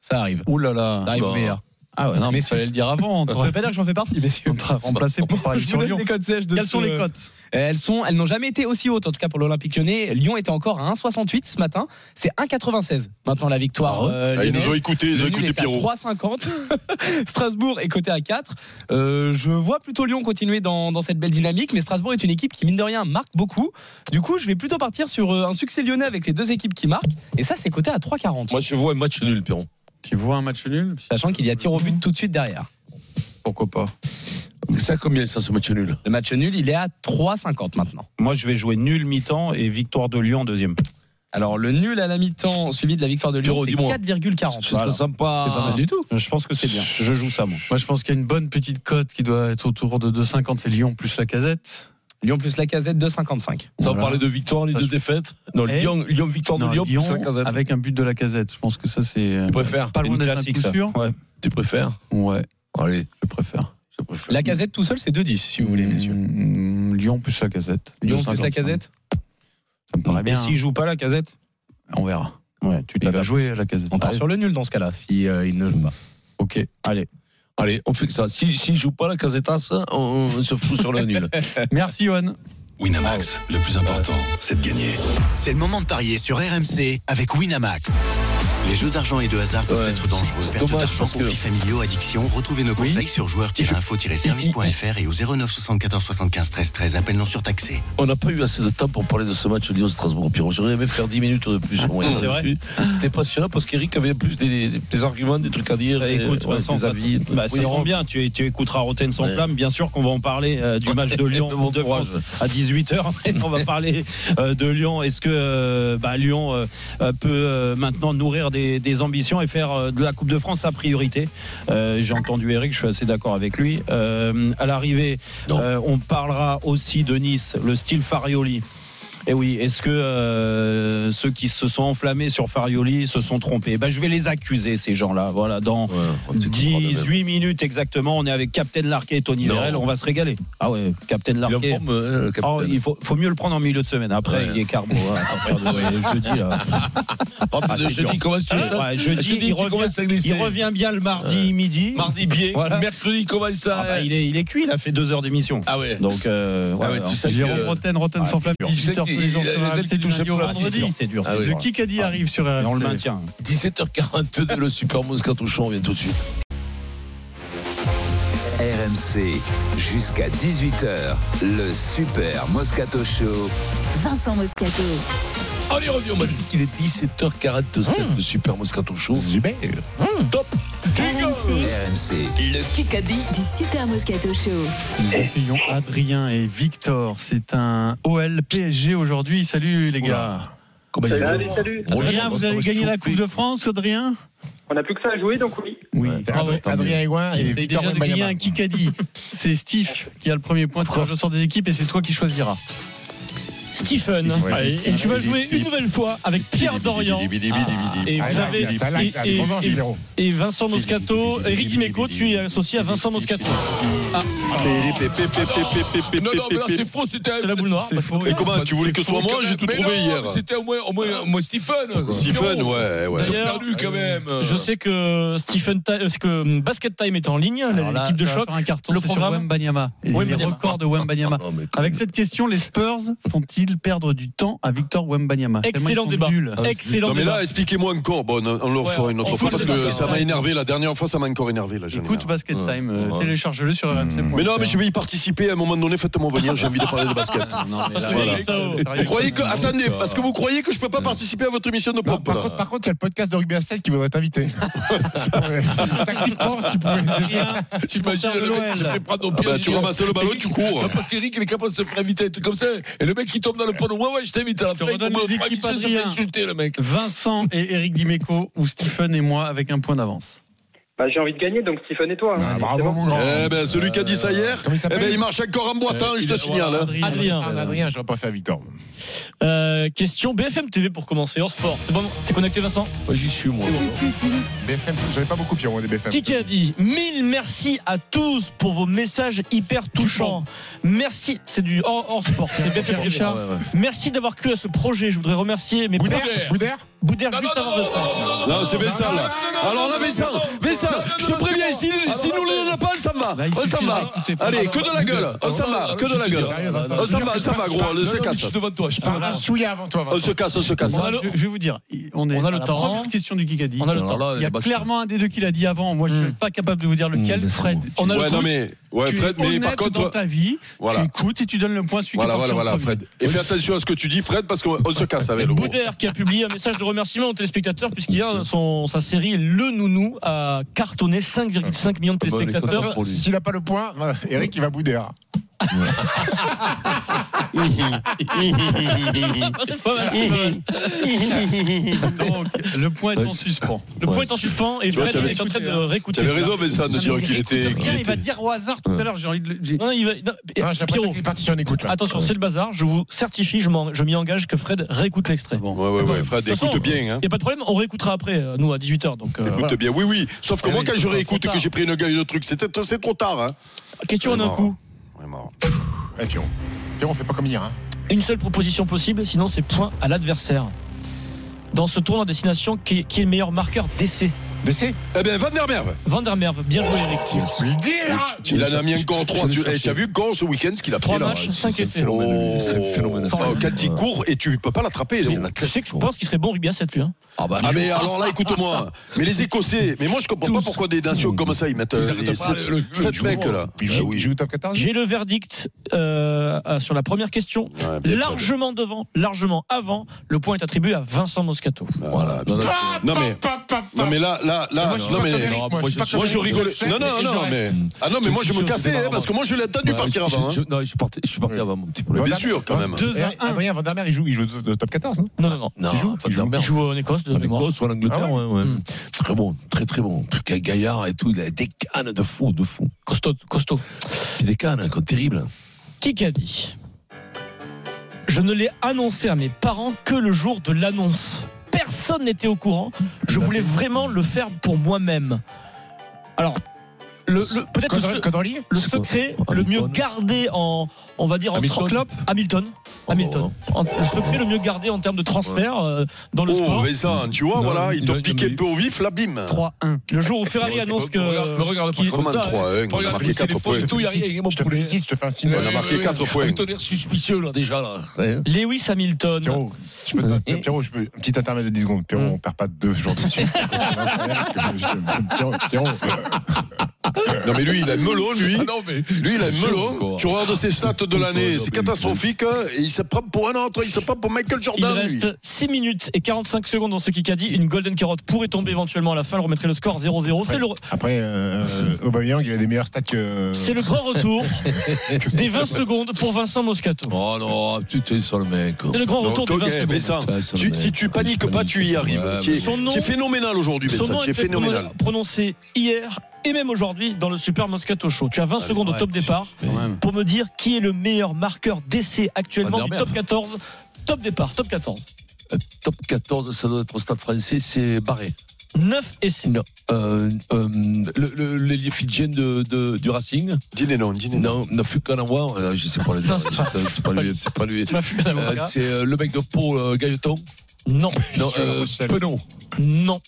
[SPEAKER 12] Ça arrive.
[SPEAKER 4] Ouh là là.
[SPEAKER 12] Ça arrive
[SPEAKER 3] Bon.
[SPEAKER 12] au meilleur.
[SPEAKER 4] Ah ouais, non, mais
[SPEAKER 12] mais
[SPEAKER 4] il fallait le dire avant. On
[SPEAKER 12] Je ne
[SPEAKER 4] t'aurait
[SPEAKER 12] pas dire que j'en fais partie messieurs.
[SPEAKER 4] on t'aurait remplacé pour Paris
[SPEAKER 12] Je vous
[SPEAKER 4] sur
[SPEAKER 12] donne
[SPEAKER 4] Lyon.
[SPEAKER 12] les codes sèches de
[SPEAKER 4] Quelles
[SPEAKER 12] ce-
[SPEAKER 4] sont les cotes
[SPEAKER 12] Elles sont, elles n'ont jamais été aussi hautes en tout cas pour l'Olympique Lyonnais. Lyon était encore à 1,68 ce matin. C'est 1,96 maintenant la victoire. euh,
[SPEAKER 6] Ah, ils
[SPEAKER 12] lyonnaise.
[SPEAKER 6] nous ont écoutés, ils
[SPEAKER 12] Le
[SPEAKER 6] ont
[SPEAKER 12] nul
[SPEAKER 6] écouté
[SPEAKER 12] est à
[SPEAKER 6] Pierrot.
[SPEAKER 12] 3,50. Strasbourg est coté à 4. Euh, je vois plutôt Lyon continuer dans, dans cette belle dynamique, mais Strasbourg est une équipe qui, mine de rien, marque beaucoup. Du coup, je vais plutôt partir sur euh, un succès lyonnais avec les deux équipes qui marquent. Et ça, c'est coté à 3,40.
[SPEAKER 3] Moi, je vois un match nul, Perron.
[SPEAKER 4] Tu vois un match nul
[SPEAKER 12] Sachant qu'il y a tir au but tout de suite derrière.
[SPEAKER 4] Pourquoi pas
[SPEAKER 3] Ça, combien, ça, ce match nul
[SPEAKER 12] Le match nul, il est à 3,50 maintenant.
[SPEAKER 5] Moi, je vais jouer nul mi-temps et victoire de Lyon en deuxième.
[SPEAKER 12] Alors, le nul à la mi-temps, suivi de la victoire de Lyon,
[SPEAKER 3] Pierrot,
[SPEAKER 12] c'est
[SPEAKER 3] dis-moi.
[SPEAKER 12] 4,40.
[SPEAKER 3] C'est sympa.
[SPEAKER 12] C'est pas mal du tout.
[SPEAKER 5] Je pense que c'est bien. Je joue ça, moi.
[SPEAKER 4] Moi je pense qu'il y a une bonne petite cote qui doit être autour de 2,50. C'est Lyon plus la casette.
[SPEAKER 12] Lyon plus la casette, 2,55.
[SPEAKER 3] Sans
[SPEAKER 4] Voilà.
[SPEAKER 3] parler de victoire ni de
[SPEAKER 4] Parce-
[SPEAKER 3] défaite. Non,
[SPEAKER 4] Eh
[SPEAKER 3] Lyon, Lyon, victoire de
[SPEAKER 4] Non,
[SPEAKER 3] Lyon,
[SPEAKER 4] Lyon
[SPEAKER 3] plus la casette.
[SPEAKER 4] avec un but de la casette. Je pense que ça c'est euh,
[SPEAKER 3] Tu préfères
[SPEAKER 4] pas loin
[SPEAKER 5] Une
[SPEAKER 4] d'être un
[SPEAKER 5] classique,
[SPEAKER 4] coup
[SPEAKER 5] ça.
[SPEAKER 4] sûr.
[SPEAKER 5] Ouais.
[SPEAKER 3] Tu préfères
[SPEAKER 4] Ouais,
[SPEAKER 3] Allez,
[SPEAKER 4] je préfère.
[SPEAKER 3] je préfère.
[SPEAKER 7] Hmm.
[SPEAKER 12] La casette tout seul, c'est 2,10 si vous voulez, messieurs.
[SPEAKER 4] Mm, Lyon plus la casette.
[SPEAKER 12] Lyon plus la
[SPEAKER 4] 2,55.
[SPEAKER 12] casette
[SPEAKER 4] Ça me paraît
[SPEAKER 5] Mais
[SPEAKER 4] bien. hein.
[SPEAKER 5] s'il joue pas la casette
[SPEAKER 4] On verra.
[SPEAKER 5] Ouais, tu
[SPEAKER 4] Il va jouer la casette. Ah
[SPEAKER 12] On part sur le nul dans ce cas-là, si euh, il ne joue pas.
[SPEAKER 4] Ok.
[SPEAKER 3] Allez, on fait que ça. Si, si joue pas la Casetas, on, on se fout sur le nul.
[SPEAKER 4] Merci Johan.
[SPEAKER 11] Winamax, le plus important, c'est de gagner. C'est le moment de parier sur RMC avec Winamax. Les jeux d'argent et de hasard peuvent
[SPEAKER 3] Ouais,
[SPEAKER 11] être dangereux.
[SPEAKER 3] c'est
[SPEAKER 11] Perte
[SPEAKER 3] dommage
[SPEAKER 11] d'argent,
[SPEAKER 3] parce que-
[SPEAKER 11] conflits familiaux, addiction. Retrouvez nos conseils sur joueurs-info-service.fr et au 09 74 75 13 13. Appel non surtaxé.
[SPEAKER 3] On n'a pas eu assez de temps pour parler de ce match Lyon-Strasbourg. Pierrot, j'aurais aimé faire 10 minutes de plus. au moins
[SPEAKER 5] Ah, C'est vrai.
[SPEAKER 3] là-dessus. C'était passionnant parce qu'Eric avait plus des, des- des arguments, des trucs à dire. et-
[SPEAKER 5] Bah, Écoute,
[SPEAKER 3] ouais,
[SPEAKER 5] Vincent,
[SPEAKER 3] des
[SPEAKER 5] ça,
[SPEAKER 3] avis.
[SPEAKER 5] bah, ça
[SPEAKER 3] Oui,
[SPEAKER 5] rend bien. Tu, tu écouteras Roten sans
[SPEAKER 3] Ouais.
[SPEAKER 5] flamme. Bien sûr qu'on va en parler euh, du match de Lyon
[SPEAKER 3] Bon
[SPEAKER 5] de
[SPEAKER 3] courage.
[SPEAKER 5] France à 18h. on va parler euh, de Lyon. Est-ce que euh, bah, Lyon euh, euh, peut euh, maintenant nourrir des, des ambitions et faire euh, de la Coupe de France sa priorité Euh, J'ai entendu Eric, je suis assez d'accord avec lui. Euh, à l'arrivée,
[SPEAKER 3] Non.
[SPEAKER 5] euh, on parlera aussi de Nice, le style Farioli. Et oui, est-ce que euh, ceux qui se sont enflammés sur Farioli se sont trompés ben, Je vais les accuser, ces gens-là. Voilà, dans,
[SPEAKER 3] Ouais, on s'écoutera demain.
[SPEAKER 5] 18 minutes exactement, on est avec Captain Larquet et Tony
[SPEAKER 3] Non.
[SPEAKER 5] Vérel, on va se régaler. Ah ouais, Captain
[SPEAKER 3] Il est en
[SPEAKER 5] Larquet.
[SPEAKER 3] forme, euh, le capitaine.
[SPEAKER 5] Oh, il faut, faut mieux le prendre en milieu de semaine. Après,
[SPEAKER 3] Ouais.
[SPEAKER 5] il est carbo. hein, à partir de jeudi, là.
[SPEAKER 3] Oh, putain,
[SPEAKER 5] Ah, c'est
[SPEAKER 3] jeudi,
[SPEAKER 5] dur.
[SPEAKER 3] comment est-ce que tu fais ça
[SPEAKER 5] Ouais, jeudi,
[SPEAKER 3] Jeudi,
[SPEAKER 5] il
[SPEAKER 3] tu
[SPEAKER 5] revient,
[SPEAKER 3] commences à glisser.
[SPEAKER 5] il revient bien le mardi midi.
[SPEAKER 3] Mardi pied,
[SPEAKER 5] Voilà.
[SPEAKER 3] mercredi comment ça
[SPEAKER 5] Ah bah, il, est, il est cuit, il a fait deux heures d'émission.
[SPEAKER 3] Ah ouais.
[SPEAKER 5] Donc, euh,
[SPEAKER 3] Ah ouais,
[SPEAKER 5] voilà.
[SPEAKER 3] tu sais que-
[SPEAKER 4] Jérôme Roten, Roten
[SPEAKER 5] Ah,
[SPEAKER 4] sans
[SPEAKER 5] c'est
[SPEAKER 4] flamme,
[SPEAKER 5] dur.
[SPEAKER 3] Tu sais
[SPEAKER 4] 18h tous les
[SPEAKER 3] qu'il- il
[SPEAKER 4] jours
[SPEAKER 3] a
[SPEAKER 4] sur
[SPEAKER 3] les ailes
[SPEAKER 4] RMC
[SPEAKER 3] qui
[SPEAKER 4] du
[SPEAKER 3] touchent
[SPEAKER 4] lundi
[SPEAKER 3] un
[SPEAKER 4] au
[SPEAKER 3] peu la
[SPEAKER 5] Ah, c'est
[SPEAKER 4] vendredi.
[SPEAKER 5] dur, c'est dur.
[SPEAKER 3] Ah
[SPEAKER 5] c'est
[SPEAKER 3] oui.
[SPEAKER 5] dur.
[SPEAKER 4] Le Kikadi
[SPEAKER 5] Ah,
[SPEAKER 4] arrive sur
[SPEAKER 5] Et
[SPEAKER 4] RMC.
[SPEAKER 5] on le maintient.
[SPEAKER 3] 17h42, le Super Moscato Show, on vient tout de suite.
[SPEAKER 2] RMC, jusqu'à 18h, le Super Moscato Show.
[SPEAKER 1] Vincent Moscato.
[SPEAKER 3] On y revient au mastic. Il est 17h47, le Super Moscato Show.
[SPEAKER 7] Super.
[SPEAKER 3] Top.
[SPEAKER 2] RMC, le Kikadi.
[SPEAKER 1] Du Super Moscato Show.
[SPEAKER 4] Accueillons Adrien et Victor. C'est un OL PSG aujourd'hui. Salut les gars.
[SPEAKER 3] Comment il va
[SPEAKER 9] Salut, salut.
[SPEAKER 4] Adrien, vous avez gagné la Coupe de France, Adrien
[SPEAKER 9] On n'a plus que ça à jouer, donc oui.
[SPEAKER 4] Oui.
[SPEAKER 7] Adrien Adrien Aigouin et
[SPEAKER 4] C'est
[SPEAKER 7] Victor
[SPEAKER 4] déjà de gagner un
[SPEAKER 7] Wembanyama.
[SPEAKER 4] Kikadi. C'est Steve qui a le premier point tirage au sort des équipes et c'est toi qui choisiras.
[SPEAKER 5] Stephen.
[SPEAKER 7] Ouais.
[SPEAKER 5] Allez, Et tu vas jouer une nouvelle fois avec Pierre Dorian et
[SPEAKER 7] Ah,
[SPEAKER 5] vous
[SPEAKER 7] là,
[SPEAKER 5] avez-
[SPEAKER 7] là, là,
[SPEAKER 5] et-
[SPEAKER 7] là,
[SPEAKER 5] et-
[SPEAKER 7] revanche,
[SPEAKER 5] et-
[SPEAKER 7] Géraud.
[SPEAKER 5] et Vincent Moscato. Eric Dimeco, tu es associé à Vincent Moscato.
[SPEAKER 3] Non, non, mais là, c'est faux, c'était un-
[SPEAKER 5] C'est la boule noire.
[SPEAKER 4] C'est faux.
[SPEAKER 6] Et comment Tu voulais que ce soit moi J'ai tout
[SPEAKER 3] Mais
[SPEAKER 6] trouvé
[SPEAKER 3] non,
[SPEAKER 6] hier.
[SPEAKER 3] mais C'était au moins, au moins, au moins Stephen.
[SPEAKER 6] Stephen, ouais, ouais.
[SPEAKER 3] Ils ont
[SPEAKER 5] D'ailleurs,
[SPEAKER 3] perdu quand même.
[SPEAKER 5] Je sais que Stephen Ti- euh, que Basket Time est en ligne,
[SPEAKER 4] Alors là,
[SPEAKER 5] l'équipe de
[SPEAKER 4] ça va
[SPEAKER 5] choc.
[SPEAKER 4] faire un carton
[SPEAKER 5] le
[SPEAKER 4] c'est sur
[SPEAKER 5] programme.
[SPEAKER 4] Wembanyama. Et les
[SPEAKER 5] Wembanyama.
[SPEAKER 4] records de Wembanyama.
[SPEAKER 3] Non, mais quand
[SPEAKER 4] Avec
[SPEAKER 3] même.
[SPEAKER 4] cette question, les Spurs font-ils perdre du temps à Victor Wembanyama Tellement ils
[SPEAKER 5] Excellent
[SPEAKER 4] sont
[SPEAKER 5] débat. Ah,
[SPEAKER 4] nuls.
[SPEAKER 5] Excellent
[SPEAKER 6] Non mais
[SPEAKER 5] débat.
[SPEAKER 6] là, expliquez-moi encore. Bon, on on le refera une
[SPEAKER 5] on
[SPEAKER 6] autre fois
[SPEAKER 5] fout
[SPEAKER 6] parce
[SPEAKER 5] le
[SPEAKER 6] que
[SPEAKER 5] débat,
[SPEAKER 6] ça
[SPEAKER 5] ouais.
[SPEAKER 6] m'a énervé la dernière fois, ça m'a encore énervé là. j'en ai
[SPEAKER 4] Écoute bah,
[SPEAKER 6] marre.
[SPEAKER 4] Basket Time, euh,
[SPEAKER 3] Ouais.
[SPEAKER 4] télécharge-le sur RMC.
[SPEAKER 6] Mais non, mais je vais y participer. À un moment donné, faites-moi venir. J'ai envie de parler de basket.
[SPEAKER 4] Non, mais là,
[SPEAKER 5] Parce
[SPEAKER 6] que
[SPEAKER 4] voilà.
[SPEAKER 5] les gars, ça, oh.
[SPEAKER 4] Sérieux,
[SPEAKER 6] Vous croyez que
[SPEAKER 4] c'est-
[SPEAKER 6] attendez parce que vous croyez que je peux pas participer à votre émission de
[SPEAKER 7] Non,
[SPEAKER 6] pop
[SPEAKER 7] par, contre, par contre, il y a le podcast de Rugby à 7 qui voudrait t'inviter. Ah, Tactiquement, si tu pouvais.
[SPEAKER 4] Adrien,
[SPEAKER 3] T'imagines
[SPEAKER 4] supporter de
[SPEAKER 3] le mec qui se
[SPEAKER 4] l'OL.
[SPEAKER 3] fait prendre au
[SPEAKER 6] Ah
[SPEAKER 3] pied.
[SPEAKER 6] bah,
[SPEAKER 3] il
[SPEAKER 6] tu
[SPEAKER 3] dit,
[SPEAKER 6] ramasses le ballon,
[SPEAKER 3] Eric-
[SPEAKER 6] tu cours.
[SPEAKER 3] Non, parce qu'Eric, il est capable de se faire inviter, un truc comme ça. Et le mec, il tombe dans le panneau. Ouais, ouais, je t'invite à la
[SPEAKER 4] Je
[SPEAKER 3] fin.
[SPEAKER 4] redonne
[SPEAKER 3] il me
[SPEAKER 4] les
[SPEAKER 3] prend
[SPEAKER 4] équipes,
[SPEAKER 3] Michel, je
[SPEAKER 4] Adrien.
[SPEAKER 3] vais insulter le mec.
[SPEAKER 4] Vincent et Eric Dimeco ou Stephen et moi avec un point d'avance.
[SPEAKER 9] Bah, j'ai envie de gagner, donc Stephen et toi. hein.
[SPEAKER 7] Ah, bravo,
[SPEAKER 9] Forcément.
[SPEAKER 7] mon grand.
[SPEAKER 6] Eh ben celui qui a dit ça hier,
[SPEAKER 7] Comment il
[SPEAKER 6] eh ben
[SPEAKER 7] s'appelle
[SPEAKER 6] il marche encore en boitant, je te signale. hein.
[SPEAKER 4] Adrien.
[SPEAKER 5] Adrien.
[SPEAKER 7] Ah, Adrien, j'aurais pas fait à Victor.
[SPEAKER 5] Euh, question BFM TV pour commencer hors sport. C'est bon, t'es connecté Vincent
[SPEAKER 3] Moi, j'y suis, moi.
[SPEAKER 7] BFM, j'avais pas beaucoup pire, moi, des BFM.
[SPEAKER 5] Qui a dit Mille merci à tous pour vos messages hyper touchants. Merci, c'est du hors, hors sport. C'est BFM TV.
[SPEAKER 4] Richard.
[SPEAKER 5] Merci d'avoir cru à ce projet. Je voudrais remercier mes
[SPEAKER 7] Boudère,
[SPEAKER 5] pères.
[SPEAKER 7] Boudère
[SPEAKER 5] Boudère
[SPEAKER 3] Non,
[SPEAKER 5] juste
[SPEAKER 3] non,
[SPEAKER 5] avant
[SPEAKER 3] non,
[SPEAKER 5] de ça.
[SPEAKER 6] Non, c'est Vincent là.
[SPEAKER 3] non,
[SPEAKER 6] Alors là,
[SPEAKER 3] non,
[SPEAKER 6] Vincent,
[SPEAKER 3] non, non,
[SPEAKER 6] Vincent,
[SPEAKER 3] non, non,
[SPEAKER 6] je te
[SPEAKER 3] non,
[SPEAKER 6] préviens,
[SPEAKER 3] c'est
[SPEAKER 6] si,
[SPEAKER 3] moi.
[SPEAKER 6] si
[SPEAKER 3] Alors,
[SPEAKER 6] nous le donnons pas, on s'en va.
[SPEAKER 4] Là, il
[SPEAKER 6] On s'en
[SPEAKER 4] suffit
[SPEAKER 6] va.
[SPEAKER 4] de l'écouter, faut
[SPEAKER 6] Allez,
[SPEAKER 4] savoir.
[SPEAKER 6] que de la gueule. On s'en va, que de la gueule.
[SPEAKER 7] Sérieux, Vincent.
[SPEAKER 6] On s'en va, on s'en va, gros, on se
[SPEAKER 3] Je
[SPEAKER 6] casse.
[SPEAKER 3] suis devant toi. Je
[SPEAKER 7] Par
[SPEAKER 3] parle.
[SPEAKER 7] un soulier avant toi,
[SPEAKER 6] On se
[SPEAKER 7] Vincent.
[SPEAKER 6] casse, on se casse. hein.
[SPEAKER 4] Bon, je, je vais vous dire, on est
[SPEAKER 5] On a
[SPEAKER 4] à
[SPEAKER 5] le
[SPEAKER 4] la
[SPEAKER 5] temps.
[SPEAKER 4] première question du Kikadi.
[SPEAKER 5] On a le
[SPEAKER 3] Alors
[SPEAKER 5] temps.
[SPEAKER 3] là,
[SPEAKER 4] Il y a
[SPEAKER 3] bah, c'est-
[SPEAKER 4] clairement un des deux qui l'a dit avant. Moi, je
[SPEAKER 5] Hmm.
[SPEAKER 4] suis pas capable de vous dire lequel.
[SPEAKER 3] Hmm, c'est
[SPEAKER 4] Fred,
[SPEAKER 3] bon.
[SPEAKER 4] on a le
[SPEAKER 6] Ouais, non
[SPEAKER 4] doute.
[SPEAKER 6] mais, ouais,
[SPEAKER 4] tu
[SPEAKER 6] Fred,
[SPEAKER 4] es
[SPEAKER 6] mais par
[SPEAKER 4] honnête dans
[SPEAKER 6] contre,
[SPEAKER 4] ta vie,
[SPEAKER 6] Voilà.
[SPEAKER 4] tu écoutes et tu donnes le point à celui
[SPEAKER 6] voilà,
[SPEAKER 4] qui est
[SPEAKER 6] voilà,
[SPEAKER 4] parti en
[SPEAKER 6] voilà,
[SPEAKER 4] premier.
[SPEAKER 6] Fred. Et fais attention à ce que tu dis, Fred, parce qu'on on se casse avec le gros.
[SPEAKER 5] Boudère qui a publié un message de remerciement aux téléspectateurs puisqu'hier son, sa série Le Nounou a cartonné 5,5 millions de
[SPEAKER 3] Ah bah, les
[SPEAKER 5] téléspectateurs.
[SPEAKER 3] pour lui.
[SPEAKER 7] S'il a pas le point, voilà, Eric, il va bouder. hein.
[SPEAKER 5] Ah, c'est pas mal, c'est pas mal.
[SPEAKER 4] Donc, le point est en suspens.
[SPEAKER 5] Le point est en suspens et
[SPEAKER 6] Tu vois,
[SPEAKER 5] Fred
[SPEAKER 6] tu avais- hein.
[SPEAKER 5] est en train de
[SPEAKER 6] Tu
[SPEAKER 5] réécouter.
[SPEAKER 6] avais raison, Vincent, de dire qu'il était. qu'il
[SPEAKER 4] Tiens, il va
[SPEAKER 6] était-
[SPEAKER 4] dire au hasard tout à l'heure, j'ai envie de le j'ai-
[SPEAKER 5] Non, il va- non,
[SPEAKER 7] Non,
[SPEAKER 6] Ah,
[SPEAKER 7] j'ai l'impression
[SPEAKER 5] Pierrot,
[SPEAKER 7] qu'il est parti sur une écoute, là. Euh,
[SPEAKER 5] attention, c'est le bazar. Je vous certifie, je m'en- je m'y engage que Fred réécoute l'extrait. Il
[SPEAKER 6] Ouais, ouais, ouais, Fred,
[SPEAKER 5] De toute façon,
[SPEAKER 6] écoute bien, hein.
[SPEAKER 5] n'y a pas de problème, on réécoutera après, euh, nous, à 18h. Donc, euh,
[SPEAKER 6] Écoute
[SPEAKER 5] voilà.
[SPEAKER 6] bien, oui, oui. Sauf que
[SPEAKER 4] Eh
[SPEAKER 6] moi,
[SPEAKER 4] oui,
[SPEAKER 6] quand
[SPEAKER 4] c'est
[SPEAKER 6] je
[SPEAKER 4] trop
[SPEAKER 6] réécoute
[SPEAKER 4] tard.
[SPEAKER 6] que j'ai pris une gueule de truc, c'est c'est trop tard. Hein.
[SPEAKER 5] Question en un
[SPEAKER 6] Vraiment.
[SPEAKER 5] coup.
[SPEAKER 6] Ouais, marrant.
[SPEAKER 7] Eh, Pierrot. Pierrot, fait pas comme hier. hein.
[SPEAKER 5] Une seule proposition possible, sinon c'est point à l'adversaire. Dans ce tournoi en destination, qui est, qui est le meilleur marqueur d'essai
[SPEAKER 7] Blessé
[SPEAKER 6] Eh bien, Van der Merwe,
[SPEAKER 5] Van der Merwe, bien joué Eric.
[SPEAKER 7] Il dit,
[SPEAKER 4] Ah,
[SPEAKER 7] là
[SPEAKER 6] il en a mis encore trois.
[SPEAKER 3] Je
[SPEAKER 6] Tu
[SPEAKER 3] vais chercher.
[SPEAKER 6] as vu Gans ce week-end ce qu'il a fait
[SPEAKER 5] Trois
[SPEAKER 6] là
[SPEAKER 5] matchs, 5 essais.
[SPEAKER 6] Oh,
[SPEAKER 3] C'est un phénomène.
[SPEAKER 6] Oh, quand il
[SPEAKER 3] Ouais.
[SPEAKER 6] court et tu peux pas l'attraper.
[SPEAKER 3] Il
[SPEAKER 6] donc.
[SPEAKER 3] a
[SPEAKER 5] Je
[SPEAKER 3] claqué,
[SPEAKER 5] sais que je pense qu'il serait bon rugby à 7 lui. hein.
[SPEAKER 3] Ah bah,
[SPEAKER 6] Ah mais alors là écoute-moi, mais les Écossais, mais moi je comprends pas
[SPEAKER 5] Tous.
[SPEAKER 6] pourquoi des nations comme ça ils mettent
[SPEAKER 3] Ils
[SPEAKER 6] euh,
[SPEAKER 3] arrêtent
[SPEAKER 6] les-
[SPEAKER 3] pas, le- le-
[SPEAKER 6] sept sept
[SPEAKER 3] le
[SPEAKER 6] mecs
[SPEAKER 3] jour.
[SPEAKER 6] là.
[SPEAKER 7] Il
[SPEAKER 6] Ah
[SPEAKER 7] joue, il
[SPEAKER 6] oui.
[SPEAKER 7] joue au top 14
[SPEAKER 5] J'ai le verdict euh, euh, sur la première question.
[SPEAKER 6] Ouais, bien sûr.
[SPEAKER 5] Largement devant, largement avant. Le point est attribué à Vincent Moscato.
[SPEAKER 6] Voilà. Non, non, Non mais non mais là là là
[SPEAKER 7] Moi, je suis
[SPEAKER 6] non
[SPEAKER 7] pas
[SPEAKER 6] mais
[SPEAKER 7] comme Eric, moi, je suis pas
[SPEAKER 6] moi
[SPEAKER 7] comme
[SPEAKER 6] je
[SPEAKER 7] Eric,
[SPEAKER 6] rigolais.
[SPEAKER 7] je
[SPEAKER 6] Non non
[SPEAKER 7] sais,
[SPEAKER 6] non
[SPEAKER 7] et je
[SPEAKER 6] mais
[SPEAKER 7] reste.
[SPEAKER 6] ah non mais
[SPEAKER 3] Je suis
[SPEAKER 6] moi je me
[SPEAKER 3] sûr que c'est
[SPEAKER 6] cassais
[SPEAKER 3] pas
[SPEAKER 6] hein, parce que moi je l'ai attendu
[SPEAKER 3] Ouais,
[SPEAKER 6] partir
[SPEAKER 3] je-
[SPEAKER 6] avant.
[SPEAKER 3] je-
[SPEAKER 6] hein.
[SPEAKER 3] Non, je suis parti, je suis parti
[SPEAKER 7] Ouais.
[SPEAKER 3] avant mon petit problème.
[SPEAKER 6] Mais bien
[SPEAKER 7] Van-
[SPEAKER 6] sûr quand même.
[SPEAKER 4] 2 à 1.
[SPEAKER 7] Adrien Van der Mer, il joue, il joue au top hein. 14, non
[SPEAKER 5] Non, non, non.
[SPEAKER 3] Non,
[SPEAKER 5] il joue,
[SPEAKER 3] Van
[SPEAKER 5] il joue.
[SPEAKER 3] der Merwe.
[SPEAKER 5] Il joue en Écosse de
[SPEAKER 3] En
[SPEAKER 5] mémoire.
[SPEAKER 3] Écosse ou en Angleterre,
[SPEAKER 7] Ah
[SPEAKER 3] ouais, ouais.
[SPEAKER 5] Mm.
[SPEAKER 3] Très bon, très très bon. Plus qu'un gaillard et tout, il a des cannes de fou, de fou.
[SPEAKER 5] Costaud, costaud.
[SPEAKER 3] Puis des cannes, quoi, terrible.
[SPEAKER 5] Qui qu'a dit Je ne l'ai annoncé à mes parents que le jour de l'annonce. Personne n'était au courant. Je voulais vraiment le faire pour moi-même. Alors, le, le- peut-être le, se-
[SPEAKER 7] Codorli
[SPEAKER 5] le
[SPEAKER 3] c'est quoi
[SPEAKER 5] secret le
[SPEAKER 3] Hamilton
[SPEAKER 5] mieux gardé en, on va dire en
[SPEAKER 3] Hamilton. Oh.
[SPEAKER 5] tra- Klopp Hamilton. Hamilton. En- le secret le mieux gardé en termes de transfert euh, dans le
[SPEAKER 6] Oh
[SPEAKER 5] sport.
[SPEAKER 6] Vincent, tu vois
[SPEAKER 3] Non,
[SPEAKER 6] voilà, ils
[SPEAKER 3] il
[SPEAKER 6] t'ont
[SPEAKER 3] a-
[SPEAKER 6] piqué
[SPEAKER 3] mais-
[SPEAKER 6] peu au vif, la bim.
[SPEAKER 4] 3-1.
[SPEAKER 5] Le jour où Ferrari annonce que
[SPEAKER 3] Regarde- Me regarde
[SPEAKER 5] qui-
[SPEAKER 3] pas comme
[SPEAKER 6] Comment
[SPEAKER 3] ça.
[SPEAKER 6] 3 1 on a marqué 4 points.
[SPEAKER 3] tout, il y a rien, il y a mon
[SPEAKER 7] Je te
[SPEAKER 3] poulet.
[SPEAKER 7] félicite, je te fais un signe.
[SPEAKER 6] On a marqué 4 points.
[SPEAKER 3] Putain, l'air suspicieux là déjà là. Ouais.
[SPEAKER 5] Lewis Hamilton.
[SPEAKER 7] Pierrot, je peux, te- Pierrot, je peux, un petit intermède de 10 secondes. Pierrot,
[SPEAKER 5] Mm.
[SPEAKER 7] euh, on perd pas deux jours de suite. Je- je- je- Pierrot, Pierrot,
[SPEAKER 6] Non, mais lui, il a melon, lui.
[SPEAKER 3] Ah non, mais
[SPEAKER 6] Lui, il a
[SPEAKER 3] c'est chaud,
[SPEAKER 6] melon.
[SPEAKER 3] quoi.
[SPEAKER 6] Tu regardes ses stats de l'année,
[SPEAKER 3] Non,
[SPEAKER 6] c'est
[SPEAKER 3] mais-
[SPEAKER 6] catastrophique. hein, Et il se prend pour un autre, il se prend pour Michael
[SPEAKER 5] Il
[SPEAKER 6] Jordan, lui.
[SPEAKER 5] reste 6 minutes et 45 secondes dans ce kick a dit. Une golden carotte pourrait tomber éventuellement à la fin. Elle remettrait le score 0-0. C'est le,
[SPEAKER 7] Après, euh, Aubameyang, il a des meilleurs stats que. euh,
[SPEAKER 5] c'est le grand retour des 20 secondes pour Vincent Moscato.
[SPEAKER 3] Oh non, tu t'es sur le mec.
[SPEAKER 5] C'est le grand
[SPEAKER 6] Donc,
[SPEAKER 5] retour de
[SPEAKER 6] ok,
[SPEAKER 5] 20 secondes.
[SPEAKER 6] Vincent,
[SPEAKER 3] Putain, ça
[SPEAKER 6] tu-
[SPEAKER 3] me-
[SPEAKER 6] si tu paniques pas, tu y arrives.
[SPEAKER 3] Ouais,
[SPEAKER 6] tu, es,
[SPEAKER 5] Son nom-
[SPEAKER 6] tu es phénoménal aujourd'hui,
[SPEAKER 5] Son
[SPEAKER 6] Vincent.
[SPEAKER 5] nom
[SPEAKER 6] Tu es
[SPEAKER 5] a été
[SPEAKER 6] phénoménal.
[SPEAKER 5] prononcé hier et même aujourd'hui dans le Super Moscato Show. Tu as
[SPEAKER 3] Ah,
[SPEAKER 5] 20 secondes au
[SPEAKER 4] ouais.
[SPEAKER 5] top départ
[SPEAKER 4] Quand même.
[SPEAKER 5] pour me dire qui est le meilleur marqueur d'essai actuellement
[SPEAKER 3] Van
[SPEAKER 5] du
[SPEAKER 3] der
[SPEAKER 5] top 14. Top départ, top 14.
[SPEAKER 3] Top 14, ça doit être au stade français, c'est barré.
[SPEAKER 5] 9 essais.
[SPEAKER 3] Non. Euh, euh, le- le- L'ailier fidjien de, de- du Racing
[SPEAKER 6] Dis-le non, dis-le non.
[SPEAKER 3] Non, n'a fait qu'un avoir. euh, Je sais pas le dire.
[SPEAKER 5] Non, c'est
[SPEAKER 3] Putain, Mmh. C'est pas lui. C'est pas lui.
[SPEAKER 5] Tu m'as fumé la
[SPEAKER 3] Euh,
[SPEAKER 5] braga.
[SPEAKER 3] c'est euh, le mec de Pau, euh, Gailleton.
[SPEAKER 5] Non,
[SPEAKER 3] Non, euh, Penon.
[SPEAKER 5] non.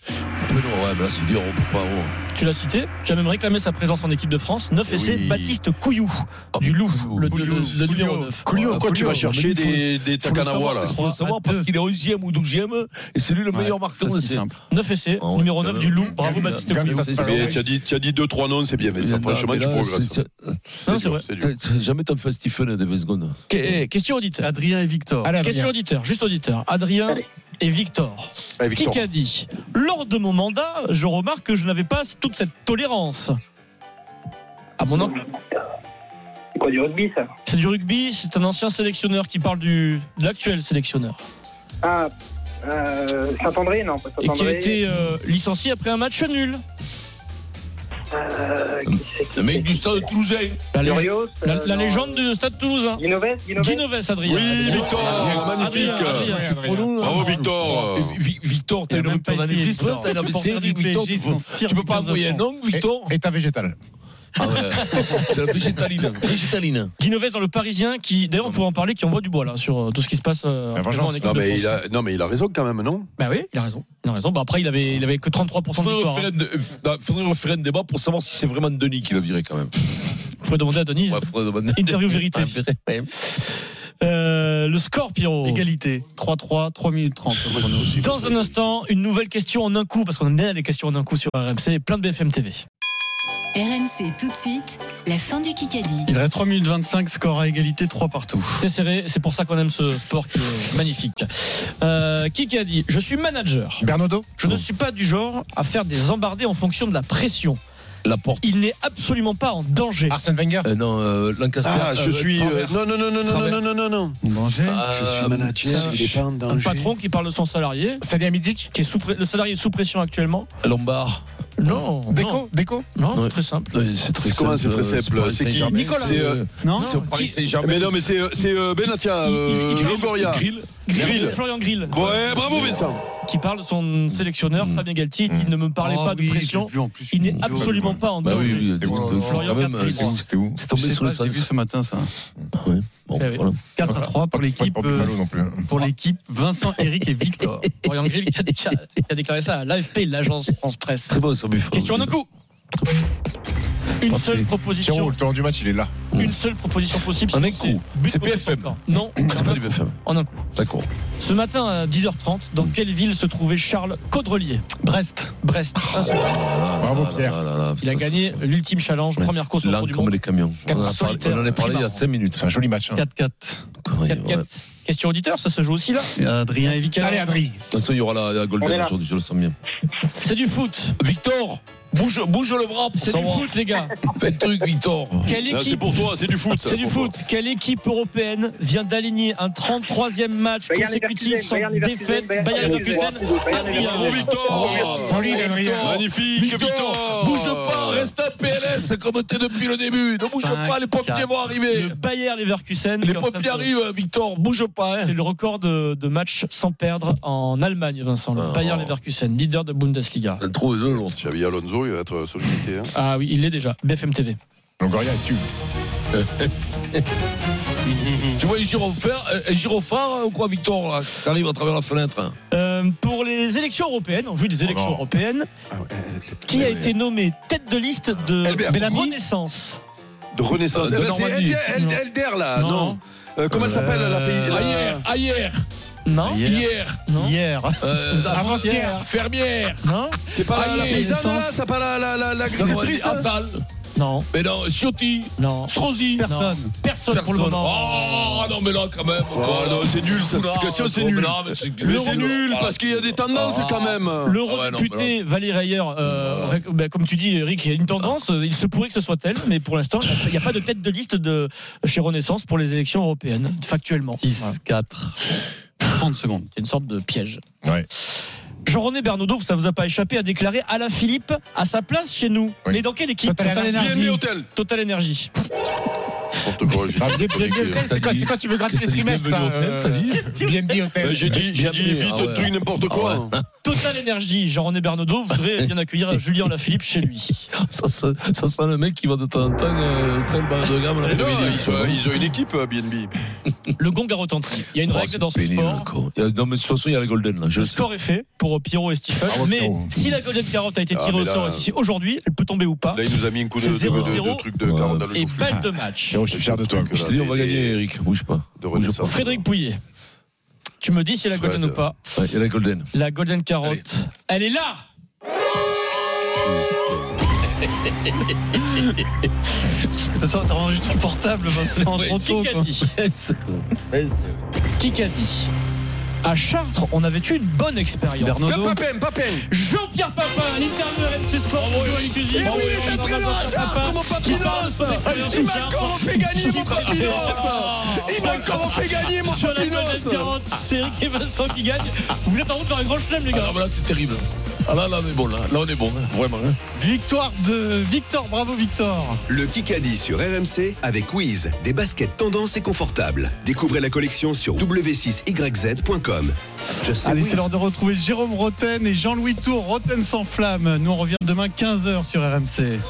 [SPEAKER 3] Penon, ouais, mais là c'est dur, on peut pas. oh.
[SPEAKER 5] Tu l'as cité, tu as même réclamé sa présence en équipe de France. 9
[SPEAKER 3] Eh
[SPEAKER 5] essais,
[SPEAKER 3] oui.
[SPEAKER 5] Baptiste Couillou,
[SPEAKER 3] Ah,
[SPEAKER 5] du Loup,
[SPEAKER 3] Couillou.
[SPEAKER 5] le, le- le- le numéro 9.
[SPEAKER 6] Coulio,
[SPEAKER 3] Ouais,
[SPEAKER 6] quoi, tu
[SPEAKER 3] Coulio,
[SPEAKER 6] vas
[SPEAKER 3] mais
[SPEAKER 6] chercher
[SPEAKER 3] il faut-
[SPEAKER 6] des, des
[SPEAKER 3] Faut le
[SPEAKER 6] Takanawa,
[SPEAKER 3] savoir,
[SPEAKER 6] là.
[SPEAKER 3] parce qu'il faut le savoir parce qu'il est 11e ou 12e et c'est lui le
[SPEAKER 4] Ouais,
[SPEAKER 3] meilleur
[SPEAKER 4] Ça,
[SPEAKER 3] marqueur
[SPEAKER 4] c'est
[SPEAKER 3] de ces-
[SPEAKER 4] simple.
[SPEAKER 5] 9 essais,
[SPEAKER 3] Ah ouais,
[SPEAKER 5] numéro
[SPEAKER 3] quand
[SPEAKER 5] 9
[SPEAKER 3] même.
[SPEAKER 5] du Loup. Bravo
[SPEAKER 3] Gangsta-
[SPEAKER 5] Baptiste
[SPEAKER 3] Gangsta
[SPEAKER 5] Couillou.
[SPEAKER 3] Palace.
[SPEAKER 5] Non,
[SPEAKER 6] Mais tu as dit, tu as dit deux, trois noms, c'est bien, Vincent.
[SPEAKER 3] Non,
[SPEAKER 6] Franchement,
[SPEAKER 3] mais
[SPEAKER 6] tu
[SPEAKER 3] là,
[SPEAKER 6] progresses.
[SPEAKER 3] c'est-
[SPEAKER 5] c'est
[SPEAKER 6] dur,
[SPEAKER 5] vrai.
[SPEAKER 6] dur.
[SPEAKER 3] T'as- t'as- Jamais t'en fais un Stephen à des secondes.
[SPEAKER 5] Que- eh, Question auditeur.
[SPEAKER 4] Adrien et Victor.
[SPEAKER 7] Allez,
[SPEAKER 5] Question
[SPEAKER 7] Adrien.
[SPEAKER 5] auditeur, juste auditeur. Adrien
[SPEAKER 9] Allez.
[SPEAKER 5] et Victor.
[SPEAKER 6] Eh,
[SPEAKER 5] Qui
[SPEAKER 6] Victor.
[SPEAKER 5] qu'a dit Lors de mon mandat, je remarque que je n'avais pas toute cette tolérance. À mon en-
[SPEAKER 9] C'est quoi du rugby ça
[SPEAKER 5] c'est du rugby, c'est un ancien sélectionneur qui parle du, de l'actuel sélectionneur.
[SPEAKER 9] Ah, euh, Saint-André Non, pas
[SPEAKER 5] Et qui a
[SPEAKER 9] Saint-André.
[SPEAKER 5] été euh, licencié après un match nul.
[SPEAKER 9] Euh, qui c'est, qui
[SPEAKER 3] Le mec
[SPEAKER 9] c'est,
[SPEAKER 3] du
[SPEAKER 9] qui
[SPEAKER 3] stade toulousain.
[SPEAKER 5] La, lég-
[SPEAKER 9] Lorios,
[SPEAKER 5] la-
[SPEAKER 9] euh,
[SPEAKER 5] la
[SPEAKER 9] non.
[SPEAKER 5] légende du Stade Toulousain.
[SPEAKER 9] Guinoves Guinoves
[SPEAKER 5] Guinoves, Adrien.
[SPEAKER 6] Oui,
[SPEAKER 4] Ah,
[SPEAKER 6] Victor, Ah,
[SPEAKER 5] Adrien,
[SPEAKER 6] magnifique.
[SPEAKER 5] Adrien, Ah, c'est pour nous.
[SPEAKER 6] Bravo, Oh, Victor.
[SPEAKER 3] Et Vi- Victor,
[SPEAKER 4] Il
[SPEAKER 3] t'as
[SPEAKER 4] a
[SPEAKER 3] une
[SPEAKER 4] même
[SPEAKER 3] rupture
[SPEAKER 4] pas essayé,
[SPEAKER 3] d'anévrisme,
[SPEAKER 4] Victor.
[SPEAKER 3] t'as une AVC,
[SPEAKER 4] Supporter du
[SPEAKER 3] Victor,
[SPEAKER 4] PSG,
[SPEAKER 3] tu
[SPEAKER 4] son
[SPEAKER 3] peux-
[SPEAKER 4] cirque
[SPEAKER 3] tu peux pas
[SPEAKER 4] de
[SPEAKER 3] envoyer un
[SPEAKER 4] France.
[SPEAKER 3] homme, Victor
[SPEAKER 7] Et un végétal.
[SPEAKER 3] Ah ouais. C'est la végétaline. Végétaline.
[SPEAKER 5] Guinoves dans le Parisien, qui d'ailleurs on pourrait en parler, qui envoie du bois là sur euh, tout ce qui se passe euh,
[SPEAKER 7] La
[SPEAKER 5] actuellement
[SPEAKER 7] vengeance.
[SPEAKER 5] en équipe
[SPEAKER 6] Non,
[SPEAKER 5] de
[SPEAKER 6] mais
[SPEAKER 5] France.
[SPEAKER 6] il a, non, mais il a raison quand même, non
[SPEAKER 5] Bah oui, il a raison. Il a raison. Bah après, il avait, il avait que 33% de
[SPEAKER 3] Faudrait
[SPEAKER 5] victoire.
[SPEAKER 3] refaire,
[SPEAKER 5] Hein.
[SPEAKER 3] un dé- euh, faudrait refaire un débat pour savoir si c'est vraiment Denis qui l'a viré quand même.
[SPEAKER 5] hein. Faut demander à Denis.
[SPEAKER 3] Ouais, faudrait demander. Ah,
[SPEAKER 5] Interview vérité. Euh, le score, Pierrot.
[SPEAKER 4] Égalité. 3-3, 3 minutes 30. au chrono.
[SPEAKER 5] Dans un instant, une nouvelle question en un coup, parce qu'on aime bien les questions en un coup sur RMC et plein de BFM TV.
[SPEAKER 1] RMC tout de suite, la fin du Kikadi.
[SPEAKER 4] Il reste 3 minutes 25, score à égalité, 3 partout.
[SPEAKER 5] C'est serré, c'est pour ça qu'on aime ce sport qui est magnifique. Euh, qui qui a dit Je suis manager.
[SPEAKER 7] Bernardo
[SPEAKER 5] Je ne suis pas du genre à faire des embardés en fonction de la pression.
[SPEAKER 3] La porte.
[SPEAKER 5] Il n'est absolument pas en danger.
[SPEAKER 7] Arsène Wenger
[SPEAKER 3] Euh, non, euh, Lancaster.
[SPEAKER 6] Ah, je
[SPEAKER 3] euh,
[SPEAKER 6] suis. euh,
[SPEAKER 3] Travers.
[SPEAKER 6] Non, non, non, non, non,
[SPEAKER 3] Travers.
[SPEAKER 6] non, non, non, non.
[SPEAKER 5] bah,
[SPEAKER 6] Euh,
[SPEAKER 4] Danger.
[SPEAKER 6] Je suis
[SPEAKER 3] Euh,
[SPEAKER 6] manager, il est pas en
[SPEAKER 5] Un
[SPEAKER 6] danger.
[SPEAKER 5] patron qui parle de son salarié,
[SPEAKER 7] Salut Amidic
[SPEAKER 5] qui est sous, pré- le salarié est sous pression actuellement.
[SPEAKER 3] Lombard.
[SPEAKER 5] Non,
[SPEAKER 7] Déco Déco
[SPEAKER 5] non, non
[SPEAKER 3] Ouais.
[SPEAKER 5] c'est très simple.
[SPEAKER 3] Ouais, C'est très
[SPEAKER 6] Comment
[SPEAKER 3] simple.
[SPEAKER 6] c'est très
[SPEAKER 3] euh,
[SPEAKER 6] simple
[SPEAKER 3] Paris
[SPEAKER 6] C'est qui
[SPEAKER 3] Saint-Germain.
[SPEAKER 5] Nicolas.
[SPEAKER 3] C'est,
[SPEAKER 6] C'est, euh,
[SPEAKER 3] euh,
[SPEAKER 4] Non
[SPEAKER 3] c'est au Paris
[SPEAKER 5] Qui-
[SPEAKER 6] Mais
[SPEAKER 3] Saint-Germain.
[SPEAKER 6] non, mais c'est, euh, c'est euh, Benatia, euh, Longoria.
[SPEAKER 3] Grill.
[SPEAKER 5] Grill, euh,
[SPEAKER 6] Grill.
[SPEAKER 5] Florian Grill,
[SPEAKER 6] Ouais, bravo Vincent.
[SPEAKER 5] qui parle de son sélectionneur
[SPEAKER 3] Mm.
[SPEAKER 5] Fabien Galtier. Il dit,
[SPEAKER 7] Mm.
[SPEAKER 5] ne me parlez
[SPEAKER 4] Ah
[SPEAKER 5] pas
[SPEAKER 4] oui,
[SPEAKER 5] de pression.
[SPEAKER 4] j'ai vu en plus
[SPEAKER 5] Il
[SPEAKER 4] une
[SPEAKER 5] n'est
[SPEAKER 4] vidéo,
[SPEAKER 5] absolument
[SPEAKER 4] mais
[SPEAKER 5] pas en
[SPEAKER 3] Bah oui,
[SPEAKER 5] danger.
[SPEAKER 3] oui,
[SPEAKER 7] Et voilà.
[SPEAKER 3] il faut quand même. euh,
[SPEAKER 5] C'était où,
[SPEAKER 3] C'est c'est tombé
[SPEAKER 4] Je sais
[SPEAKER 3] sur le
[SPEAKER 4] pas, je l'ai vu
[SPEAKER 3] sens.
[SPEAKER 4] ce matin ça.
[SPEAKER 3] Ouais. Bon,
[SPEAKER 6] Eh
[SPEAKER 5] Ah oui.
[SPEAKER 3] voilà.
[SPEAKER 4] 4 à
[SPEAKER 7] Voilà.
[SPEAKER 4] 3 pour
[SPEAKER 7] Pas de- pas de
[SPEAKER 4] l'équipe.
[SPEAKER 7] Buffalo
[SPEAKER 4] euh,
[SPEAKER 7] non plus. hein.
[SPEAKER 4] Pour l'équipe, Vincent, Eric et Victor.
[SPEAKER 5] Florian Grill qui a, qui a- qui a déclaré ça à l'AFP, l'agence France Presse.
[SPEAKER 3] Très bon, ça me fait.
[SPEAKER 5] Question en un coup. Une
[SPEAKER 7] Parfait.
[SPEAKER 5] seule
[SPEAKER 7] Pierrot,
[SPEAKER 5] proposition,
[SPEAKER 7] le temps du match, il est là.
[SPEAKER 5] une seule proposition possible.
[SPEAKER 3] En un
[SPEAKER 5] sinon
[SPEAKER 3] coup.
[SPEAKER 5] but
[SPEAKER 3] C'est
[SPEAKER 5] contre
[SPEAKER 3] BFM.
[SPEAKER 5] son camp. Non,
[SPEAKER 3] C'est pas du BFM.
[SPEAKER 5] en un coup.
[SPEAKER 3] D'accord.
[SPEAKER 5] Ce matin à 10h30, dans quelle ville se trouvait Charles Caudrelier
[SPEAKER 4] Brest.
[SPEAKER 5] Brest.
[SPEAKER 3] Ah,
[SPEAKER 7] Bravo, Pierre.
[SPEAKER 5] Il a gagné l'ultime challenge, première course au
[SPEAKER 3] Là,
[SPEAKER 5] tour du
[SPEAKER 3] comme
[SPEAKER 5] monde.
[SPEAKER 3] les camions. On en a parlé-
[SPEAKER 5] solitaire,
[SPEAKER 3] on en a parlé il y a
[SPEAKER 5] primaire.
[SPEAKER 3] 5 minutes.
[SPEAKER 7] C'est un joli match. hein.
[SPEAKER 4] 4-4.
[SPEAKER 3] Connerie,
[SPEAKER 5] 4-4.
[SPEAKER 3] ouais. De
[SPEAKER 5] Question auditeur, ça se joue aussi là.
[SPEAKER 4] Adrien et Victor.
[SPEAKER 7] Allez, Adri.
[SPEAKER 3] toute façon, il y aura la, la
[SPEAKER 9] On est
[SPEAKER 3] Golden
[SPEAKER 9] là.
[SPEAKER 3] aujourd'hui, je le sens bien.
[SPEAKER 5] C'est du foot.
[SPEAKER 3] Victor, bouge, bouge le bras pour
[SPEAKER 5] C'est du
[SPEAKER 3] savoir.
[SPEAKER 5] foot, les gars.
[SPEAKER 3] Fais le truc, Victor.
[SPEAKER 5] Quelle
[SPEAKER 6] Là, C'est
[SPEAKER 5] équipe
[SPEAKER 6] pour toi, c'est du foot. ça,
[SPEAKER 5] C'est du
[SPEAKER 6] pour
[SPEAKER 5] foot.
[SPEAKER 6] toi.
[SPEAKER 5] Quelle équipe européenne vient d'aligner un 33e match
[SPEAKER 9] Bayern
[SPEAKER 5] consécutif sans
[SPEAKER 9] Leverkusen, Bayern
[SPEAKER 5] défaite
[SPEAKER 9] Leverkusen,
[SPEAKER 5] Bayern
[SPEAKER 9] Bayern
[SPEAKER 5] Leverkusen
[SPEAKER 9] Leverkusen, Bayern
[SPEAKER 5] Adrien.
[SPEAKER 6] Bravo Victor.
[SPEAKER 7] Solide, Adrien.
[SPEAKER 6] Magnifique
[SPEAKER 3] Victor,
[SPEAKER 6] Victor.
[SPEAKER 3] bouge pas, reste un PLS comme t'es depuis le début. Ne bouge
[SPEAKER 4] Cinq,
[SPEAKER 3] pas, les pompiers
[SPEAKER 4] quatre.
[SPEAKER 3] vont arriver.
[SPEAKER 5] Le Bayern Leverkusen.
[SPEAKER 3] Les
[SPEAKER 5] qui est en train de-
[SPEAKER 3] pompiers arrivent, Victor, bouge pas. hein.
[SPEAKER 5] C'est le record de, de matchs sans perdre en Allemagne, Vincent. Le
[SPEAKER 3] Oh.
[SPEAKER 5] Bayern Leverkusen, leader de Bundesliga.
[SPEAKER 3] Elle trouve deux l'autre.
[SPEAKER 6] Xavi Alonso, il va être sollicité. hein.
[SPEAKER 5] Ah oui, il l'est déjà. BFM TV.
[SPEAKER 7] Longoria, tu.
[SPEAKER 3] Tu vois un gyrophare, un gyrophare hein, ou quoi, Victor, là, qui arrive à travers la fenêtre hein.
[SPEAKER 5] Euh, pour les élections européennes, en vue des élections
[SPEAKER 7] non.
[SPEAKER 5] européennes,
[SPEAKER 6] Ah ouais, euh,
[SPEAKER 5] qui a été nommé tête de liste de
[SPEAKER 6] Albert Bellamy
[SPEAKER 5] Renaissance
[SPEAKER 6] De Renaissance.
[SPEAKER 3] Euh, de
[SPEAKER 6] Eh ben, c'est
[SPEAKER 3] Normandie.
[SPEAKER 6] Elder, Elder, Elder, là,
[SPEAKER 5] Non.
[SPEAKER 6] Euh, non. Euh, comment elle s'appelle la pays la-
[SPEAKER 3] Ayer, Ayer,
[SPEAKER 5] Non.
[SPEAKER 3] Hier.
[SPEAKER 5] Non.
[SPEAKER 4] Hier.
[SPEAKER 7] Bah,
[SPEAKER 3] Euh,
[SPEAKER 4] Avant-hier.
[SPEAKER 3] Fermière.
[SPEAKER 5] Non.
[SPEAKER 6] C'est pas la, la paysanne, là C'est pas la, la, hein. la, l'agricultrice là
[SPEAKER 3] Attal.
[SPEAKER 4] Non.
[SPEAKER 3] Mais non, Ciotti.
[SPEAKER 5] Non.
[SPEAKER 3] Strozzi.
[SPEAKER 4] Personne.
[SPEAKER 5] Personne, pour le
[SPEAKER 3] Personne.
[SPEAKER 5] moment.
[SPEAKER 3] Oh non, mais là, quand même.
[SPEAKER 6] Oh, non, c'est nul, ça, cette
[SPEAKER 3] Oula,
[SPEAKER 6] question, c'est
[SPEAKER 3] non,
[SPEAKER 6] nul.
[SPEAKER 3] mais non, mais c'est-
[SPEAKER 6] Mais c'est nul,
[SPEAKER 3] Ah,
[SPEAKER 6] parce qu'il y a des tendances
[SPEAKER 3] Ah.
[SPEAKER 6] quand même.
[SPEAKER 5] L'eurodéputé Valérie Ayer, euh, ré- bah, comme tu dis, Eric, il y a une tendance. euh, Il se pourrait que ce soit elle, mais pour l'instant, il n'y a pas de tête de liste de chez Renaissance pour les élections européennes, factuellement.
[SPEAKER 4] 6,
[SPEAKER 5] Voilà.
[SPEAKER 4] 4, 30 secondes.
[SPEAKER 5] C'est une sorte de piège.
[SPEAKER 7] Ouais.
[SPEAKER 5] Jean-René Bernaudot, ça vous a pas échappé, a déclaré Alain Philippe à sa place chez nous.
[SPEAKER 7] Oui.
[SPEAKER 5] Mais dans quelle équipe
[SPEAKER 4] Total Total Energy.
[SPEAKER 6] Bienvenue, hôtel.
[SPEAKER 5] Total Energy.
[SPEAKER 6] N'importe quoi, j'ai-
[SPEAKER 7] Ah, bien- bien- bien- C'est quand, c'est quand tu veux gratter les trimestres.
[SPEAKER 3] Bienvenue au
[SPEAKER 7] hein, euh, BNB Hotel.
[SPEAKER 6] Bah, J'ai dit, j'ai dit, vite,
[SPEAKER 3] Ah ouais.
[SPEAKER 6] truc, n'importe quoi.
[SPEAKER 5] Total Energy. Jean-René Bernaudot voudrait bien accueillir Julien Alain Philippe chez lui.
[SPEAKER 3] Ah, Ça, ça, ça sent le mec qui va de temps en temps euh, tel bas de gamme
[SPEAKER 6] Mais Ah, non,
[SPEAKER 3] l'après-midi.
[SPEAKER 6] ils, ont, ils ont une équipe, euh, BNB.
[SPEAKER 5] Le gong a retenti. Il y a une
[SPEAKER 3] Oh,
[SPEAKER 5] règle
[SPEAKER 3] c'est
[SPEAKER 5] dans ce
[SPEAKER 3] pénible,
[SPEAKER 5] sport.
[SPEAKER 3] quoi. Il y a- Non, mais de toute façon, il y a la Golden, là. Je
[SPEAKER 5] Le
[SPEAKER 3] le sais.
[SPEAKER 5] score est fait pour Pierrot et Stephen.
[SPEAKER 7] Bravo,
[SPEAKER 5] mais
[SPEAKER 7] Pierrot.
[SPEAKER 5] si la Golden Carotte a été
[SPEAKER 6] Ah,
[SPEAKER 5] tirée
[SPEAKER 6] mais
[SPEAKER 5] au sort
[SPEAKER 6] là-
[SPEAKER 5] ici aujourd'hui, elle peut tomber ou pas.
[SPEAKER 6] Là, il nous a mis un coup de,
[SPEAKER 5] C'est
[SPEAKER 6] de, de- de-
[SPEAKER 5] 0-0.
[SPEAKER 6] de truc de
[SPEAKER 3] Ouais.
[SPEAKER 6] carotte dans le
[SPEAKER 5] Et
[SPEAKER 6] chou.
[SPEAKER 5] balle
[SPEAKER 7] Ah.
[SPEAKER 5] de match.
[SPEAKER 7] Pierrot, je suis fier de toi.
[SPEAKER 6] Truc,
[SPEAKER 3] Je
[SPEAKER 6] là,
[SPEAKER 3] t'ai dit, on va
[SPEAKER 6] des-
[SPEAKER 3] gagner, Eric. Bouge pas.
[SPEAKER 6] De Renaissance.
[SPEAKER 5] Frédéric Pouillet. Tu me dis si la
[SPEAKER 6] Fred.
[SPEAKER 5] Golden ou pas.
[SPEAKER 3] Ouais, Il y a la Golden.
[SPEAKER 5] La Golden Carotte. Elle est là
[SPEAKER 4] Ça sent t'as rendu ton portable, Vincent,
[SPEAKER 5] Ouais,
[SPEAKER 4] trop
[SPEAKER 5] qui
[SPEAKER 4] tôt.
[SPEAKER 5] qu'a
[SPEAKER 4] quoi.
[SPEAKER 5] dit Qui qu'a dit À Chartres, on avait eu une bonne expérience.
[SPEAKER 6] Le
[SPEAKER 4] Bernaudot.
[SPEAKER 6] Papin, Papin.
[SPEAKER 5] Jean-Pierre Papin, l'interview de RMC Sport, toujours
[SPEAKER 6] Eh
[SPEAKER 5] exclusif.
[SPEAKER 6] oui, il était très loin, Charles, mon papinos Il m'a encore fait gagner, mon papinos Il m'a encore fait gagner, mon
[SPEAKER 5] Sur la Golden
[SPEAKER 6] papinos
[SPEAKER 5] Carotte, c'est Eric et Vincent qui gagnent. Vous êtes en route vers un grand chelem, les
[SPEAKER 3] Ah
[SPEAKER 5] gars.
[SPEAKER 3] non, mais là, c'est terrible. Ah là, là, on est bon, là. Là, on est bon, hein. vraiment. hein.
[SPEAKER 4] Victoire de Victor, bravo Victor.
[SPEAKER 11] Le Kikadi sur RMC avec Wiz, des baskets tendance et confortables. Découvrez la collection sur w6yz.com. Just say
[SPEAKER 4] Allez,
[SPEAKER 11] Wiz.
[SPEAKER 4] c'est l'heure de retrouver Jérôme Roten et Jean-Louis Tour, Roten sans flamme. Nous on revient demain 15h sur RMC.